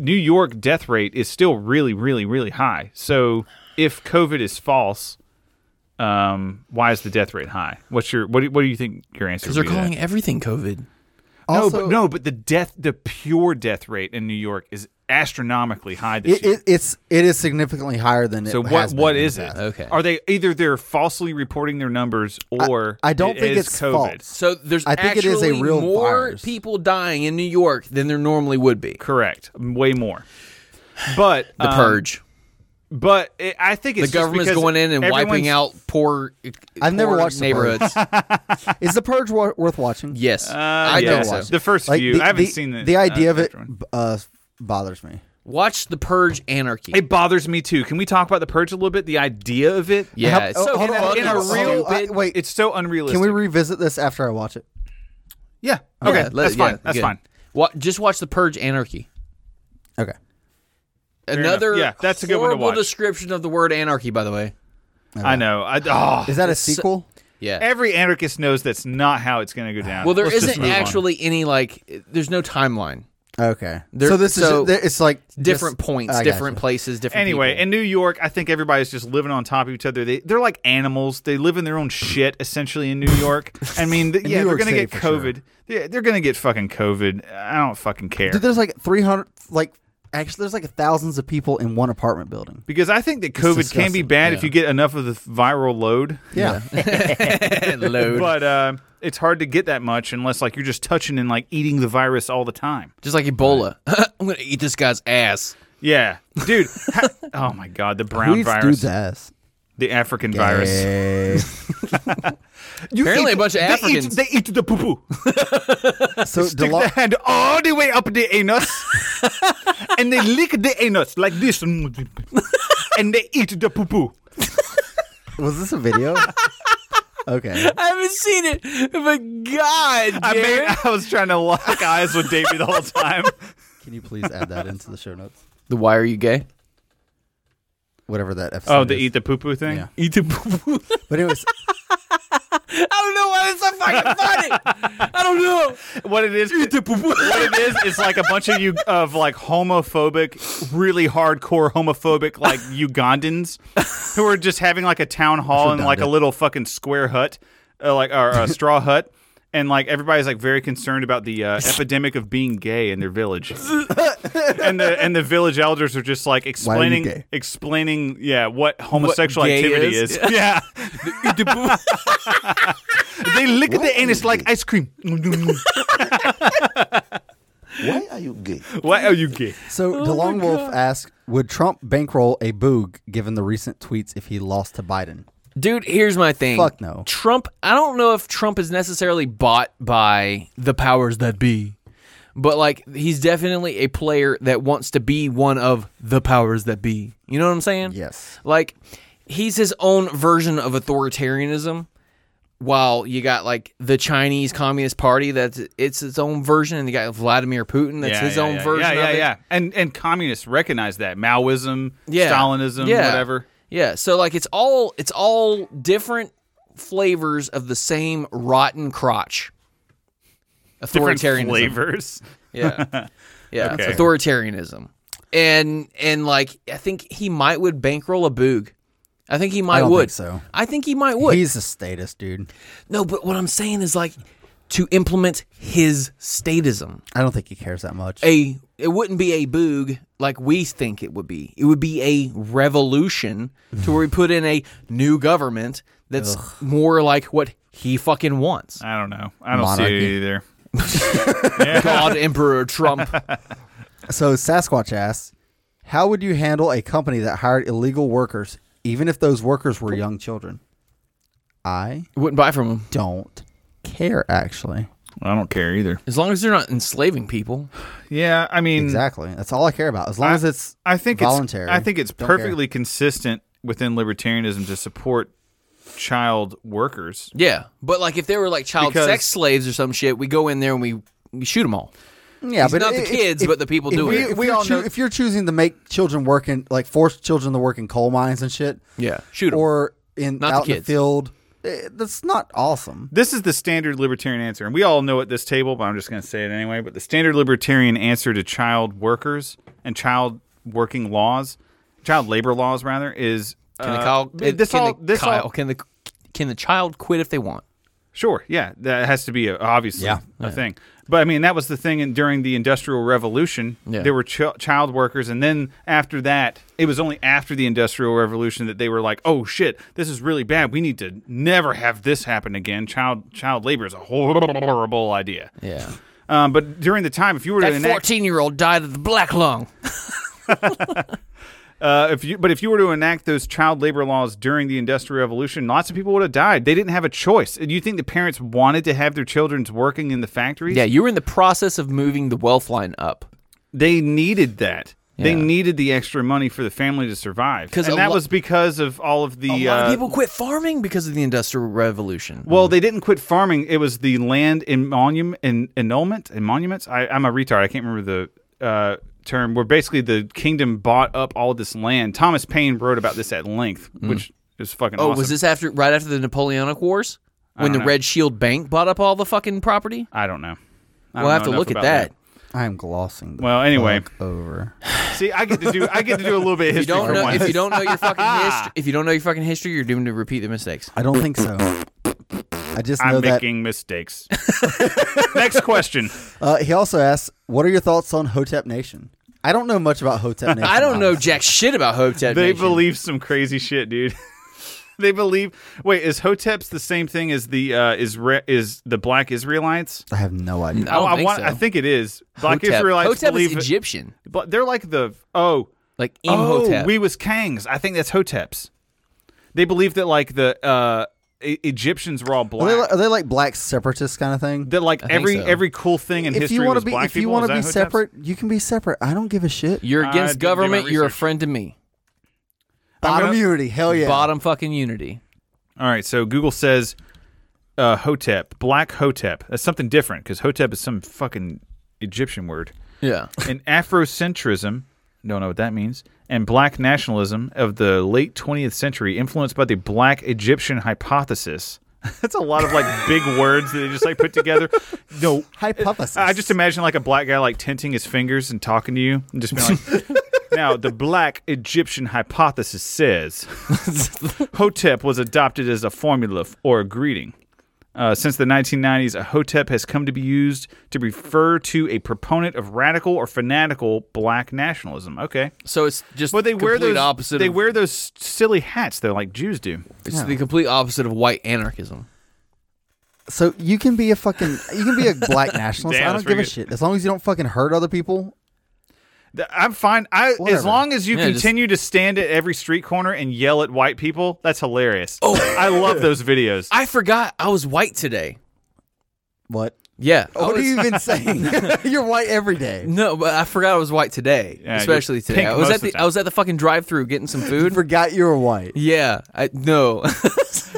C: New York death rate is still really, really, really high. So if COVID is false, um, why is the death rate high? What's your what? Do, what do you think your answer?
A: Because they're
C: Would be to that?
A: calling everything COVID.
C: no,
B: Also-
C: but no, but the death, the pure death rate in New York is astronomically high this
B: It,
C: year.
B: it, it's it is significantly higher than it.
C: So
B: has
C: what
B: been
C: what
B: in the
C: is it?
B: past.
A: Okay.
C: Are they either they're falsely reporting their numbers or
B: I don't
C: it
B: think
C: is
B: it's
C: COVID?
B: false.
A: So there's
B: I think it is a
A: actually
B: real
A: more
B: virus.
A: people dying in New York than there normally would be.
C: Correct, way more. But
A: The
C: um,
A: purge.
C: But it, I think
A: The
C: it's just
A: government's
C: because
A: going in and wiping
C: everyone's-
A: out poor. uh,
B: I've never
A: poor
B: watched The Purge.
A: neighborhoods.
B: Is the purge wa- worth watching?
A: yes,
C: Uh,
A: I
C: yeah,
A: think
B: so.
A: so.
C: the first
B: Like
C: few.
B: the,
C: I haven't
B: the,
C: seen the
B: the idea of it
C: after one.
B: b- uh, bothers me.
A: Watch the Purge Anarchy.
C: It bothers me too. Can we talk about the purge a little bit? The idea of it.
A: yeah, it's
B: oh,
A: so
B: hold on,
A: fucking
C: in a
B: hold on,
C: real
B: hold on. I-
A: stupid.
B: wait,
C: It's so unrealistic.
B: can we revisit this after I watch it?
C: yeah. Okay.
A: Yeah, let-
C: that's fine.
A: yeah,
C: that's
A: good.
C: fine.
A: Wa- just watch the Purge Anarchy.
B: Okay.
C: enough.
A: Another
C: Yeah, that's a good one to
A: horrible
C: watch.
A: description of the word anarchy. By the way,
C: I know. I, oh,
B: Is that a sequel?
A: yeah.
C: every anarchist knows that's not how it's going to go down.
A: well, there
C: Let's
A: not
C: just move on.
A: actually any like. There's no timeline.
B: Okay.
A: There-
B: so this
A: so-
B: is there- it's like just-
A: Different points,
B: I
A: different
B: gotcha.
A: places, different.
C: Anyway,
A: people.
C: in New York, I think everybody's just living on top of each other. They they're like animals. They live in their own shit essentially in New York. I mean, th-
B: In
C: yeah,
B: New
C: they're
B: York
C: gonna
B: City,
C: get
B: for sure.
C: COVID. Yeah, they're gonna get fucking COVID. I don't fucking care.
B: Dude, there's like 300 like actually there's like thousands of people in one apartment building.
C: because I think that COVID can be
B: disgusting.
C: bad if
B: Yeah.
C: you get enough of the viral load.
B: Yeah.
A: load.
C: But uh, it's hard to get that much unless like you're just touching and like eating the virus all the time.
A: Just like Ebola. I'm gonna eat this guy's ass.
C: Yeah, dude. ha- oh my god, the
B: Who
C: brown
B: eats
C: virus,
B: dude's ass?
C: the African virus.
B: Hey.
C: You
A: Apparently a bunch of
C: they eat-
A: Africans.
C: They eat the poo poo.
B: so
C: Stick
B: Delo-
C: the hand all the way up the anus, and they lick the anus like this, and they eat the poo poo.
B: was this a video? okay.
A: I haven't seen it, but God,
C: I mean, I was trying to lock eyes with Davey the whole time.
B: Can you please add that into the show notes?
A: the why are you gay?
B: Whatever that episode.
C: Oh, the
B: is.
C: eat the poo poo thing.
B: Yeah.
A: Eat the poo.
B: But anyways,
A: I don't know why it's so fucking funny. I don't know.
C: What it is?
A: Eat the poo.
C: What it is? It's like a bunch of you of like homophobic, really hardcore homophobic, like Ugandans who are just having like a town hall in like a
B: redundant.
C: little fucking square hut, uh, like or a straw hut. And like everybody's like very concerned about the uh, epidemic of being gay in their village, and the and the village elders are just like explaining
B: gay?
C: explaining yeah what homosexual
A: gay
C: activity
A: is?
C: is, yeah
A: Eat the poo.
C: they lick at the anus like ice cream.
D: Why are you gay?
C: Why are you gay?
B: so DeLong Wolf asked, "Would Trump bankroll a boog given the recent tweets if he lost to Biden?"
A: Dude, here's my thing.
B: Fuck no.
A: Trump, I don't know if Trump is necessarily bought by the powers that be, but like he's definitely a player that wants to be one of the powers that be. You know what I'm saying?
B: Yes.
A: Like he's his own version of authoritarianism. While you got like the Chinese Communist Party, that's it's its own version, and you got Vladimir Putin, that's his own version.
C: Yeah, yeah,
A: of it.
C: yeah. And and communists recognize that Maoism,
A: yeah.
C: Stalinism,
A: yeah.
C: whatever.
A: Yeah. So like it's all it's all different flavors of the same rotten crotch.
C: Different
A: Authoritarianism.
C: flavors.
A: Yeah. Yeah.
C: Okay.
A: Authoritarianism. And and like I think he might would bankroll a boog. I think he might
B: don't
A: would.
B: think so.
A: I think he might would.
B: He's a status, dude.
A: no, but what I'm saying is like to implement his statism.
B: I don't think he cares that much.
A: a it wouldn't be a boog like we think it would be. It would be a revolution to where we put in a new government that's more like what he fucking wants.
C: I don't know. I don't see
B: Monarchy.
C: it either.
A: God Emperor Trump.
B: So Sasquatch asks, "How would you handle a company that hired illegal workers, even if those workers were young children?" I
A: Wouldn't buy from him.
B: don't care, actually.
C: I don't care either.
A: As long as they're not enslaving people.
C: Yeah, I mean,
B: Exactly. That's all I care about. As long as it's,
C: Mm. I think
B: voluntary.
C: It's, I think it's
B: Don't care.
C: perfectly consistent within libertarianism to support child workers.
A: Yeah. But like if they were like child
C: Because-
A: sex slaves or some shit, we go in there and we, we shoot them all.
B: Yeah, but
A: not the kids, but the people doing
B: we,
A: it.
B: If,
C: We
B: you're
C: all
B: choo-
C: know-
B: if you're choosing to make children work in, like, force children to work in coal mines and shit,
A: Yeah, shoot 'em.
B: or in
A: Not the
B: out in the
A: kids.
B: field, eh, that's not awesome.
C: This is the standard libertarian answer, and we all know at this table, but I'm just going to say it anyway. But the standard libertarian answer to child workers and child working laws, child labor laws, rather, is
A: Can
C: uh,
A: the Kyle
C: this
A: can
C: all
A: the
C: this
A: Kyle
C: all
A: can the can the child quit if they want?
C: Sure, yeah, that has to be a, obviously
B: Yeah.
C: a thing. But I mean, that was the thing in, during the Industrial Revolution.
A: Yeah.
C: There were ch- child workers, and then after that, it was only after the Industrial Revolution that they were like, "Oh shit, this is really bad. We need to never have this happen again." Child child labor is a horrible idea.
A: Yeah.
C: Um, but during the time, if you were to
A: That
C: enact,
A: fourteen year old died of the black lung.
C: uh, if you but if you were to enact those child labor laws during the Industrial Revolution, lots of people would have died. They didn't have a choice. Do you think the parents wanted to have their childrens working in the factories?
A: Yeah, you were in the process of moving the wealth line up.
C: they needed that. They
A: Yeah.
C: needed the extra money for the family to survive,
A: 'Cause
C: and
A: a
C: that
A: lo-
C: was because of all of the.
A: A lot
C: uh,
A: of people quit farming because of the Industrial Revolution.
C: well, they didn't quit farming. It was the land emonu- en- annulment and monuments. I, I'm a retard. I can't remember the uh, term. Where basically the kingdom bought up all this land. Thomas Paine wrote about this at length, which is fucking.
A: Mm. oh,
C: awesome.
A: was this after right after the Napoleonic Wars when the Red Shield Bank bought up all the fucking property?
C: I don't know. I
A: We'll
C: don't
A: have
C: know
A: to
C: enough
A: look at
C: about
A: that.
B: I am glossing. The
C: Well, anyway.
B: fuck over.
C: See, I get to do I get to do a little bit of
A: If you
C: history
A: don't
C: for
A: know,
C: once.
A: if you don't know your fucking history, if you don't know your fucking history, you're doomed to repeat the mistakes.
B: I don't think so. I just know
C: I'm
B: that.
C: making mistakes. Next question.
B: Uh, he also asks, "What are your thoughts on Hotep Nation?" I don't know much about Hotep Nation.
A: I don't know
B: honestly.
A: jack shit about Hotep.
C: They
A: Nation.
C: believe some crazy shit, dude. they believe. Wait, is Hotep's the same thing as the uh, Isra- is the Black Israelites?
B: I have no idea.
A: I don't
C: Oh, I
A: think
C: want-
A: so.
C: I think it is. Black
A: Hotep.
C: Israelites
A: Hotep
C: believe.
A: is Egyptian,
C: but they're like the oh
A: like
C: oh
A: Imhotep.
C: we was Kangs. I think that's Hoteps. They believe that like the uh, E- Egyptians were all
B: Are they,
C: black.
B: like, are they like black separatist kind of thing?
C: That like
A: think
C: every
A: so.
C: every cool thing in
B: if
C: history
B: you want
C: was
B: to be,
C: black
B: if you
C: people. Is
B: want to
C: that
B: be
C: Hotep's?
B: separate, you can be separate. I don't give a shit.
A: you're
C: I
A: against
C: didn't do my
A: government. You're a
C: research.
A: friend to me.
B: Bottom
C: gonna-
B: unity, hell yeah.
A: Bottom fucking unity.
C: All right, so Google says uh, Hotep, Black Hotep. That's something different because Hotep is some fucking Egyptian word.
A: Yeah.
C: And Afrocentrism, don't know what that means, and Black nationalism of the late 20th century, influenced by the Black Egyptian hypothesis. That's a lot of like big words that they just like put together. No,
B: Hypothesis.
C: I just imagine like a black guy like tinting his fingers and talking to you and just being like, now the black Egyptian hypothesis says Hotep was adopted as a formula f- or a greeting. Uh, since the 1990s, a hotep has come to be used to refer to a proponent of radical or fanatical black nationalism. Okay,
A: So it's just
C: but they
A: complete
C: wear those
A: opposite.
C: They
A: of,
C: wear those silly hats though, like Jews do.
A: it's
B: Oh.
A: the complete opposite of white anarchism.
B: so you can be a fucking, you can be a black nationalist.
C: Damn,
B: I
C: that's
B: don't give a
C: pretty
B: shit as long as you don't fucking hurt other people.
C: Th- I'm fine. I as
B: Whatever.
C: long as you
A: Yeah, just-
C: continue to stand at every street corner and yell at white people, that's hilarious. Oh, I love those videos.
A: I forgot I was white today.
B: What?
A: Yeah.
C: Oh,
A: I
B: Oh, What
A: was-
B: are you even saying? you're white every day.
A: No, but I forgot I was white today,
C: Yeah,
A: especially
C: you're
A: today.
C: pink
A: I was at
C: most of
A: the,
C: the time.
A: I was at the fucking drive-through getting some
B: You
A: food.
B: forgot you were white.
A: yeah, I no,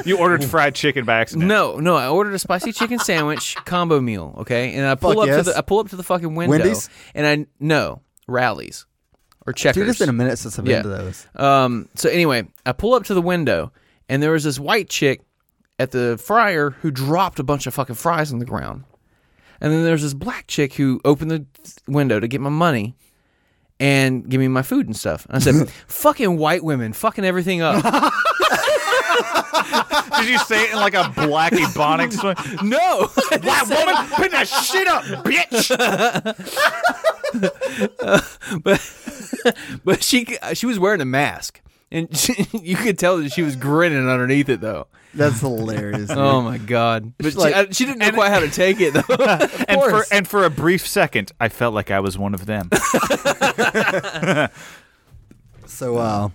C: You ordered fried chicken by accident.
A: no, no. I ordered a spicy chicken sandwich combo meal, okay, and I pull
B: Fuck
A: up
B: yes.
A: to the I pull up to the fucking window,
B: Wendy's?
A: and I no rallies or checkers.
B: Dude, it's been a minute since I've
A: Yeah.
B: been to those.
A: Um, so anyway, I pull up to the window, and there was this white chick at the fryer who dropped a bunch of fucking fries on the ground. And then there's this black chick who opened the window to get my money and give me my food and stuff. And I said, fucking white women, fucking everything up.
C: Did you say it in like a black ebonics?
A: no.
C: Black woman, put that shit up, bitch.
A: but she she was wearing a mask. And she, you could tell that she was grinning underneath it, though.
B: That's hilarious. dude.
A: Oh my god! But she,
B: like-
A: I- she didn't know quite how to take it, though. Of
C: And for
A: course.
C: and for a brief second, I felt like I was one of them.
B: So, uh,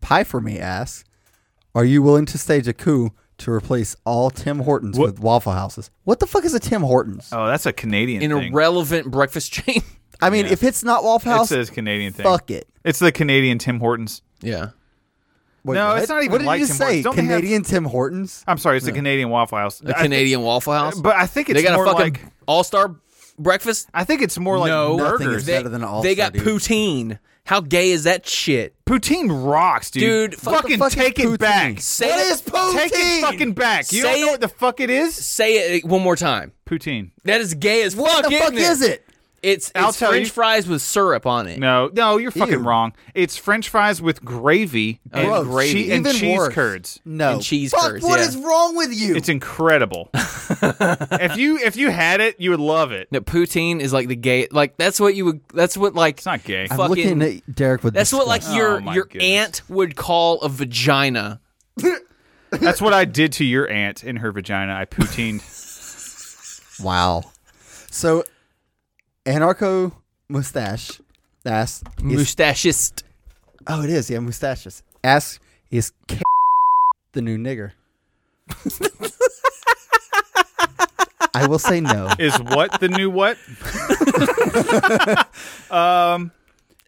B: Pie for Me asks, "Are you willing to stage a coup to replace all Tim Hortons with Waffle Houses?" What the fuck is a Tim Hortons?
C: Oh, that's a Canadian
A: an
C: thing.
A: irrelevant breakfast chain.
B: I mean, if it's not Waffle
C: it
B: House,
C: says Canadian thing.
B: fuck it.
C: It's the Canadian Tim Hortons.
A: Yeah.
B: Wait,
C: No,
B: what?
C: it's not even
B: What did
C: like
B: you
C: Tim
B: say?
C: Hortons. Don't they have-
B: Canadian Tim Hortons.
C: I'm sorry, it's the Canadian Waffle House.
A: A Canadian Waffle House.
C: but I think it's
A: they got a
C: more
A: fucking
C: like
A: all star breakfast.
C: I think it's more like
A: No. Nothing
C: burgers.
B: is better than an all-star,
A: They got
B: dude.
A: poutine. How gay is that shit?
C: Poutine rocks, dude.
A: Dude, fuck the
C: fucking
B: fuck is
C: take it
B: poutine?
C: back.
A: Say
B: What
A: it,
B: is poutine?
C: Take it fucking back. You
A: Say
C: don't know
A: it.
C: what the fuck it is?
A: Say it one more time.
C: Poutine.
A: That is gay as
B: What
A: fuck.
B: the fuck
A: isn't
B: is it?
A: It's,
C: I'll
A: it's
C: tell
A: French
C: you.
A: fries with syrup on it.
C: No, no, you're fucking
B: Ew.
C: wrong. It's French fries with gravy and,
B: Gross.
C: gravy.
B: Even
C: and cheese
B: worse.
C: curds.
B: No
A: And cheese
B: fuck,
A: curds,
B: What
A: yeah.
B: is wrong with you?
C: It's incredible. if you if you had it, you would love it.
A: No, poutine is like the gay. Like that's what you would. That's what like.
C: It's not gay.
B: I'm
A: fucking-
B: looking at Derek with.
A: That's what like
B: disgust.
A: your
C: Oh, my
A: your
C: goodness.
A: aunt would call a vagina.
C: That's what I did to your aunt in her vagina. I poutined.
B: Wow. So, anarcho mustache asks. Is,
A: Mustachist.
B: oh, it is. Yeah, mustaches. Asks is K- the new nigger. I will say no.
C: Is what the new what?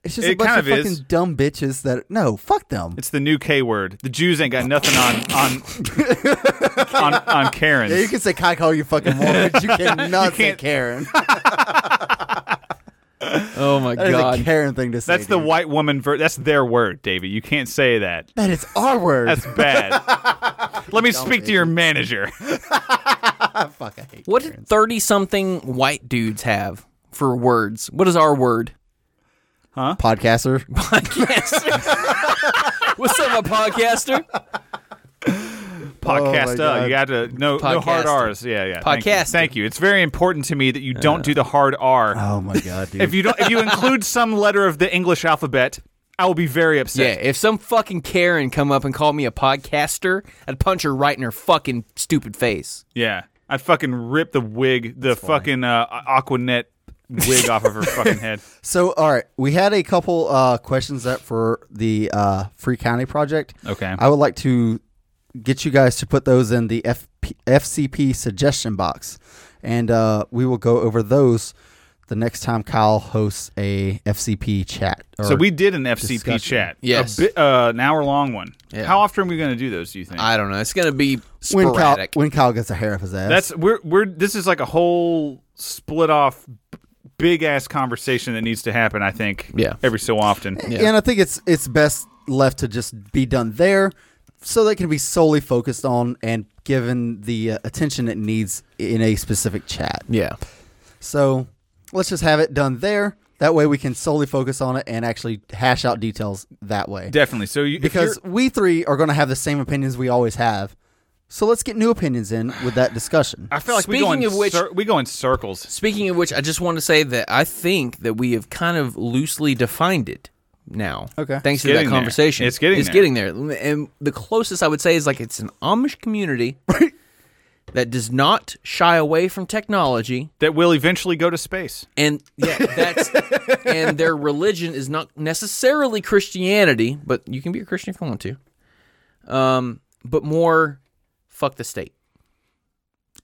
B: It's just
C: It
B: a bunch
C: kind
B: of,
C: of
B: fucking
C: is.
B: dumb bitches that no, fuck them.
C: It's the new K word. The Jews ain't got nothing on on on, on Karen's.
B: Yeah, you can say cock all you fucking want, but you cannot say
C: can't-
B: Karen.
A: Oh my
B: That is
A: god.
B: a Karen thing to say.
C: that's the
B: dude.
C: white woman. Ver- that's their word, David. You can't say that.
B: That is our word.
C: That's bad. Let me speak to your manager.
B: fuck. I hate.
A: What did thirty something white dudes have for words. What is our word?
B: Podcaster.
A: Podcaster. What's up, my podcaster?
C: Podcast. uh,
B: God.
C: you got to no no hard
A: Podcast.
C: R's. Yeah, yeah. Thank you.
A: Podcast.
C: Thank you. It's very important to me that you don't do the hard R.
B: Oh my god, dude.
C: If you don't, if you include some letter of the English alphabet, I will be very
A: Yeah,
C: upset.
A: if some fucking Karen come up and call me a podcaster, I'd punch her right in her fucking stupid face.
C: Yeah. I fucking rip the wig, the fucking uh, Aquanet wig off of her fucking head.
B: so all right, we had a couple uh, questions up for the uh, Free County project.
C: Okay.
B: I would like to get you guys to put those in the FP, FCP suggestion box, and uh, we will go over those the next time Kyle hosts a FCP chat. or-
C: So we did an FCP
B: discussion.
C: chat.
A: Yes.
C: A bit, uh, an hour long one.
A: Yeah.
C: How often are we going to do those, do you think?
A: I don't know. It's gonna be
B: when Kyle,
A: sporadic.
B: when Kyle gets a hair of his ass.
C: That's we're we're this is like a whole split off big ass conversation that needs to happen, I think.
A: Yeah.
C: Every so often.
A: Yeah.
B: And I think it's it's best left to just be done there, so that it can be solely focused on and given the uh, attention it needs in a specific chat.
A: yeah,
B: So let's just have it done there. That way we can solely focus on it and actually hash out details that way.
C: Definitely. So you, if
B: because
C: you're-
B: we three are going to have the same opinions we always have. So let's get new opinions in with that discussion.
C: I feel like we go
A: Speaking
C: in
A: of which-
C: cir- we go in circles.
A: Speaking of which, I just want to say that I think that we have kind of loosely defined it now.
B: Okay.
A: Thanks to that
C: getting there.
A: conversation.
C: It's getting
A: It's
C: there.
A: getting there. And the closest I would say is like it's an Amish community that does not shy away from technology
C: That will eventually go to space.
A: and yeah, that's and their religion is not necessarily Christianity, but you can be a Christian if you want to. Um, but more fuck the state.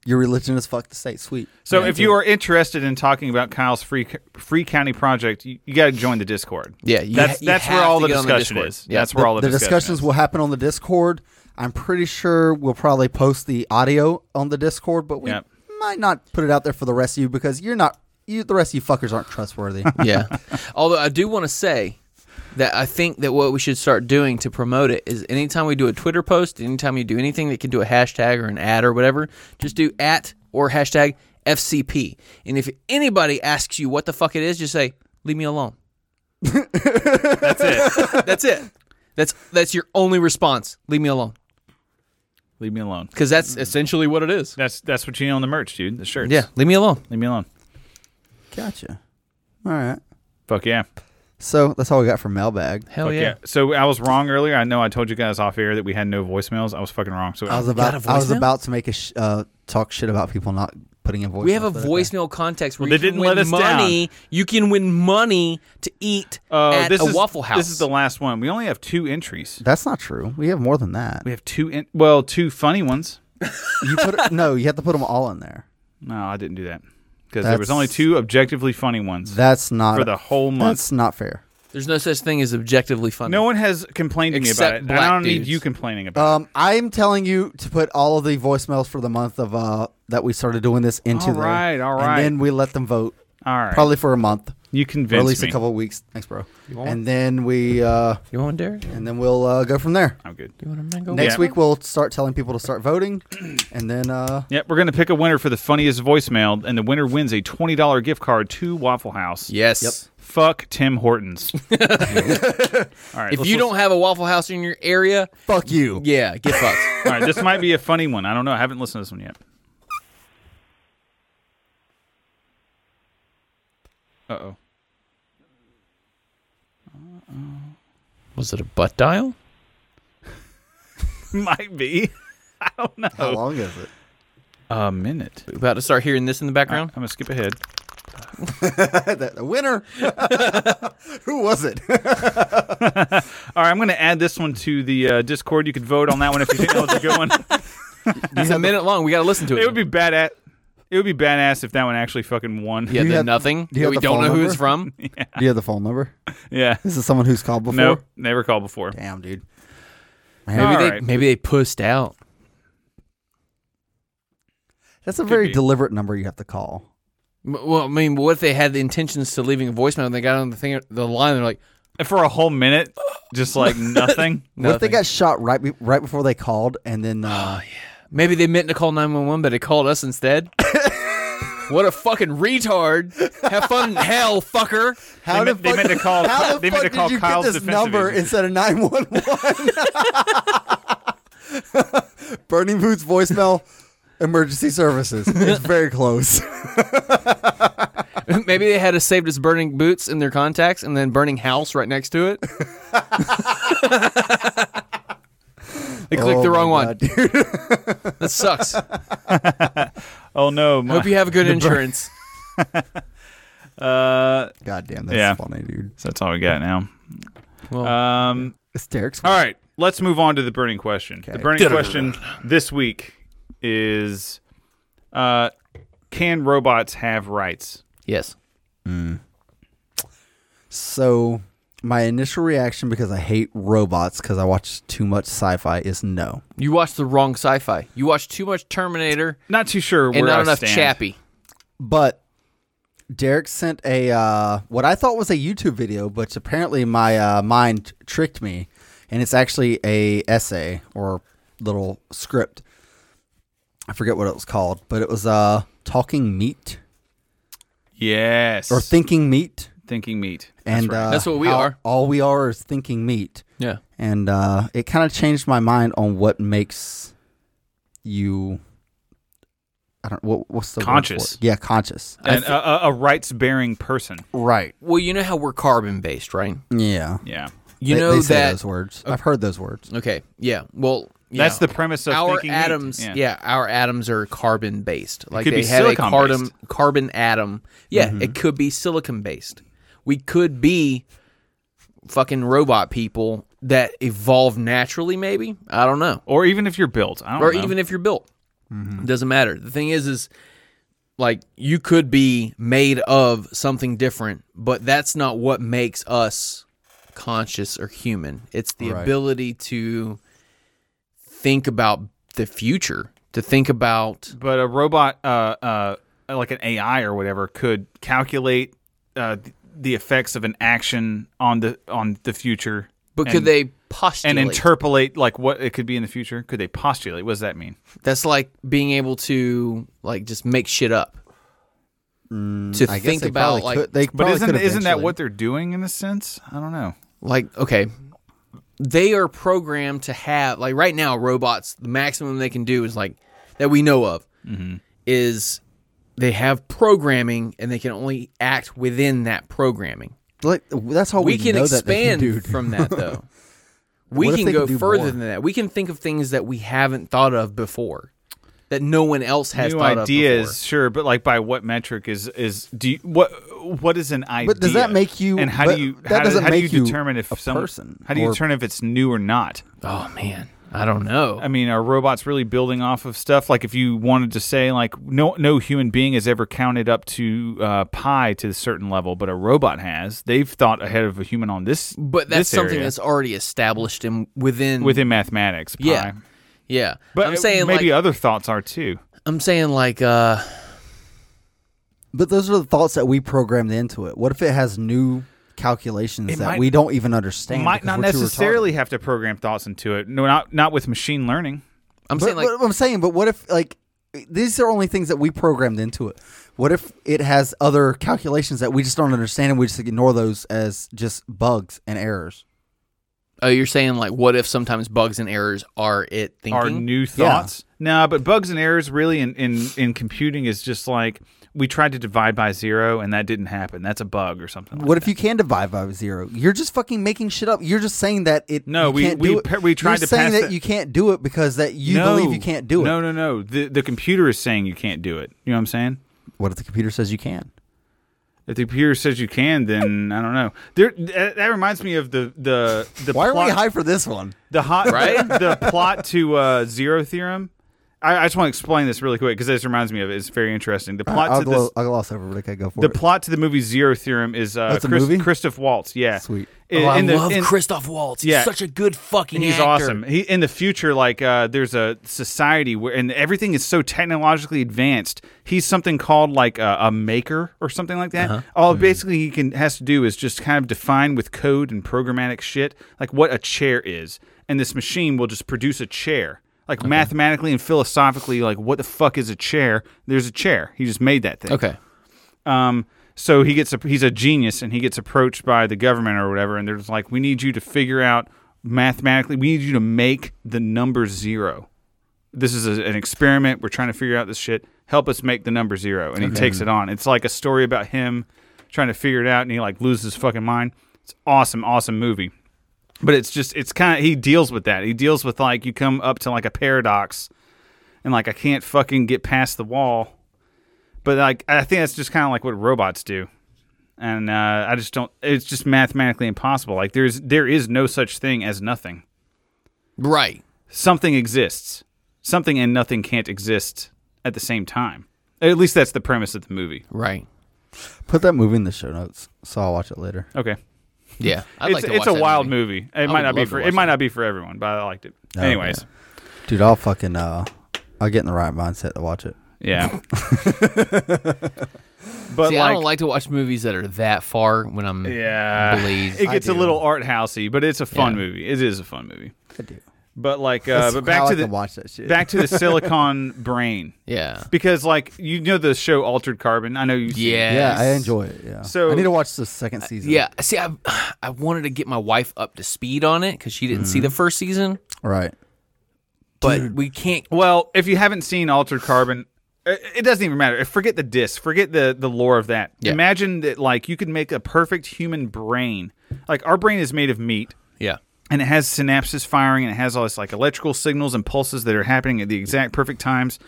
B: Your religion is fuck the state. Sweet.
C: So if you are interested in talking about Kyle's free free county project, you, you got to join the Discord.
A: Yeah, you
C: that's
A: ha- you
C: that's where
A: have
C: all
A: to
C: the
A: get on the
C: discussion
A: Discord.
C: is.
A: Yeah.
C: That's where all the,
B: the
C: discussion
B: discussions
C: is.
B: will happen on the Discord. I'm pretty sure we'll probably post the audio on the Discord, but we
C: Yep.
B: might not put it out there for the rest of you because you're not you. The rest of you fuckers aren't trustworthy.
A: yeah. Although I do want to say that I think that what we should start doing to promote it is anytime we do a Twitter post, anytime you do anything that can do a hashtag or an ad or whatever, just do at or hashtag FCP. And if anybody asks you what the fuck it is, just say, leave me alone. that's it. That's it. That's that's your only response. Leave me alone.
C: Leave me alone.
A: Because that's essentially what it is.
C: That's that's what you need on the merch, dude. The shirts.
A: Yeah, leave me alone.
C: Leave me alone.
B: gotcha. All right.
C: Fuck yeah.
B: So that's all we got for mailbag.
A: Hell
C: Fuck
A: yeah.
C: So I was wrong earlier. I know I told you guys off air that we had no voicemails. I was fucking wrong. So
B: I was
A: got
B: about
A: a
B: I was
A: voicemail?
B: about to make a sh- uh, talk shit about people not putting in voice.
A: We have a voicemail context where
C: Well,
A: you
C: they
A: can
C: didn't
A: win
C: let us
A: money. You can win money to eat
C: Oh,
A: at
C: this
A: a
C: is,
A: Waffle House.
C: This is the last one. We only have two entries.
B: That's not true. We have more than that.
C: We have two. In- well, two funny ones.
B: You put it, no. You have to put them all in there.
C: No, I didn't do that because there was
B: That's-
C: only two objectively funny ones
B: That's not
C: for the whole month.
B: That's not fair.
A: There's no such thing as objectively funny.
C: No one has complained to me about
A: Except
C: it. and
A: black
C: I don't
A: dudes.
C: need you complaining about.
B: Um, I'm telling you to put all of the voicemails for the month of uh that we started doing this into
C: All
B: there.
C: right, all right.
B: And then we let them vote
C: it. All right,
B: probably for a month, or
C: you
B: at
C: convinced
B: least
C: me.
B: a couple of weeks. Thanks, bro. And then we uh
A: You want Derek?
B: and then we'll uh, go from there.
C: I'm good.
A: You want a mango?
B: Next
C: Yeah.
B: week we'll start telling people to start voting, and then uh
C: Yep, we're gonna pick a winner for the funniest voicemail, and the winner wins a twenty dollar gift card to Waffle House.
A: Yes.
C: Fuck Tim Hortons. all right.
A: If
C: let's
A: you
C: listen-
A: don't have a Waffle House in your area,
B: fuck you.
A: yeah, get fucked.
C: All right, this might be a funny one. I don't know. I haven't listened to this one yet. Uh oh.
A: Was it a butt dial?
C: might be. I don't
B: How
C: know.
B: long is it?
C: A minute.
A: We about to start hearing this in the background.
C: I'm gonna skip ahead.
B: the, the winner. Who was it?
C: All right, I'm gonna add this one to the uh, Discord. You could vote on that one if you think that was a good one.
A: It's a minute long. We got to listen to it.
C: It would be badass. It would be badass if that one actually fucking won.
A: yeah,
B: you
A: the
B: have-
A: nothing.
B: do you
A: that
B: have
A: we
B: the
A: don't
B: phone
A: know who
B: number?
A: it's from.
B: Do you have the phone number?
C: Yeah.
B: This is someone who's called before.
C: No, never called before.
B: Damn, dude.
A: Maybe
C: All
A: they
C: right.
A: maybe they pushed out.
B: That's a very
C: be.
B: deliberate number you have to call.
A: M- Well, I mean, what if they had the intentions to leaving a voicemail and they got on the thing, the line? They're like,
C: For a whole minute, just like nothing.
B: What if they got shot right be- right before they called, and then uh,
A: Maybe they meant to call 911, but they called us instead. What a fucking retard! Have fun in hell, fucker.
B: How
C: meant- they meant to call-
B: How the
C: they
B: fuck
C: meant to call
B: did you
C: Kyle's
B: get this
C: defensive
B: number
C: agent.
B: instead of nine one one? Burning Boots voicemail, emergency services. It's very close.
A: Maybe they had us saved as burning boots in their contacts, and then burning house right next to it. they
B: Oh
A: clicked the wrong one. That sucks.
C: Oh no! My,
A: Hope you have good insurance.
C: uh,
B: God damn, that's
C: Yeah.
B: funny, dude.
C: so that's all we got now.
A: Well,
C: Um,
B: It's Derek's.
C: All right, let's move on to the burning question. The burning question this week is: uh, Can robots have rights?
A: yes.
B: So my initial reaction because I hate robots because I watch too much sci-fi is no.
A: You watched the wrong sci-fi. You watched too much Terminator
C: Not too sure where
A: and not
C: I
A: enough
C: stand.
A: Chappie.
B: But Derek sent a uh, what I thought was a YouTube video, but apparently my uh, mind tricked me, and it's actually a essay or little script. I forget what it was called, but it was uh, talking meat
C: Yes,
B: or thinking meat,
C: thinking meat. That's
B: and
C: right.
B: uh,
A: That's what we
B: how
A: are.
B: All we are is thinking meat.
A: Yeah.
B: and uh, it kind of changed my mind on what makes you. I don't what what's the word for
C: Conscious.
B: it? Yeah, conscious.
C: and a, a- a rights-bearing person.
B: Right.
A: Well, you know how we're carbon based, right?
B: Yeah.
C: Yeah,
A: You
B: They-
A: know
B: they say
A: that.
B: those words. I've heard those words.
A: Okay. Yeah. Well, you
C: that's
A: know,
C: the premise of
A: our
C: thinking meat.
A: atoms. Yeah. our atoms are carbon based. Like
C: could
A: they
C: be
A: have a carbon
C: silicon-based. Mm-hmm.
A: carbon atom. Yeah, it could be silicon based. We could be fucking robot people that evolve naturally. Maybe I don't know.
C: Or even if you're built, I don't
A: or
C: know.
A: even if you're built. Doesn't matter. The thing is, is like you could be made of something different, but that's not what makes us conscious or human. It's the ability to think about the future, to think about
C: but a robot, uh, uh, like an AI or whatever, could calculate uh, th- the effects of an action on the on the future.
A: but could
C: and-
A: they postulate
C: and interpolate like what it could be in the future? Could they postulate? What does that mean?
A: that's like being able to like just make shit up. to
B: I guess
A: think
B: they
A: about
B: probably
A: like
B: could- they
C: But
B: probably
C: isn't
B: could
C: isn't that
B: eventually.
C: what they're doing in a sense? I don't know.
A: like okay they are programmed to have like right now robots the maximum they can do is like that we know of
B: Mm-hmm.
A: is they have programming and they can only act within that programming
B: Like, that's how we,
A: we can
B: know that they
A: expand
B: can do.
A: from that though we
B: What if
A: can
B: they
A: go
B: could do
A: further
B: more?
A: than that we can think of things that we haven't thought of before that no one else has
C: New
A: thought
C: ideas,
A: of before.
C: sure, but like by what metric is is do you, what what is an idea?
B: does that make you-
C: And how
B: but
C: do you
B: that
C: how, do-
B: doesn't
C: how do you
B: make you
C: determine if
B: a
C: some
B: person
C: How do you
B: or-
C: determine if it's new or not?
A: oh man i don't know
C: I mean, are robots really building off of stuff? Like, if you wanted to say, like, no, no human being has ever counted up to uh, pi to a certain level, but a robot has. They've thought ahead of a human on this,
A: but that's
C: this
A: something
C: area
A: that's already established in within
C: within mathematics. Pi.
A: yeah yeah
C: but
A: i'm saying
C: maybe
A: like,
C: other thoughts are too.
A: I'm saying like uh
B: But those are the thoughts that we programmed into it. What if it has new calculations
C: It
B: that
C: might-
B: we don't even understand?
C: might
B: because
C: not
B: we're too retarded?
C: necessarily have to program thoughts into it. No, not not with machine learning.
A: I'm
B: But,
A: saying like
B: but I'm saying, but what if like these are only things that we programmed into it? What if it has other calculations that we just don't understand and we just ignore those as just bugs and errors?
A: oh you're saying like what if sometimes bugs and errors are it thinking?
C: Our new thoughts. Nah, but bugs and errors really in, in in computing is just like we tried to divide by zero and that didn't happen. That's a bug or something. Like
B: What
C: that.
B: if you can divide by zero? You're just fucking making shit up. You're just saying that it.
C: No,
B: you
C: we-
B: can't
C: we
B: do it.
C: pa- we tried
B: You're
C: to
B: saying
C: pass
B: that
C: that-
B: you can't do it because that you
C: No.
B: believe you can't do it.
C: No, no, no. The the computer is saying you can't do it. You know what I'm saying?
B: What if the computer says you can?
C: If the computer says you can, then I don't know. There, that, that reminds me of the the the
B: Why are
C: plot,
B: we high for this one?
C: the hot
A: Right?
C: the plot to uh, Zero Theorem. I, I just want to explain this really quick because this reminds me of it. It's very interesting. The plot
B: Uh, I'll,
C: to this,
B: glo- I'll gloss over, but I go for
C: the
B: it.
C: plot to the movie Zero Theorem is uh,
B: That's a
C: Chris,
B: movie?
C: Christoph Waltz. Yeah,
B: Sweet.
C: In,
A: Oh, I
C: in the-
A: love
C: in-
A: Christoph Waltz.
C: Yeah.
A: He's such a good fucking
C: He's
A: actor.
C: awesome. He, in the future, like uh, there's a society where and everything is so technologically advanced. He's something called like a, a maker or something like
A: Uh-huh.
C: that. All
A: Hmm.
C: basically he can has to do is just kind of define with code and programmatic shit like what a chair is, and this machine will just produce a chair like mathematically and philosophically, like what the fuck is a chair? There's a chair. He just made that thing.
A: Okay.
C: Um, so he gets a, he's a genius and he gets approached by the government or whatever, and they're just like, we need you to figure out mathematically, we need you to make the number zero. This is a, an experiment. We're trying to figure out this shit. Help us make the number zero, and he takes it on. It's like a story about him trying to figure it out, and he like loses his fucking mind. It's awesome, awesome movie. But it's just it's kind of he deals with that. He deals with like you come up to like a paradox, and like I can't fucking get past the wall but like I think that's just kind of like what robots do, and uh, I just don't. It's just mathematically impossible. Like there's there is no such thing as nothing.
A: Right.
C: Something exists. Something and nothing can't exist at the same time. At least that's the premise of the movie.
A: Right.
B: Put that movie in the show notes, so I'll watch it later.
C: Okay,
A: Yeah. I'd
C: it's
A: like to
C: it's
A: watch
C: a
A: that
C: wild movie. It
A: would
C: might not be
A: love to
C: for
A: watch Oh,
C: it might not be for everyone, but I liked it. Anyways,
B: Dude, I'll fucking uh, I'll get in the right mindset to watch it.
C: yeah. but
A: See, I
C: like,
A: don't like to watch movies that are that far when I'm
C: yeah,
A: Please.
C: it
A: I
C: gets a
B: do.
C: little art housey, but it's a fun
A: Yeah.
C: movie. It is a fun movie.
B: I do.
C: But like, uh, but back
B: I
C: to
B: like
C: the
B: to watch that shit.
C: back to the silicon brain
A: yeah.
C: because like you know the show altered carbon i know you
A: Yeah.
B: yeah, I enjoy it. Yeah.
C: So- uh,
B: I need to watch the second season.
A: Yeah. See, I I wanted to get my wife up to speed on it because she didn't see
B: Mm-hmm.
A: the first season,
B: Right.
A: but we can't.
C: well if you haven't seen altered carbon it it doesn't even matter. Forget the disc. Forget the the lore of that.
A: Yeah.
C: Imagine that like you could make a perfect human brain. Like our brain is made of meat
A: Yeah.
C: and it has synapses firing and it has all this like electrical signals and pulses that are happening at the exact perfect times.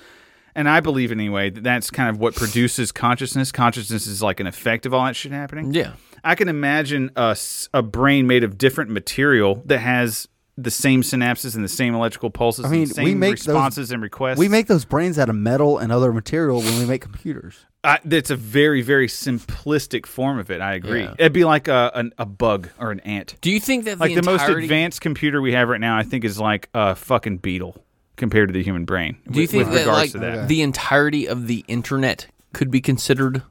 C: And I believe anyway that that's kind of what produces consciousness. Consciousness is like an effect of all that shit happening.
A: Yeah.
C: I can imagine a, s- a brain made of different material that has the same synapses and the same electrical pulses
B: I mean,
C: and the same
B: we make those-
C: responses and requests.
B: We make those brains out of metal and other material when we make computers.
C: I, that's a very, very simplistic form of it. I agree.
A: Yeah.
C: It'd be like a, an, a bug or an ant.
A: Do you think that
C: Like the, most
A: entirety-
C: advanced computer we have right now, I think, is like a fucking beetle compared to the human brain.
A: Do you
C: with,
A: think
C: with
A: that
C: regards
A: like
C: to that?
A: the entirety of the internet could be considered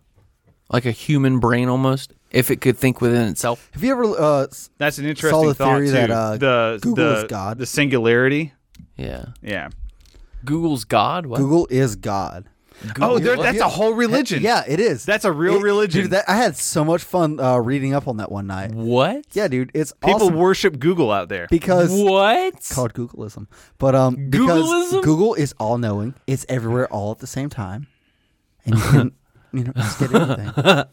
A: like a human brain almost if it could think within itself?
B: Have you ever uh, s-
C: That's an interesting
B: saw the
C: thought
B: theory
C: too.
B: that, uh,
C: the
B: Google
C: the,
B: is God?
C: the singularity.
A: Yeah.
C: Yeah.
A: Google's God. What?
B: Google is God?
C: oh, there, that's a whole religion.
B: Yeah, it is.
C: That's a real
B: It-
C: religion.
B: Dude, that, I had so much fun uh, reading up on that one night.
A: What?
B: Yeah, dude, it's
C: People
B: awesome
C: worship Google out there.
B: because
A: What?
B: called Googleism, but um, because
A: Googleism?
B: Google is all knowing. It's everywhere, all at the same time, and you can, you know, just get anything.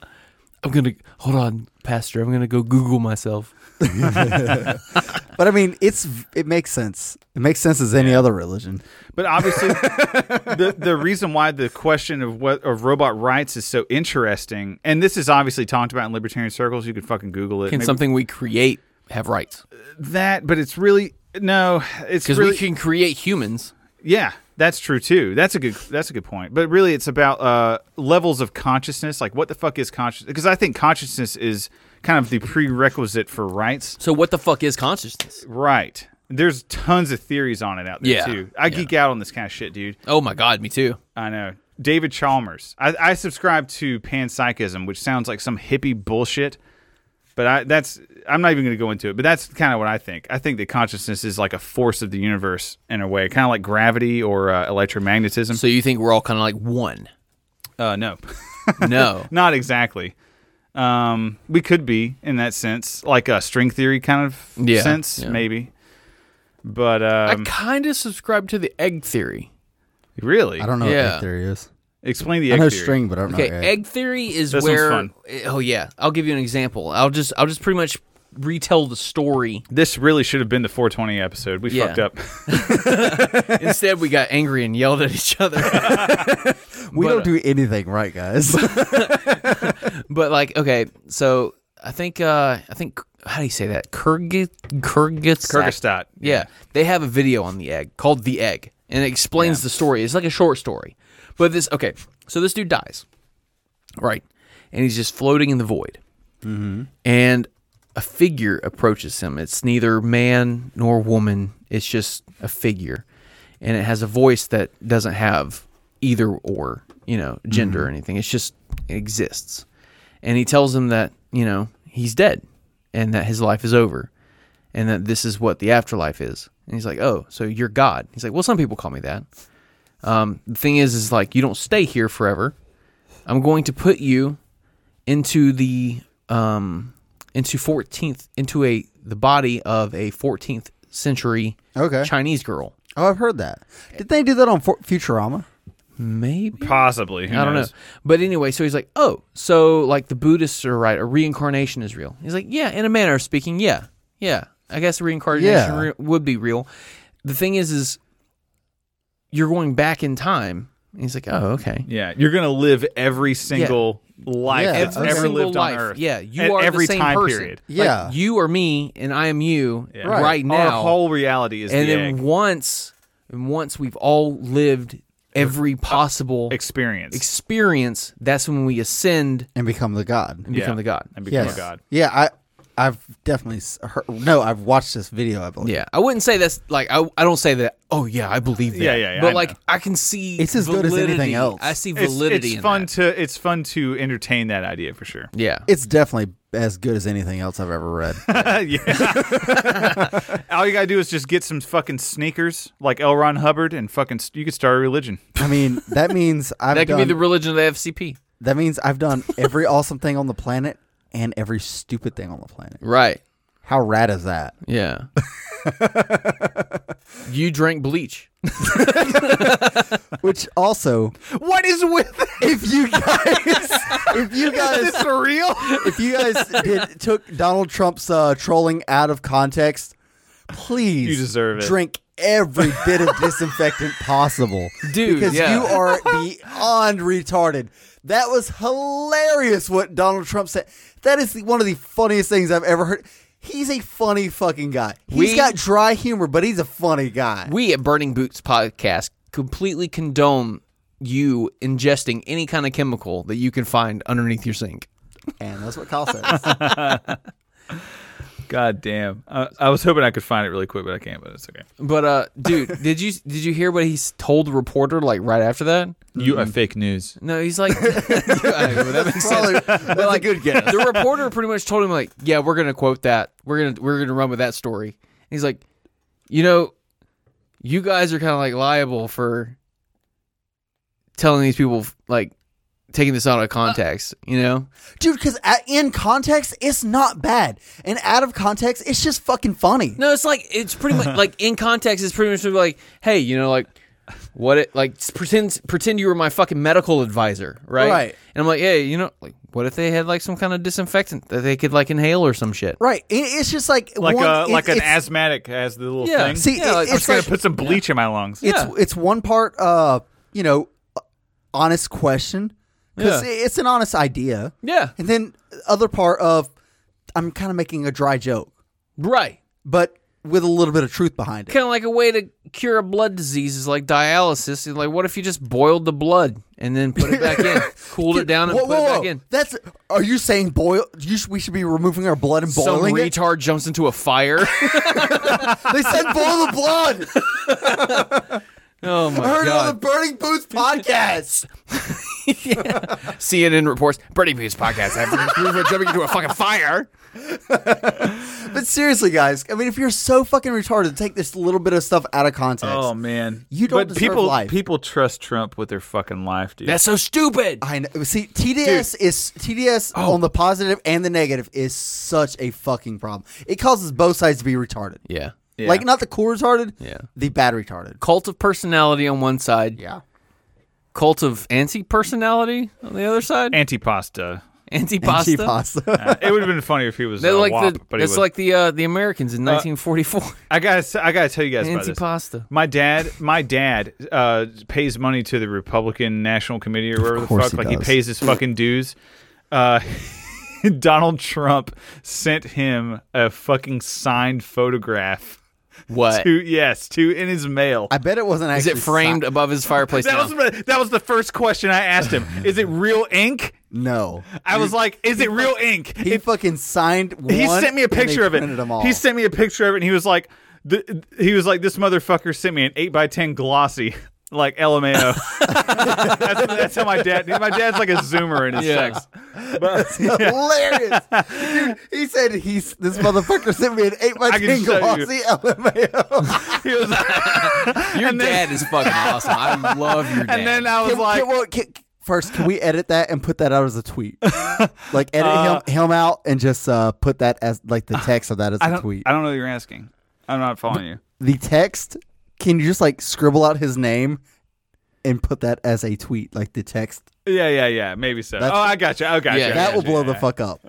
A: I'm gonna hold on, Pastor. I'm gonna go Google myself.
B: But I mean, it's it makes sense. It makes sense as any other religion.
C: But obviously, the the reason why the question of what of robot rights is so interesting, and this is obviously talked about in libertarian circles. You could fucking Google it.
A: Can
C: Maybe
A: something we create have rights?
C: that? But it's really no. It's
A: Because
C: really
A: we can create humans.
C: yeah. That's true too. That's a good. That's a good point. But really, it's about uh, levels of consciousness. Like, what the fuck is consciousness? Because I think consciousness is kind of the prerequisite for rights.
A: So what the fuck is consciousness?
C: Right. There's tons of theories on it out there
A: Yeah.
C: too. I geek out on this kind of shit, dude.
A: Oh my God, me too.
C: I know. David Chalmers. I, I subscribe to panpsychism, which sounds like some hippie bullshit. But I, that's I'm not even going to go into it. But that's kind of what I think. I think that consciousness is like a force of the universe in a way, kind of like gravity or uh, electromagnetism.
A: So you think we're all kind of like one?
C: uh, no,
A: No.
C: not exactly. Um, we could be in that sense, like a string theory kind of
A: Yeah,
C: sense,
A: yeah.
C: maybe. But um,
A: I kind of subscribe to the egg theory.
C: really,
B: I don't know what
A: Yeah.
B: that theory is.
C: explain the
B: I
C: egg
B: know
C: theory.
B: string, but I don't
A: Okay,
B: know.
A: egg theory is
C: This one's
A: where.
C: fun.
A: Oh yeah, I'll give you an example. I'll just I'll just pretty much retell the story.
C: This really should have been the 420 episode. We
A: Yeah.
C: fucked up.
A: Instead, we got angry and yelled at each other.
B: we
A: but, uh,
B: don't do anything right, guys.
A: But like, okay, so I think uh I think how do you say that? Kyrgyz Kyrgyz
C: Kyrgyzstan.
A: Yeah. They have a video on the egg called The Egg, and it explains the story. It's like a short story. But this, okay, so this dude dies, right? And he's just floating in the void. And a figure approaches him. It's neither man nor woman, it's just a figure. And it has a voice that doesn't have either or, you know, gender or anything. It's just, it exists. And he tells him that, you know, he's dead and that his life is over and that this is what the afterlife is. And he's like, oh, so you're God. He's like, well, some people call me that. Um, the thing is, is like you don't stay here forever. I'm going to put you into the um, into 14th into a the body of a 14th century
B: Okay.
A: Chinese girl.
B: Oh, I've heard that. Did they do that on Fu- Futurama?
A: Maybe
C: Mm-hmm. Possibly. Who
A: I don't know.
C: knows?
A: But anyway, so he's like, oh, so like the Buddhists are right, a reincarnation is real. He's like, yeah, in a manner of speaking, yeah, yeah. I guess reincarnation
B: Yeah.
A: re- would be real. The thing is, is you're going back in time. And he's like, oh, okay.
C: Yeah, you're gonna live every single life
B: Yeah,
C: that's
B: every
C: ever
A: single
C: lived
A: life.
C: on Earth.
A: Yeah, you
C: at
A: are the
C: every
A: same
C: time
A: person.
C: period.
B: Yeah.
A: Like, you are me, and I am you
C: Yeah.
A: right. now.
C: our whole reality is
A: and
C: the
A: then
C: egg
A: once, and once we've all lived every possible
C: experience.
A: experience, that's when we ascend
B: and become the god.
A: and
C: Yeah.
A: become the god.
C: and become
B: Yes.
C: a god.
B: Yeah, I I've definitely s- heard, no, I've watched this video, I believe.
A: Yeah, I wouldn't say that's like I. I don't say that. Oh yeah, I believe that.
C: Yeah, yeah, yeah,
A: But
C: I
A: like
C: know.
A: I can see
B: It's as good as anything
A: validity.
B: else.
A: I see
C: It's-
A: validity.
C: It's,
A: in
C: fun
A: that.
C: to it's fun to entertain that idea for sure.
A: Yeah,
B: It's definitely as good as anything else I've ever read.
C: yeah. All you gotta do is just get some fucking sneakers like L. Ron Hubbard and fucking st- you could start a religion.
B: I mean, that means I've
A: that could
B: done
A: be the religion of the FCP.
B: that means I've done every awesome thing on the planet and every stupid thing on the planet.
A: Right.
B: How rad is that?
A: Yeah. you drank bleach.
B: Which also,
C: What is with
B: if you guys, if you guys,
C: this for real?
B: if you guys did, took Donald Trump's uh, trolling out of context, please,
C: You deserve it.
B: Drink every bit of disinfectant possible,
A: Dude,
B: because
A: yeah.
B: you are beyond retarded. That was hilarious. What Donald Trump said. That is the, one of the funniest things I've ever heard. He's a funny fucking guy. He's
A: We-
B: got dry humor, but he's a funny guy.
A: We at Burning Boots Podcast completely condone you ingesting any kind of chemical that you can find underneath your sink.
B: and that's what Kyle says.
C: God damn. I, I was hoping I could find it really quick, but I can't, but it's okay.
A: But uh, dude, did you did you hear what he s- told the reporter like right after that?
C: You are fake news.
A: No, he's like, Yeah, well, that makes sense.
B: Probably- that's a good guess.
A: the reporter pretty much told him like, "Yeah, we're gonna quote that. We're gonna we're gonna run with that story." And he's like, "You know, you guys are kind of like liable for telling these people like taking this out of context. you know,
B: Dude, because in context, it's not bad. And out of context, it's just fucking funny.
A: no, it's like it's pretty much like in context, it's pretty much like, hey, you know, like." What it like s- pretend pretend you were my fucking medical advisor, right?
B: Right.
A: And I'm like, hey, you know, like, what if they had like some kind of disinfectant that they could like inhale or some shit?
B: Right. It, it's just like
C: Like
B: one,
C: a
B: it-
C: like an
B: it's-
C: asthmatic has the little
A: Yeah.
C: thing.
B: See,
A: Yeah,
B: it-
A: like-
C: I'm
B: it's
C: just gonna
B: like,
C: put some bleach in my lungs.
B: it's
A: Yeah.
B: it's one part, uh, you know, honest question because
A: Yeah.
B: it's an honest idea,
A: Yeah,
B: and then other part of I'm kind of making a dry joke,
A: right.
B: but with a little bit of truth behind it.
A: kind of like a way to cure a blood disease is like dialysis. And like, what if you just boiled the blood and then put it back in, cooled it down, and
B: Whoa,
A: put
B: whoa,
A: it back
B: whoa.
A: in?
B: That's. Are you saying boil? You sh- we should be removing our blood and
A: Some
B: boiling it.
A: retard jumps into a fire.
B: They said boil the blood.
A: oh my
B: I heard it on
A: god!
B: the Burning Boots podcast.
A: CNN reports Bernie Boots podcast after Groover jumping into a fucking fire.
B: But seriously, guys, I mean, if you're so fucking retarded to take this little bit of stuff out of context,
C: Oh man.
B: You don't
C: but
B: deserve
C: people
B: life.
C: people trust Trump with their fucking life, dude.
A: That's so stupid.
B: I know. See, TDS is TDS
C: Oh.
B: on the positive and the negative is such a fucking problem. It causes both sides to be retarded.
A: Yeah.
C: Yeah.
B: Like not the cool retarded,
A: Yeah.
B: the bad retarded.
A: Cult of personality on one side.
B: Yeah.
A: Cult of anti-personality on the other side.
C: antipasta.
A: Anti-pasta.
B: Pasta.
C: it would have been funnier if he was
A: They're
C: a
A: like
C: wop,
A: the.
C: but he
A: it's
C: was.
A: like the uh, the Americans in 1944.
C: I gotta I gotta tell you guys about this.
A: Anti-pasta.
C: My dad, my dad, uh, pays money to the Republican National Committee or whatever the
B: course
C: fuck.
B: he
C: like
B: does.
C: he pays his fucking dues. Uh, Donald Trump sent him a fucking signed photograph.
A: What?
C: To yes, to in his mail.
B: I bet it wasn't
A: Is
B: actually
A: it framed
B: si-
A: above his fireplace?
C: that
A: now?
C: was my- that was the first question I asked him. Is it real ink?
B: no.
C: I was like, is it real ink?
B: He fucking signed one.
C: he sent me a
B: and they
C: picture of it.
B: printed them all.
C: He sent me a picture of it, and he was like, th- he was like, this motherfucker sent me an eight by ten glossy. Like LMAO. that's, that's how my dad. My dad's like a zoomer in his
A: Yeah.
C: sex. But
B: Hilarious. Dude, he said he's this motherfucker sent me an eight by
C: I can
B: ten
C: show you.
B: glossy LMAO.
C: he was
A: Your
C: and
A: dad
C: then,
A: is fucking awesome. I love your dad.
C: and then I was
B: Can-
C: like,
B: can- well, can- first, can we edit that and put that out as a tweet? like edit
C: Uh,
B: him, him out and just uh, put that as like the text of that as
C: I
B: a
C: don't,
B: tweet.
C: I don't know what you're asking. I'm not following you.
B: the text. Can you just like scribble out his name and put that as a tweet, like the text?
C: Yeah, yeah, yeah. Maybe so.
B: That's-
C: oh, I got you. I got
A: Yeah,
C: you. I
B: that
C: got
B: will
C: you,
B: blow
C: yeah.
B: the fuck up.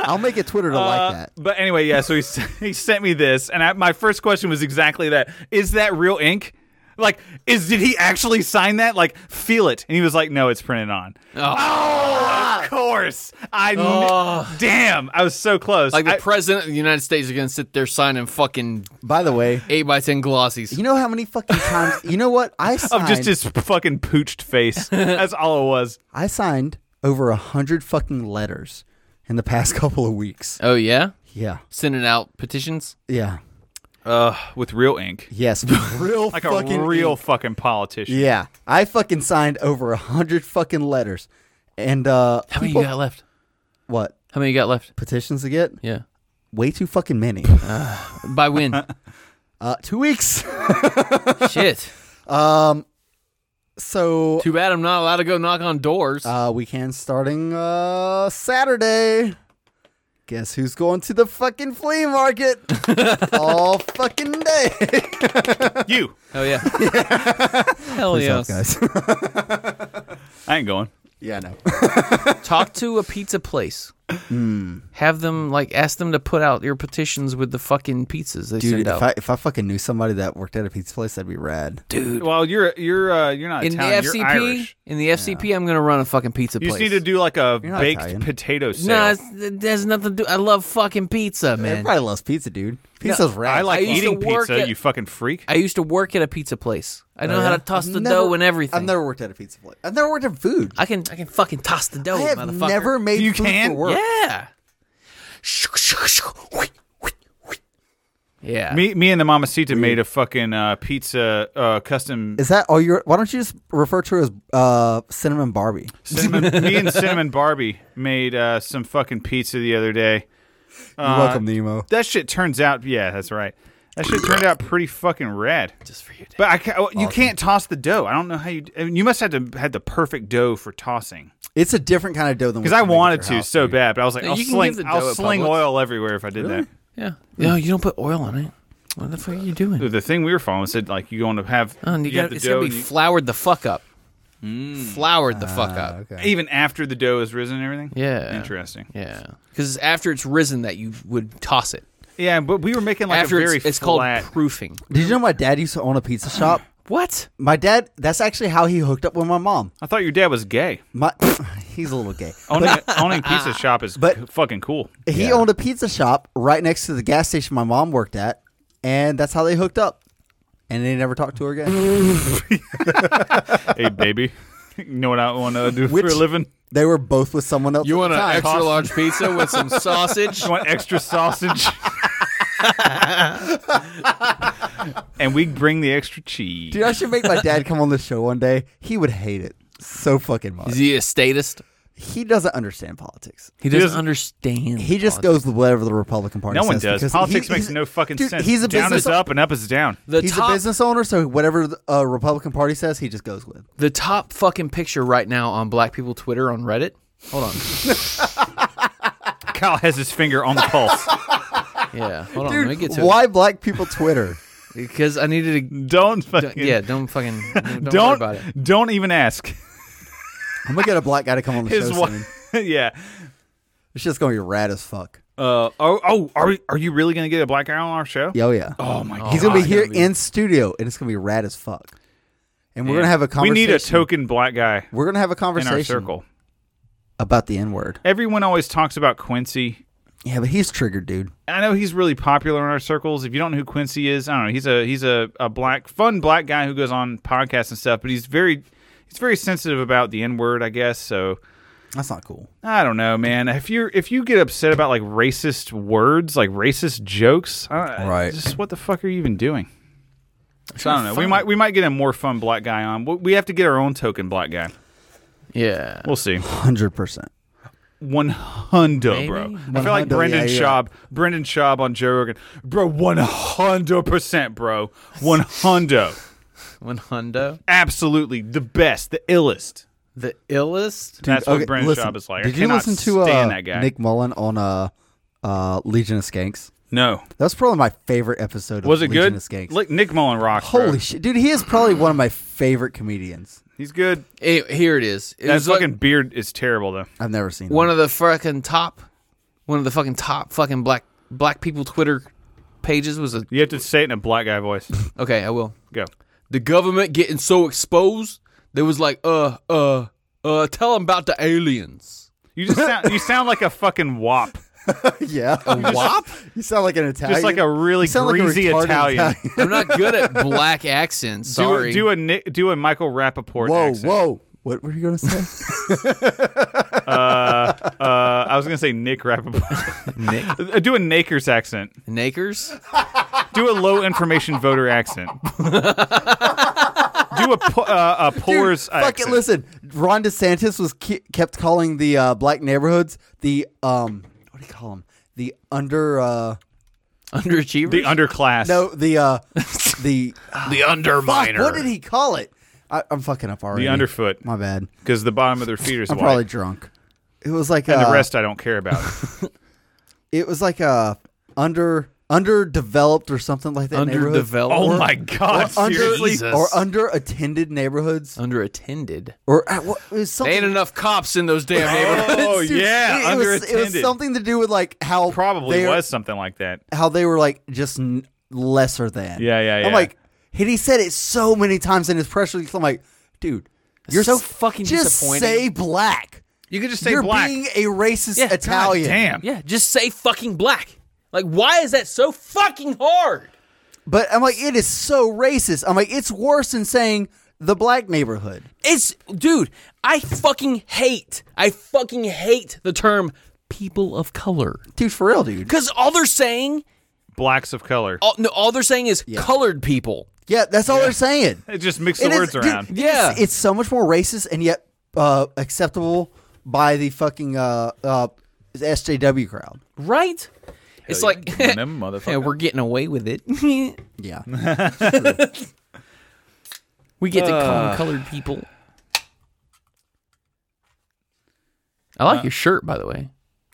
B: I'll make it Twitter to like
C: Uh,
B: that.
C: But anyway, yeah. So he s- he sent me this, and I, my first question was exactly that: Is that real ink? Like, is did he actually sign that? Like, feel it? And he was like, No, it's printed on.
A: Oh.
C: Oh, of course. I kn-
A: Oh.
C: damn. I was so close.
A: like the
C: I-
A: president of the United States is gonna sit there signing fucking
B: By the way,
A: eight by ten glossies.
B: you know how many fucking times? You know what? I
C: of
B: signed.
C: just his fucking pooched face. That's all it was.
B: I signed over a hundred fucking letters in the past couple of weeks.
A: oh yeah,
B: Yeah,
A: sending out petitions.
B: yeah,
C: Uh, with real ink,
B: yes, real
C: like
B: fucking
C: a real
B: ink.
C: fucking politician.
B: Yeah, I fucking signed over a hundred fucking letters, and uh,
A: How many
B: people-
A: you got left?
B: what
A: How many you got left?
B: petitions to get?
A: Yeah.
B: Way too fucking many.
A: By when?
B: Uh, two weeks.
A: Shit.
B: So
A: Too bad I'm not allowed to go knock on doors.
B: uh, weekend starting uh Saturday. Guess who's going to the fucking flea market all fucking day?
C: You,
A: oh yeah. Hell yeah.
B: guys.
C: I ain't going.
B: yeah, no.
A: Talk to a pizza place.
B: Hmm.
A: Have them like ask them to put out your petitions with the fucking pizzas they
B: Dude,
A: send
B: if
A: out.
B: I, if I fucking knew somebody that worked at a pizza place, that'd be rad. Dude,
C: Well, you're you're uh, you're not
A: in the
C: Italian. You're
A: FCP,
C: Irish.
A: in the FCP, I'm gonna run a fucking pizza
C: You
A: place.
C: just need to do like a
B: You're not
C: baked
B: Italian.
C: potato sale.
A: No, it's, it has nothing to do. I love fucking pizza, man.
B: everybody loves pizza, dude. Pizza's rad.
C: I like
A: I used to
C: eating
A: work
C: pizza,
A: at-
C: you fucking freak.
A: I used to work at a pizza place. I know how to toss
B: Oh, I've
A: the
B: never-
A: dough and everything.
B: I've never worked at a pizza place. I've never worked at food.
A: I can I can fucking toss the dough,
B: I have
A: motherfucker.
B: never made
C: Oh, You
B: food
C: can?
B: for work.
A: Yeah. Yeah.
C: me, me and the Mamacita made a fucking uh, pizza uh, custom.
B: Is that all your? Why don't you just refer to her as uh, Cinnamon Barbie?
C: Cinnamon, me and Cinnamon Barbie made uh, some fucking pizza the other day.
B: You're
C: Uh,
B: welcome, Nemo.
C: That shit turns out, yeah, that's right. That shit turned out pretty fucking rad.
A: Just for you. Dad.
C: But I ca- you can't toss the dough. I don't know how you. I mean, you must have to had the perfect dough for tossing.
B: It's a different kind of dough than
C: Because I wanted to so bad, but I was like,
A: No,
C: I'll
A: you can give
C: sling,
A: the dough
C: I'll
A: at
C: sling
A: Publix.
C: oil everywhere if I did that.
A: Yeah. No, you don't put oil on it. What the fuck are you doing?
C: The thing we were following said like you're going to have
A: Oh, and you
C: you
A: got,
C: have the
A: it's gonna
C: dough
A: be
C: and you-
A: floured the fuck up. Floured the fuck up.
B: Okay.
C: even after the dough is risen and everything.
A: Yeah.
C: Interesting.
A: Yeah. Because after it's risen, that you would toss it.
C: Yeah, but we were making like
A: after
C: a very
A: it's, it's called
C: flat.
A: proofing.
B: Did you know my dad used to own a pizza shop?
A: What?
B: My dad. That's actually how he hooked up with my mom.
C: I thought your dad was gay.
B: My he's a little gay.
C: Owning, owning pizza shop is
B: But-
C: c- fucking cool.
B: He owned a pizza shop right next to the gas station my mom worked at, and that's how they hooked up. And they never talked to her again.
C: hey, baby, you know what I want to do
B: Which-
C: for a living?
B: they were both with someone else. at the
A: an
B: time.
A: extra large pizza with some sausage?
C: You want extra sausage? and we bring the extra cheese.
B: Dude, I should make my dad come on the show one day. He would hate it so fucking much.
A: Is he a statist?
B: He doesn't understand politics.
A: He doesn't
C: doesn't-
A: understand.
B: He just goes with whatever the Republican Party
C: no
B: says.
C: one does.
B: because
C: Politics
B: he-
C: makes
B: he's-
C: no fucking
B: dude,
C: sense.
B: He's a
C: down
B: business
C: is up and up is down.
A: the
B: He's
A: top,
B: a business owner, so whatever the uh, Republican Party says, he just goes with.
A: the top fucking picture right now on Black People Twitter on Reddit. Hold on.
C: Kyle has his finger on the pulse.
A: Yeah, hold on. let me get to
B: why black people Twitter?
A: it because I needed to.
C: don't fucking
A: Yeah, don't fucking don't, worry
C: don't
A: about it.
C: don't even ask.
B: I'm gonna get a black guy to come on the
C: His
B: show soon.
C: wife. yeah.
B: It's just gonna be rad as fuck.
C: Uh, oh, oh, are we, are you really gonna get a black guy on our show?
B: Yeah, Oh yeah.
C: Oh my god.
B: he's gonna be
A: God.
B: here in studio, and it's gonna be rad as fuck. And we're gonna have a
C: We
B: conversation.
C: need a token black guy
B: We're gonna have a
C: in our
B: conversation
C: circle.
B: about the N word.
C: Everyone always talks about Quincy.
B: Yeah, but he's triggered, dude.
C: I know he's really popular in our circles. If you don't know who Quincy is, I don't know. He's a he's a, a black fun black guy who goes on podcasts and stuff, but he's very he's very sensitive about the N word, I guess. So
B: That's not cool.
C: I don't know, man. If you are if you get upset about like racist words, like racist jokes, I,
B: Right.
C: right? Just what the fuck are you even doing? So I don't know. We might we might get a more fun black guy on. We- We have to get our own token black guy.
A: Yeah.
C: We'll see.
B: Hundred percent.
C: One hundo, bro. I feel like
B: 100,
C: Brendan
B: yeah, yeah.
C: Schaub. Brendan Schaub on Joe Rogan. Bro, one hundred percent, bro. One hundo.
A: One hundo,
C: Absolutely the best, the illest.
A: the illest.
C: That's
B: Okay,
C: what Brendan
B: listen,
C: Schaub is like.
B: Did
C: I
B: you
C: cannot
B: listen to
C: stand
B: uh,
C: that guy.
B: Nick Mullen on uh, uh, Legion of Skanks?
C: no,
B: That's probably my favorite episode. Of
C: was it
B: Legion
C: good?
B: Of Skanks.
C: Like Nick Mullen rocks. bro.
B: Holy shit, dude! He is probably one of my favorite comedians.
C: he's good.
A: Anyway, eh, here it is. It
C: That
A: was like
C: fucking beard is terrible though.
B: I've never seen
A: one of the fucking top, one of the fucking top fucking black black people Twitter pages was a.
C: You have to say it in a black guy voice.
A: Okay, I will.
C: Go.
A: the government getting so exposed, they was like, uh, uh, uh, tell them about the aliens.
C: You just sound you sound like a fucking wop.
B: One. Yeah, a wop. You sound like an Italian.
C: Just like a really
B: You sound like a
C: greasy
B: retarded
C: Italian.
A: I'm not good at black accents.
C: Do a-
A: Sorry.
C: Do, a Nick, do a Michael Rappaport
B: Whoa,
C: accent.
B: whoa! What were you gonna say?
C: Uh, I was gonna say Nick Rappaport. Nick. do a Nakers accent.
A: Nakers?
C: Do a low information voter accent. do a po- uh, a Poor's
B: Dude, fuck
C: accent.
B: it. Listen, Ron DeSantis was ke- kept calling the uh, black neighborhoods the um, what do you call them? The under uh,
A: Underachievers?
C: The underclass.
B: no, the uh, the
A: the underminer.
B: fuck, what did he call it? I, I'm fucking up already.
C: The underfoot.
B: My bad.
C: Because the bottom of their feet is
B: I'm
C: white.
B: probably drunk. It was like
C: and
B: uh,
C: the rest I don't care about.
B: It was like a under underdeveloped or something like that. neighborhood.
A: Underdeveloped.
C: oh my
B: Or
C: god!
B: under,
C: seriously?
A: Jesus.
B: or under-attended neighborhoods,
A: Underattended.
B: or uh, what, it was something.
A: They ain't enough cops in those damn neighborhoods.
C: Oh
B: Dude,
C: yeah,
B: it, it was, it was
C: underattended.
B: something to do with like how
C: Probably
B: they-
C: was something like that.
B: how they were like just n- lesser than.
C: Yeah, yeah,
B: I'm
C: yeah.
B: like, and he said it so many times in his press release. I'm like, dude, you're
A: so
B: s-
A: fucking
B: just
A: disappointing.
B: say black.
C: You could just say
B: you're
C: black.
B: being a racist
A: Yeah, God
B: Italian.
C: Damn.
A: Yeah, just say fucking black. Like, why is that so fucking hard?
B: But I'm like, it is so racist. I'm like, it's worse than saying the black neighborhood.
A: It's, dude, I fucking hate, I fucking hate the term people of color.
B: Dude, for real, dude.
A: Because all they're saying
C: Blacks of color.
A: all, no, all they're saying is colored people.
B: Yeah, that's all they're saying.
C: It just mixed
B: It
C: the
B: is-
C: words
B: dude,
C: around.
B: it
A: Yeah.
B: is- it's so much more racist and yet uh, acceptable by the fucking uh, uh, SJW crowd.
A: Right? it's like
C: Them motherfuckers.
A: yeah, we're getting away with it.
B: Yeah,
A: we get to call 'em colored people. I like your shirt, by the way.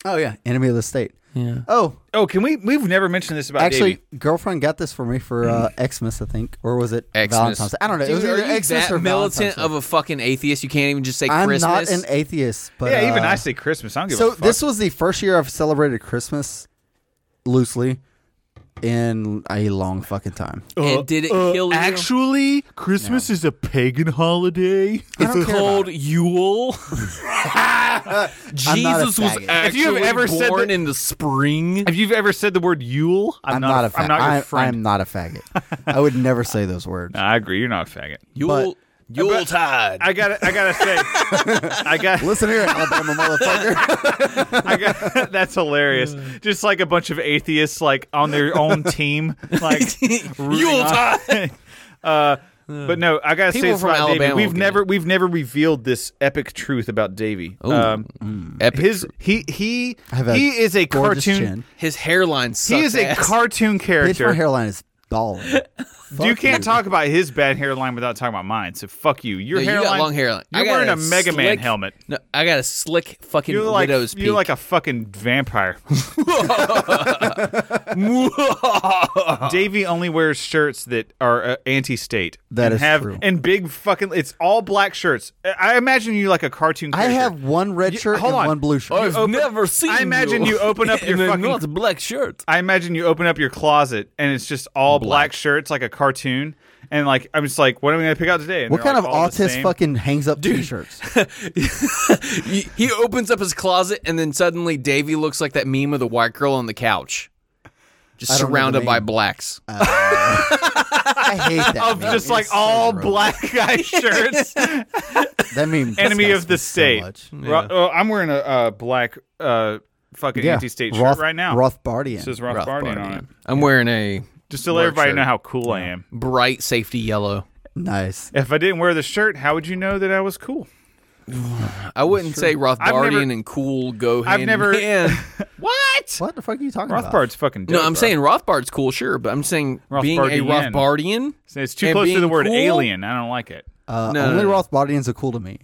B: Oh yeah, enemy of the state.
A: Yeah.
B: Oh,
C: Oh, can we? We've never mentioned this about
B: actually,
C: Davey.
B: girlfriend got this for me for uh, Xmas, I think, or was it
A: Xmas.
B: Valentine's? Day? I don't know. it was
A: Mm. Dude,
B: either
A: are you
B: Xmas
A: that
B: or
A: militant
B: Valentine's Day.
A: of a fucking atheist? You can't even just say
B: I'm
A: Christmas.
B: not an atheist, but
C: Yeah, even
B: uh,
C: I say Christmas. I don't give
B: So
C: a fuck.
B: this was the first year I've celebrated Christmas loosely in a long fucking time.
C: Oh,
A: and did it kill you?
C: uh, Actually, Christmas is a pagan holiday.
B: I don't care about
A: Called Yule.
B: not a
A: Jesus was
B: faggot.
C: If you have
A: actually
C: ever said
A: born
C: that-
A: in the spring.
C: If you've ever said the word Yule, I'm,
B: I'm
C: not.
B: not a
C: a, I'm not your
B: faggot. I
C: friend.
B: am not a faggot. I would never say those words.
C: I agree. You're not a faggot.
A: Yule. Yuletide.
C: I got. I gotta say. I got.
B: Listen here, Alabama motherfucker.
C: I got. That's hilarious. Just like a bunch of atheists, like on their own team, like Yuletide. uh, but no, I gotta say
A: People
C: this
A: from
C: about Davey.
A: Alabama
C: We've
A: will get
C: never, we've never revealed this epic truth about Davey. Um,
A: Mm. Epic.
C: his he he
B: have a
C: he is a
B: Gorgeous
C: cartoon.
B: chin.
A: His hairline sucks.
C: He is a
A: ass.
C: cartoon
B: Bitch, my
C: character.
B: hairline is balling.
C: You can't talk about his bad hairline without talking about mine. So fuck you. Your
A: No, you got
C: hairline,
A: long hairline. I
C: You're
A: got
C: wearing
A: a
C: a Mega Man
A: slick-
C: helmet.
A: No, I got a slick fucking
C: You're like
A: widow's peak.
C: you're like a fucking vampire. Davey only wears shirts that are uh, anti-state.
B: That
C: and
B: is
C: have,
B: true.
C: And big fucking. It's all black shirts. I I imagine you like a cartoon.
B: I
C: Character.
B: have one red
C: You-
B: shirt
C: hold
B: and
C: on. Oh,
B: one blue shirt.
A: I've
C: open-
A: never seen.
C: I imagine you open up your
A: in a
C: fucking-
A: not black shirt.
C: I imagine you open up your closet and it's just all black, shirts, like a cartoon. And like I'm just like, what am I gonna pick out today? And
B: what
C: they're,
B: kind
C: like,
B: of
C: all the
B: autist
C: same.
B: fucking hangs up t-shirts?
A: He, he opens up his closet, and then suddenly Davy looks like that meme of the white girl on the couch, just
B: I don't know the
A: surrounded by
B: meme.
A: blacks.
C: Uh,
B: I hate that.
C: Of
B: meme.
C: just
B: It's
C: like
B: so
C: all
B: gross.
C: black guy shirts.
B: That meme.
C: enemy of the
B: disgusts me
C: state.
B: so much.
C: Ro- oh, I'm wearing a uh, black uh, fucking anti-state
B: Roth-
C: shirt right now.
B: Rothbardian.
C: It says Rothbardian on it.
A: I'm wearing a
C: Just to let
A: Work
C: everybody
A: shirt.
C: know how cool I am.
A: bright safety yellow.
B: nice.
C: If I didn't wear the shirt, how would you know that I was cool?
A: I wouldn't say
C: I've never-
A: Rothbardian and cool go hand
C: I've never.
A: in hand.
C: what?
B: What the fuck are you talking about?
C: Rothbard's fucking. Dope,
A: No, I'm
C: bro.
A: saying Rothbard's cool, sure, but I'm saying being a
C: Rothbardian.
A: Rothbardian.
C: it's too
A: and
C: close to
A: being
C: the word
A: cool?
C: alien. I don't like it.
B: Uh,
A: No,
B: only
A: no, no.
B: Rothbardians are cool to me.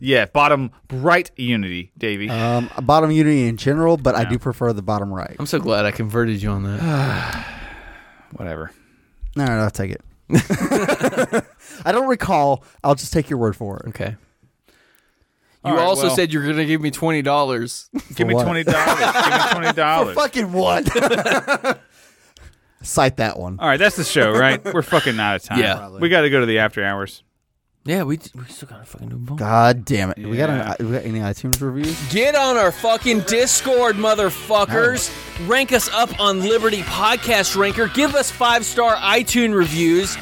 C: Yeah, bottom right unity, Davey.
B: Um, bottom unity in general, but I do prefer the bottom right.
A: I'm so glad I converted you on that.
C: Whatever.
B: No, no, I'll take it. I don't recall. I'll just take your word for it.
A: Okay. You
C: All right,
A: also
C: well,
A: said you're going to give me twenty dollars.
C: give me
B: what?
C: twenty dollars. give me twenty dollars.
B: Fucking what? Cite that one.
C: All right, that's the show, right? We're fucking out of time.
A: Yeah.
C: we got to go to the after hours.
A: yeah, we we still got to fucking do more.
B: God damn it. We got
C: Yeah.
B: an, we got any iTunes reviews?
A: Get on our fucking Discord, motherfuckers. Rank us up on Liberty Podcast Ranker. Give us five star iTunes reviews.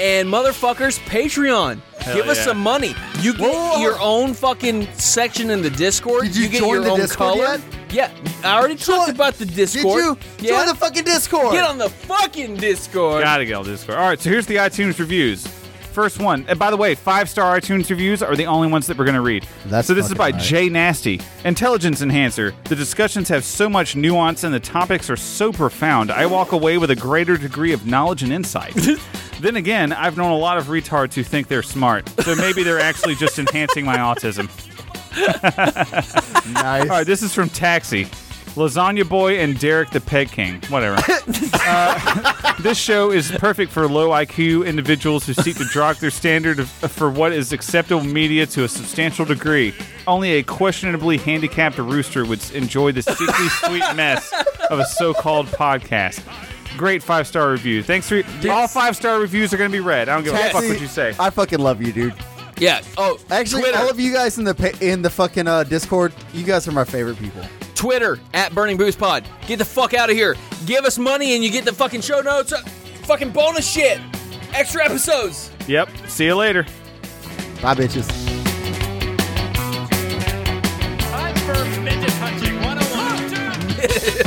A: And motherfuckers, Patreon. Give us
C: yeah.
A: some money. You get
B: Whoa.
A: your own fucking section in the Discord.
B: Did you
A: get
B: join
A: your
B: the
A: own
B: Discord
A: color. Yeah, I already talked about the
B: Did
A: Discord.
B: you?
A: Yeah.
B: Join the fucking Discord.
A: Get on the fucking Discord.
C: Gotta get all Discord. All right, so here's the iTunes reviews. First one, and by the way, five star iTunes reviews are the only ones that we're going to read.
B: That's
C: so this is
B: fucking
C: by
B: right.
C: Jay Nasty, Intelligence Enhancer. The discussions have so much nuance and the topics are so profound. I walk away with a greater degree of knowledge and insight. then again, I've known a lot of retards who think they're smart, so maybe they're actually just enhancing my autism.
B: nice.
C: All right, this is from Taxi. Lasagna Boy and Derek the Peg King. Whatever. Uh, this show is perfect for low IQ individuals who seek to drop their standard of, for what is acceptable media to a substantial degree. Only a questionably handicapped rooster would s- enjoy the sickly sweet mess of a so called podcast. Great five star review. Thanks for all five star reviews are going to be read. I don't give a fuck what you say.
B: I fucking love you, dude.
A: Yeah. Oh,
B: Actually,
A: Twitter.
B: all of you guys in the pa- in the fucking uh, Discord, you guys are my favorite people.
A: Twitter at Burning Booze Pod. Get the fuck out of here. Give us money and you get the fucking show notes, uh, fucking bonus shit, extra episodes.
C: Yep. See you later.
B: Bye, bitches.
E: Time for midget punching 101.